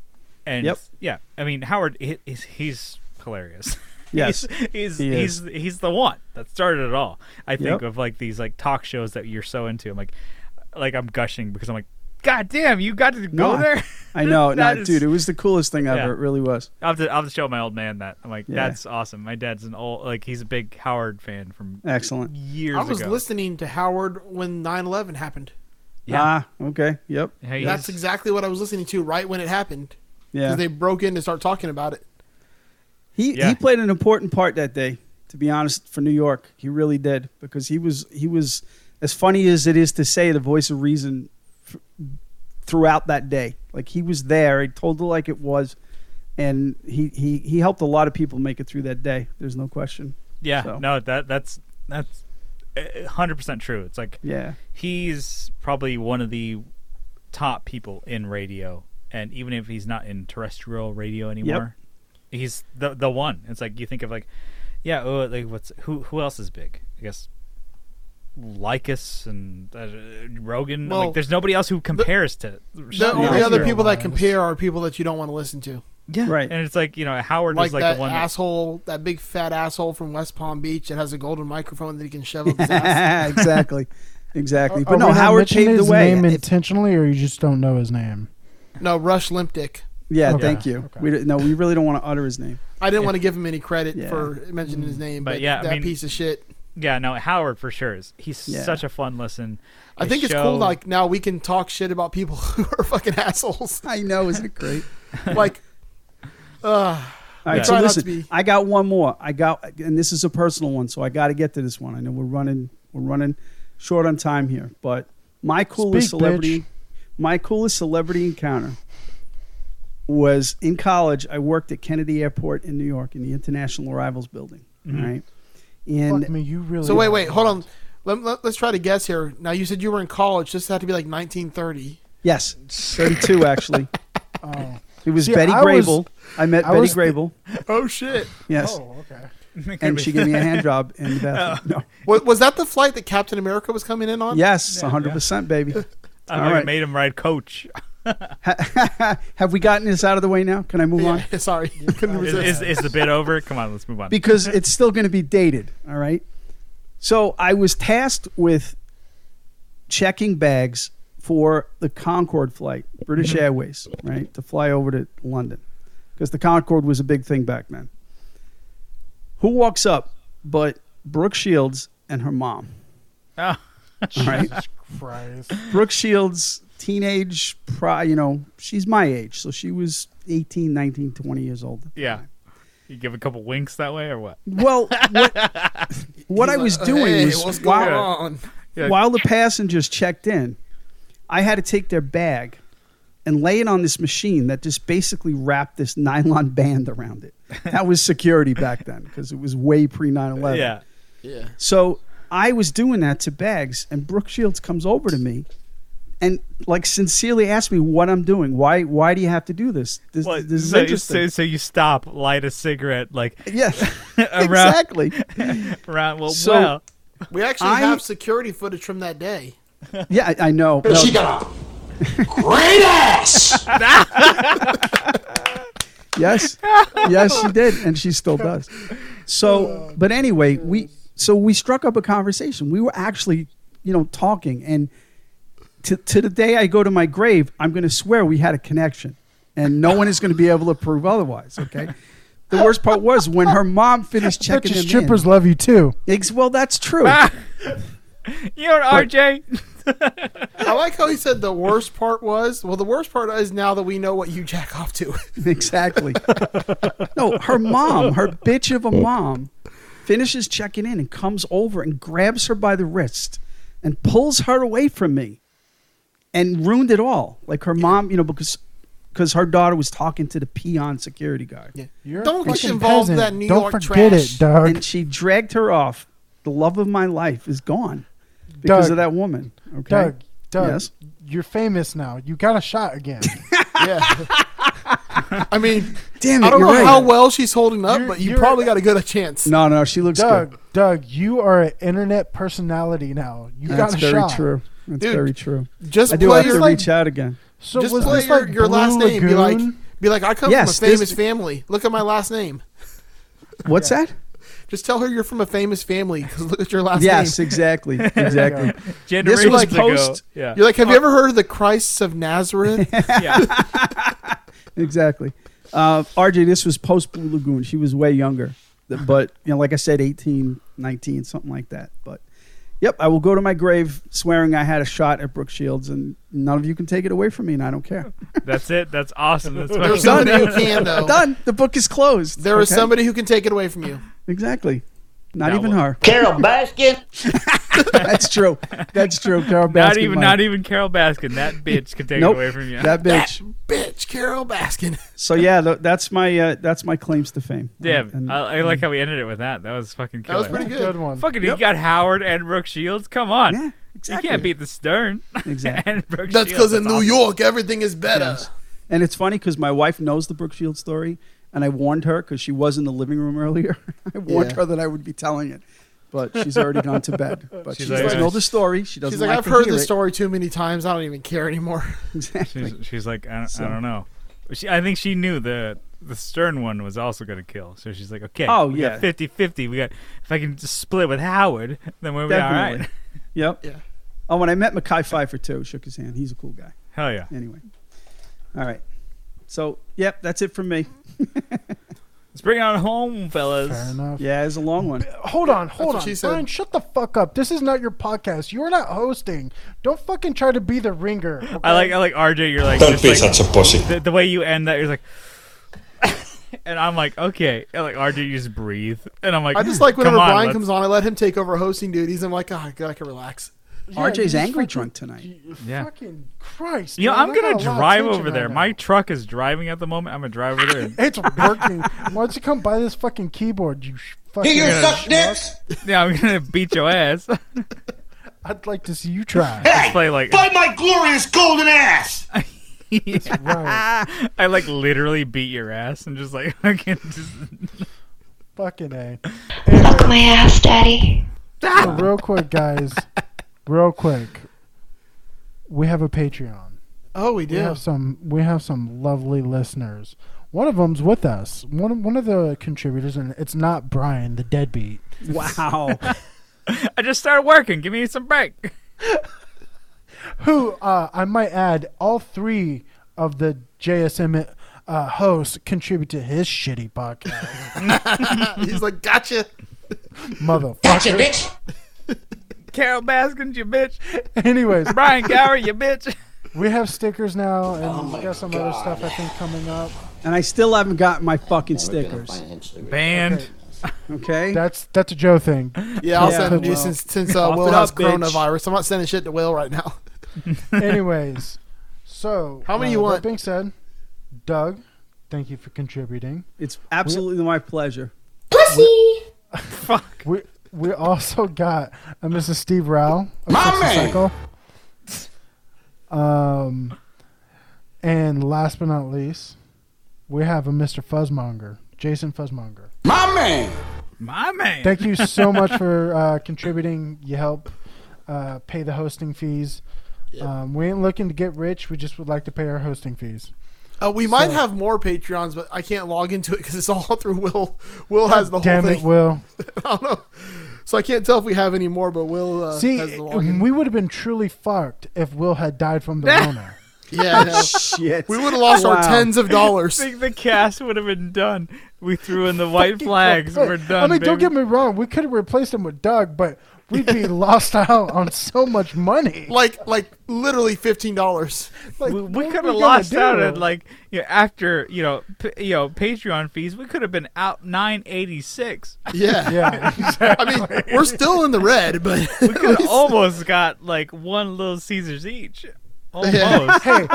And
Mm-hmm. Yep.
yeah, I mean Howard he, he's, he's hilarious.
Yes,
he's he's,
he
he's
is.
he's the one that started it all. I think
Yep.
of like these like talk shows that you're so into. I'm like like I'm gushing because I'm like God damn, you got to go
No, I-
there.
I know, no,
That is-
dude. It was the coolest thing ever.
Yeah.
It really was.
I'll have, to, I'll have to show my old man that. I'm like,
Yeah.
that's awesome. My dad's an old, like, he's a big Howard fan from
Uh, Excellent.
years
I was
ago.
listening to Howard when 9/11 happened.
Yeah.
Ah, okay. Yep.
Hey,
That's
he's-
exactly what I was listening to right when it happened.
Yeah.
Because they broke in to start talking about it.
he
Yeah.
he played an important part that day. To be honest, for New York, he really did because he was he was as funny as it is to say the voice of reason f- throughout that day. Like he was there. He told it like it was, and he he he helped a lot of people make it through that day. There's no question.
yeah.
so.
No, that that's that's uh, 100% true. It's like,
Yeah.
he's probably one of the top people in radio. And even if he's not in terrestrial radio anymore, he's the the one. It's like you think of like, yeah, oh, like what's who who else is big? I guess Lycus and uh, Rogan.
Well,
like, there's nobody else who compares to.
The only
Yeah.
other people that
Lines.
compare are people that you don't want to listen to.
yeah,
Right.
And it's like you know Howard
Like,
is like
that
the one. That,
asshole, that big fat asshole from West Palm Beach that has a golden microphone that he can shove up his ass.
exactly. Exactly.
Are
But no,
we not
Howard
mentioning
paved the
his
way.
name
If-
intentionally, or you just don't know his name?
No, Rush Limpdick.
Yeah,
Okay.
thank you.
Okay.
We We no, we really don't want to utter his name.
I didn't want to give him any credit
Yeah.
for mentioning his name,
But
but,
yeah, I
that
mean-
piece of shit.
yeah, no, Howard for sure is. He's
Yeah.
such a fun listen.
I
His
think it's
show-
cool. Like now we can talk shit about people who are fucking assholes.
I know, isn't it great?
like, uh,
All right,
Yeah.
so
Try not to
listen,
be-
I got one more. I got, and this is a personal one, so I got to get to this one. I know we're running, we're running short on time here, but my coolest
Speak,
celebrity,
bitch.
my coolest celebrity encounter was in college. I worked at Kennedy Airport in New York in the International Arrivals Building.
Mm-hmm.
all right,
Fuck
and
me, you really.
so wait,
are.
wait, hold on. Let, let, us try to guess here. Now you said you were in college. This had to be like 1930.
yes, thirty-two actually.
Oh,
It was
See,
Betty
I was-
Grable. I met
I
Betty
was-
Grable.
Oh shit!
Yes.
oh okay. Oh.
and she gave me a hand job in the bathroom.
Was, was that the flight that Captain America was coming in
No.
on?
Yes, 100%, baby.
I
All right.
made him ride coach.
Have we gotten this out of the way now? Can I move on?
Yeah, sorry, couldn't
Is,
resist.
is, is the bit over? Come on, let's move on.
Because it's still going to be dated, all right? So I was tasked with checking bags for the Concorde flight, British Airways, right, to fly over to London. Because the Concorde was a big thing back then. Who walks up but Brooke Shields and her mom.
Oh.
All right.
Christ.
Brooke Shields, teenage, pro, you know, she's my age. So she was 18, 19, 20 years old. at the
Yeah.
time.
You give a couple winks that way or what?
Well, what, what I
He's
was
like, "Oh,
doing
"Hey, what's
was
going
while,
on?
Yeah.
while the passengers checked in, I had to take their bag and lay it on this machine that just basically wrapped this nylon band around it. That was security back then because it was way pre 9 11.
Yeah.
Yeah.
So I was doing that to bags, and Brooke Shields comes over to me and like sincerely asked me what I'm doing. Why why do you have to do this? This,
Well,
this is
so, so,
interesting.
so you stop, light a cigarette, like
yes.
around,
exactly.
around. Well,
So-
well,
We actually
I-
have security footage from that day.
Yeah, I, I know.
But
No,
she got a great ass.
yes yes she did and she still does so but anyway we so we struck up a conversation we were actually you know talking and to, to the day i go to my grave i'm going to swear we had a connection and no one is going to be able to prove otherwise okay the worst part was when her mom finished
Bet
checking
your
them in-
strippers love you too.
Ex- well that's true
you know, what, RJ.
I like how he said the worst part was. Well, the worst part is now that we know what you jack off to.
exactly no her mom her bitch of a mom finishes checking in and comes over and grabs her by the wrist and pulls her away from me and ruined it all like her mom you know because because her daughter was talking to the peon security guard
You're a
Don't get
fucking
involved in
peasant.
that New
Don't
York
forget
trash.
it, dog.
and she dragged her off the love of my life is gone because
Doug.
of that woman okay
Doug, Doug,
Yes.
you're famous now. You got a shot again.
yeah. I mean,
damn it
I don't know
you're right.
how well she's holding up,
You're-
but you
you're-
probably got a good chance.
no no she looks good
Doug, Doug, you are an internet personality now. You
that's
got a
very
shot.
true that's
Dude,
very true i
Just
do
play
have
your
to
like-
reach out again
So
just
was
play
this
your,
like
your
Blue
last name. Be like,
Lagoon?
be like, I come
Yes,
from a
this-
famous family. Look at my last name.
what's that
Just tell her you're from a famous family because look at your last
Yes,
name.
exactly, exactly.
Generations
like
ago.
post-
Yeah.
You're like, have
Oh.
you ever heard of the Christs of Nazareth?
yeah.
exactly. Uh, RJ, this was post Blue Lagoon. She was way younger, but you know, like I said, 18, 19, something like that. But yep, I will go to my grave swearing I had a shot at Brooke Shields, and none of you can take it away from me, and I don't care.
That's it. That's awesome. That's what
There's
I'm-
somebody who can though.
Done. The book is closed.
There is
Okay?
somebody who can take it away from you.
Exactly. Not
That
even
one.
her.
Carol Baskin.
That's true. That's true. Carol
not
Baskin
even
might.
not even Carol Baskin. That bitch could take it
Nope.
away from you.
That bitch.
Bitch, Carol Baskin.
So yeah, th- that's my uh, that's my claims to fame.
Damn.
And-
I, I like how we ended it with that. That was fucking
That
killer.
was pretty
Good
good.
one.
Fucking, you got Howard and Brooke Shields. Come on.
yeah,
You can't
exactly.
beat the Stern
Exactly.
and Brooke
That's
Shields.
because in New
awesome.
York everything is better.
Yes. And it's funny because my wife knows the Brooke Shields story, and I warned her because she was in the living room earlier. I warned
Yeah.
her that I would be telling it, but she's already gone to bed. But
She's
she
like,
doesn't
uh,
know the story. She doesn't.
She's like,
like
I've
to
heard
hear
this
it."
story too many times. I don't even care anymore.
Exactly.
She's, she's like, I don't,
So-
I don't know. She, I think she knew the the Stern one was also going to kill. So she's like, okay.
Oh,
we
yeah.
Got 50 50. We got, if I can just split with Howard, then we'll be all
Definitely.
right.
Yep.
Yeah.
Oh, when I met Mackay Pfeiffer too, shook his hand. He's a cool guy.
Hell yeah.
Anyway. All right. So yep, that's it from me.
Let's bring it on home, fellas.
Fair enough.
Yeah, it's a long one.
Hold on, hold on.
what she said.
Brian, shut the fuck up. This is not your podcast. You're not hosting. Don't fucking try to be the ringer. okay?
I like, I like RJ. You're like,
Don't
just
be
like-
such a pussy.
the, the way you end that, you're like, and I'm like, okay. And like, RJ, you just breathe. And I'm like, hmm,
I just like whenever
come on,
Brian
let's-
comes on, I let him take over hosting duties. I'm like, ah, God, I can relax.
Yeah,
RJ's
you
angry
fucking-
drunk tonight.
you-
Yeah.
Fucking Christ.
You know,
man,
I'm
I got
going to
oh, a lot of
drive
tension
over there.
right
My
now.
truck is driving at the moment. I'm going to drive over there. and-
It's working. Why don't you come buy this fucking keyboard, you sh- fucking.
You suck
schmuck?
dicks.
yeah, I'm going to beat your ass.
I'd like to see you try.
Hey,
Play like-
by my glorious golden ass.
right.
I like literally beat your ass and just like fucking just
Fucking A.
Suck my ass, daddy.
So real quick, guys. Real quick. We have a Patreon.
Oh, we
We
do.
have some. We have some lovely listeners. One of them's with us. One of- one of the contributors, and it's not Brian, the deadbeat.
Wow.
I just started working. Give me some break.
Who uh, I might add, all three of the JSM uh, hosts contribute to his shitty podcast.
He's like, gotcha.
Motherfucker.
Gotcha, bitch.
Carol Baskins, you bitch.
Anyways,
Brian Gower, you bitch.
we have stickers now,
Oh
and we
my
got some other
God.
stuff I think coming up.
And I still haven't gotten my fucking
We're gonna
stickers.
financially-
Banned.
Okay.
That's that's a Joe thing.
Yeah, I'll
Yeah,
send you
well.
since since uh,
Cough it
Will has
up, bitch.
coronavirus. I'm not sending shit to Will right now.
Anyways, so
How many
uh,
you want?
That being said, Doug, thank you for contributing.
It's absolutely my pleasure.
Fuck.
We we also got a Mrs. Steve Rao, a
My
Sexy
man!
Psycho. Um, and last but not least, we have a Mr. Fuzzmonger, Jason Fuzzmonger.
My man.
My man.
Thank you so much for uh, contributing. You help uh, pay the hosting fees. Um, we ain't looking to get rich. We just would like to pay our hosting fees.
Uh, we might have more Patreons, but I can't log into it because it's all through Will. Will has the whole
Damn
thing.
it, Will.
I don't know. So I can't tell if we have any more, but Will uh,
See, um,
has the login.
we would have been truly fucked if Will had died from the Rona.
yeah, I know.
Shit.
we would have lost our
Wow.
tens of dollars.
I think the cast would have been done. We threw in the white flags. We're done.
I mean, don't
baby.
get me wrong. We could have replaced him with Doug, but we'd be lost out on so much money.
Like like literally fifteen dollars.
Like,
we,
what
we
are
could
gonna
have lost
do?
out at like you know, after you know p- you know Patreon fees. We could have been out nine eighty six.
Yeah.
Yeah,
I mean, we're still in the red, but
We could have almost got like one Little Caesars each. Almost
hey,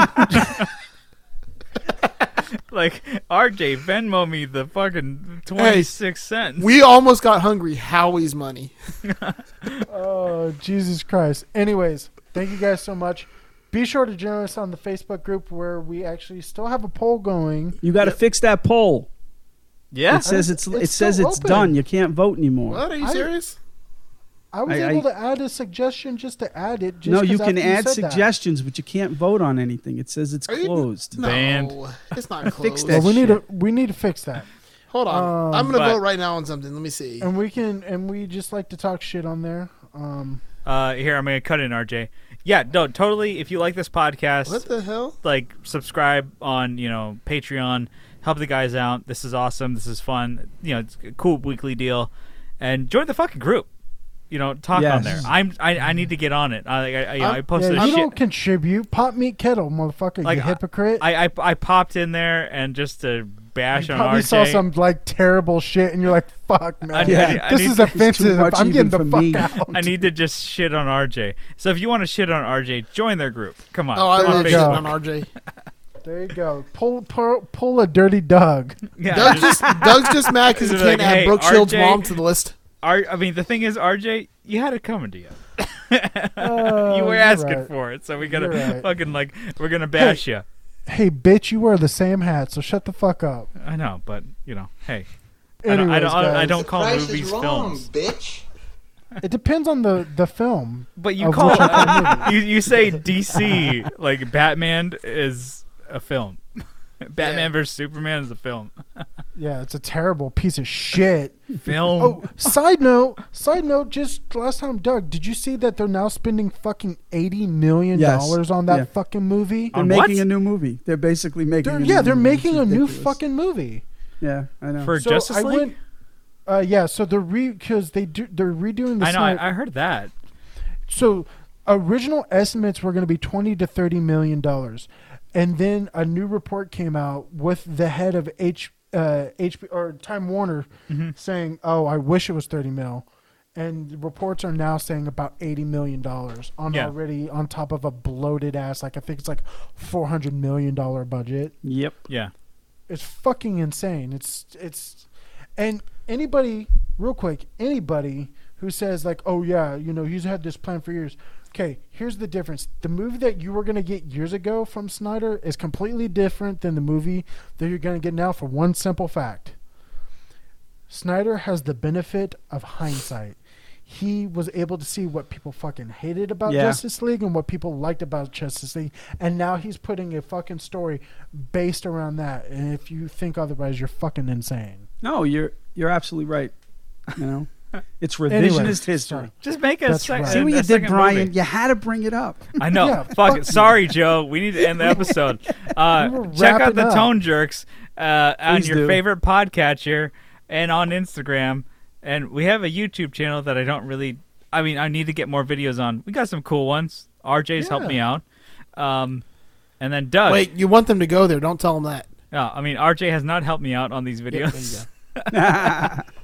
like RJ Venmo me the fucking twenty six cents.
we almost got hungry. Howie's money.
oh Jesus Christ. Anyways, thank you guys so much. Be sure to join us on the Facebook group where we actually still have a poll going.
You got to fix that poll.
yeah.
It says it's, it
it's
says
still
it's
open.
done. You can't vote anymore.
What are you
I-
serious?
I was
I- I-
able to add a suggestion just to add it. Just
no, you
'cause
can
after
add
said that.
suggestions, but you can't vote on anything. It says it's
Are you-
closed.
No,
Banned.
it's not
Fix
closed.
Well,
that
we need to
shit.
we need to fix that,
Hold on,
Um,
I'm gonna
but-
vote right now on something. Let me see.
and we can and we just like to talk shit on there. Um,
Uh, here I'm gonna cut in RJ. Yeah, no, totally. If you like this podcast,
What the hell?
like subscribe on you know Patreon. Help the guys out. This is awesome. This is fun. You know, it's a cool weekly deal, and join the fucking group. You know, talk on
Yes.
there. I'm I, I need to get on it. I I, I, you
I'm-
know, I
Uh, yeah,
posted
you
a shit.
don't contribute. Pot meat kettle, motherfucker.
Like,
you
I-
hypocrite.
I, I I popped in there and just to bash
you
on
probably
RJ.
saw some like terrible shit, and you're like, "Fuck, man,
I-
I-
I
this is
need- it's
too
offensive.
much
I'm
even
getting the
for
fuck
me."
out."
I need to just shit on RJ. So if you want to shit on RJ, join their group. Come on.
Oh, I
on
love
you
shit
go.
on RJ.
There you go. Pull, pull, pull a dirty Doug.
Yeah,
Doug
just-
just Doug's just mad because he
Just be
can't
like,
add
"Hey,
Brooke Shields'
RJ."
mom to the list.
R- I mean, the thing is, RJ, you had it coming to you.
Oh,
you were
you're
asking
right.
for it, so we gotta
You're right.
fucking like we're gonna bash you.
Hey, bitch, you wear the same hat, so shut the fuck up.
I know, but you know, hey,
Anyways,
I don't, I don't, I
guys,
don't call
Price
movies
is wrong,
films,
bitch.
It depends on the the film.
but you
Of
call
which I call
you you say DC like Batman is a film. Batman versus Superman is a film.
Yeah, it's a terrible piece of shit.
Film.
Oh, side note, side note. Just last time, Doug, did you see that they're now spending fucking eighty million
Yes.
dollars on that
Yeah.
fucking movie?
They're
On what?
making a new movie. They're basically making.
They're-
a new
yeah, they're
movie. It's
making a new
ridiculous.
fucking movie.
Yeah, I know.
For Justice League.
uh, yeah, so they're re because they do they're redoing the.
I know.
Snyder-
I, I heard that.
so original estimates were going to be 20 to 30 million dollars and then a new report came out with the head of h uh hb or time warner saying oh i wish it was 30 mil and reports are now saying about 80 million dollars on
Yeah.
already on top of a bloated ass like i think it's like 400 million dollar budget
yep.
Yeah.
it's fucking insane. It's it's and anybody real quick, anybody who says like, "Oh yeah, you know, he's had this plan for years." Okay, here's the difference. The movie that you were going to get years ago from Snyder is completely different than the movie that you're going to get now for one simple fact. Snyder has the benefit of hindsight. He was able to see what people fucking hated about
Yeah.
Justice League and what people liked about Justice League, and now he's putting a fucking story based around that. And if you think otherwise, you're fucking insane.
No, you're you're absolutely right. You know, it's revisionist
Anyway,
history.
sorry.
Just make a
That's
second.
right.
See what
a
you did,
second
Brian.
movie.
You had to bring it up.
I know.
Yeah,
fuck it. Sorry, Joe. We need to end the episode. Uh,
We were
check out
wrapping
the
up.
Tone Jerks uh, on
Please
your
do.
favorite podcatcher and on Instagram. And we have a YouTube channel that I don't really. I mean, I need to get more videos on. We got some cool ones. RJ's helped me out. Um, and then Doug.
Wait, you want them to go there? Don't tell them that.
Yeah, I mean, RJ has not helped me out on these
Yeah, there you
videos.
go.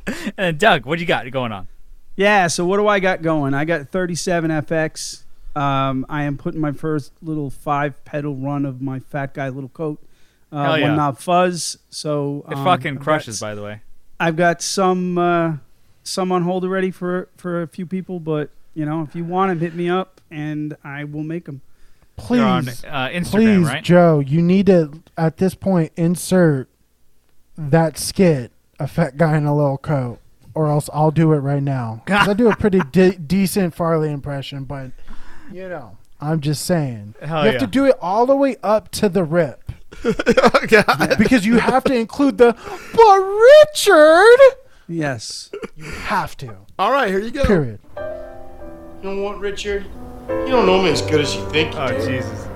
and then Doug, what you got going on?
Yeah, so what do I got going? I got 37 FX. Um, I am putting my first little five pedal run of my fat guy little coat. Uh,
Hell yeah.
One knob fuzz. So
It
um,
fucking
I've
crushes,
got-
by the way.
I've got some uh, some on hold already for for a few people, but you know if you want them, hit me up and I will make them.
Please,
They're on uh, Instagram,
please,
right?
Joe, you need to at this point insert that skit, a fat guy in a little coat, or else I'll do it right now. 'Cause I do a pretty de- decent Farley impression, but you know, I'm just saying
Hell
you have
yeah.
to do it all the way up to the rip
God.
because you have to include the but Richard.
Yes.
Have to.
All right, here you go.
Period.
You know what, Richard? You don't know me as good as you think you
Oh
do.
Jesus!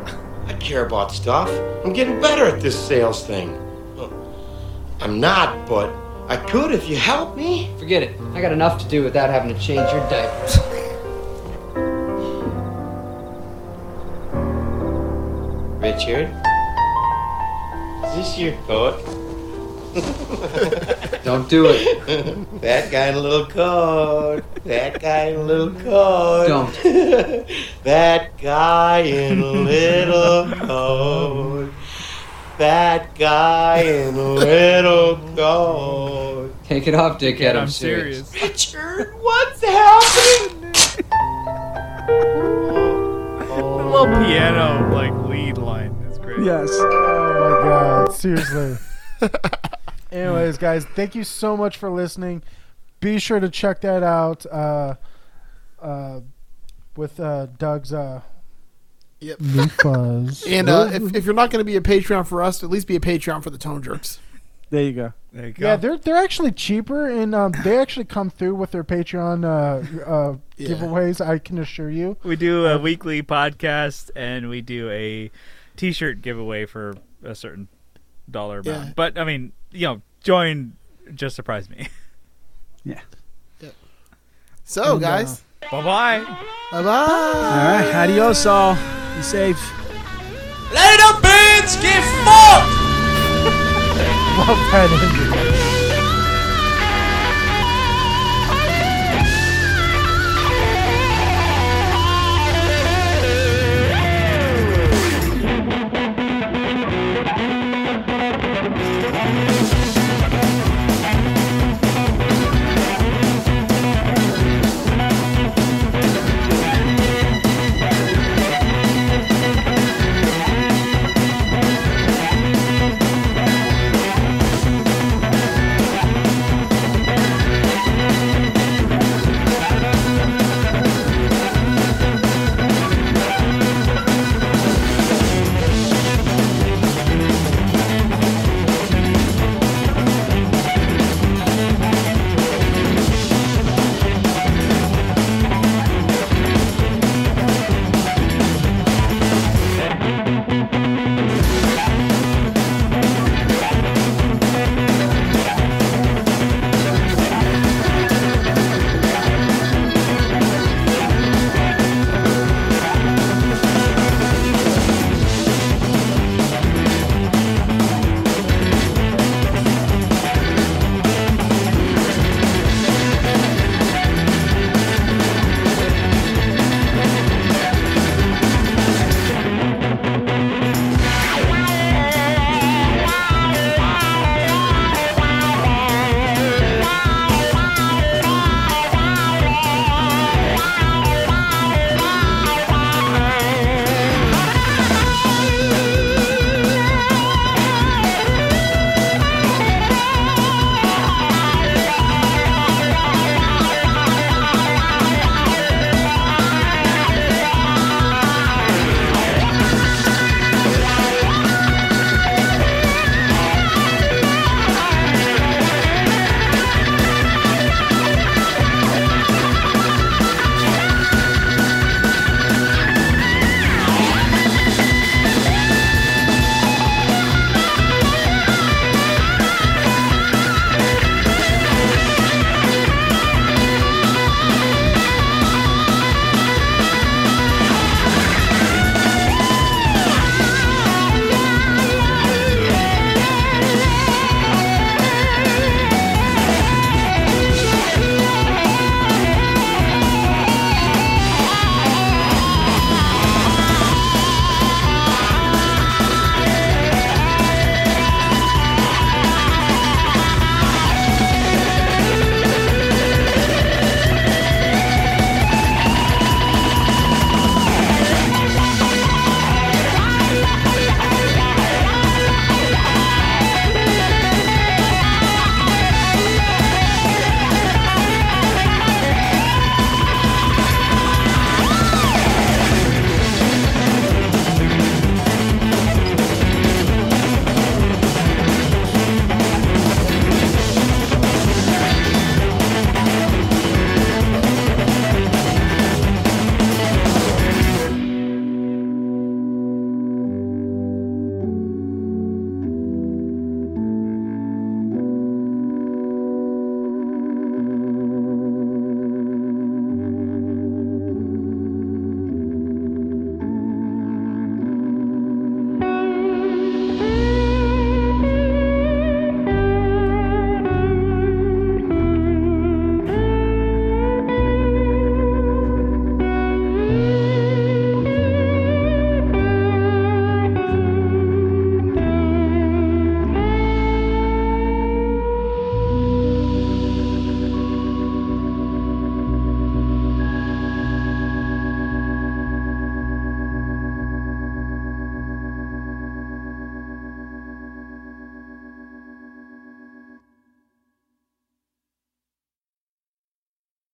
I care about stuff. I'm getting better at this sales thing. Well, I'm not, but I could if you help me.
Forget it. I got enough to do without having to change your diapers.
Richard, is this your coat?
Don't do it.
That guy in a little coat. That guy in a little coat.
Don't.
that guy in a little coat. That guy in a little coat.
Take it off, dickhead.
I'm serious.
Richard, what's happening?
The little piano like lead line. That's great.
Yes.
Oh my god, seriously. Anyways, guys, thank you so much for listening. Be sure to check that out uh, uh, with uh, Doug's uh,
Yep.
new fuzz.
And uh, if, if you're not going to be a Patreon for us, at least be a Patreon for the Tone Jerks.
There you go.
There you go.
yeah, they're they're actually cheaper, and um, they actually come through with their Patreon uh, uh,
Yeah.
giveaways. I can assure you.
we do a weekly podcast and we do a T-shirt giveaway for a certain dollar amount.
Yeah.
But I mean, you know, join. Just surprise me.
So, guys,
bye bye.
bye bye.
All right. Adios, all. Be safe.
Love that ending.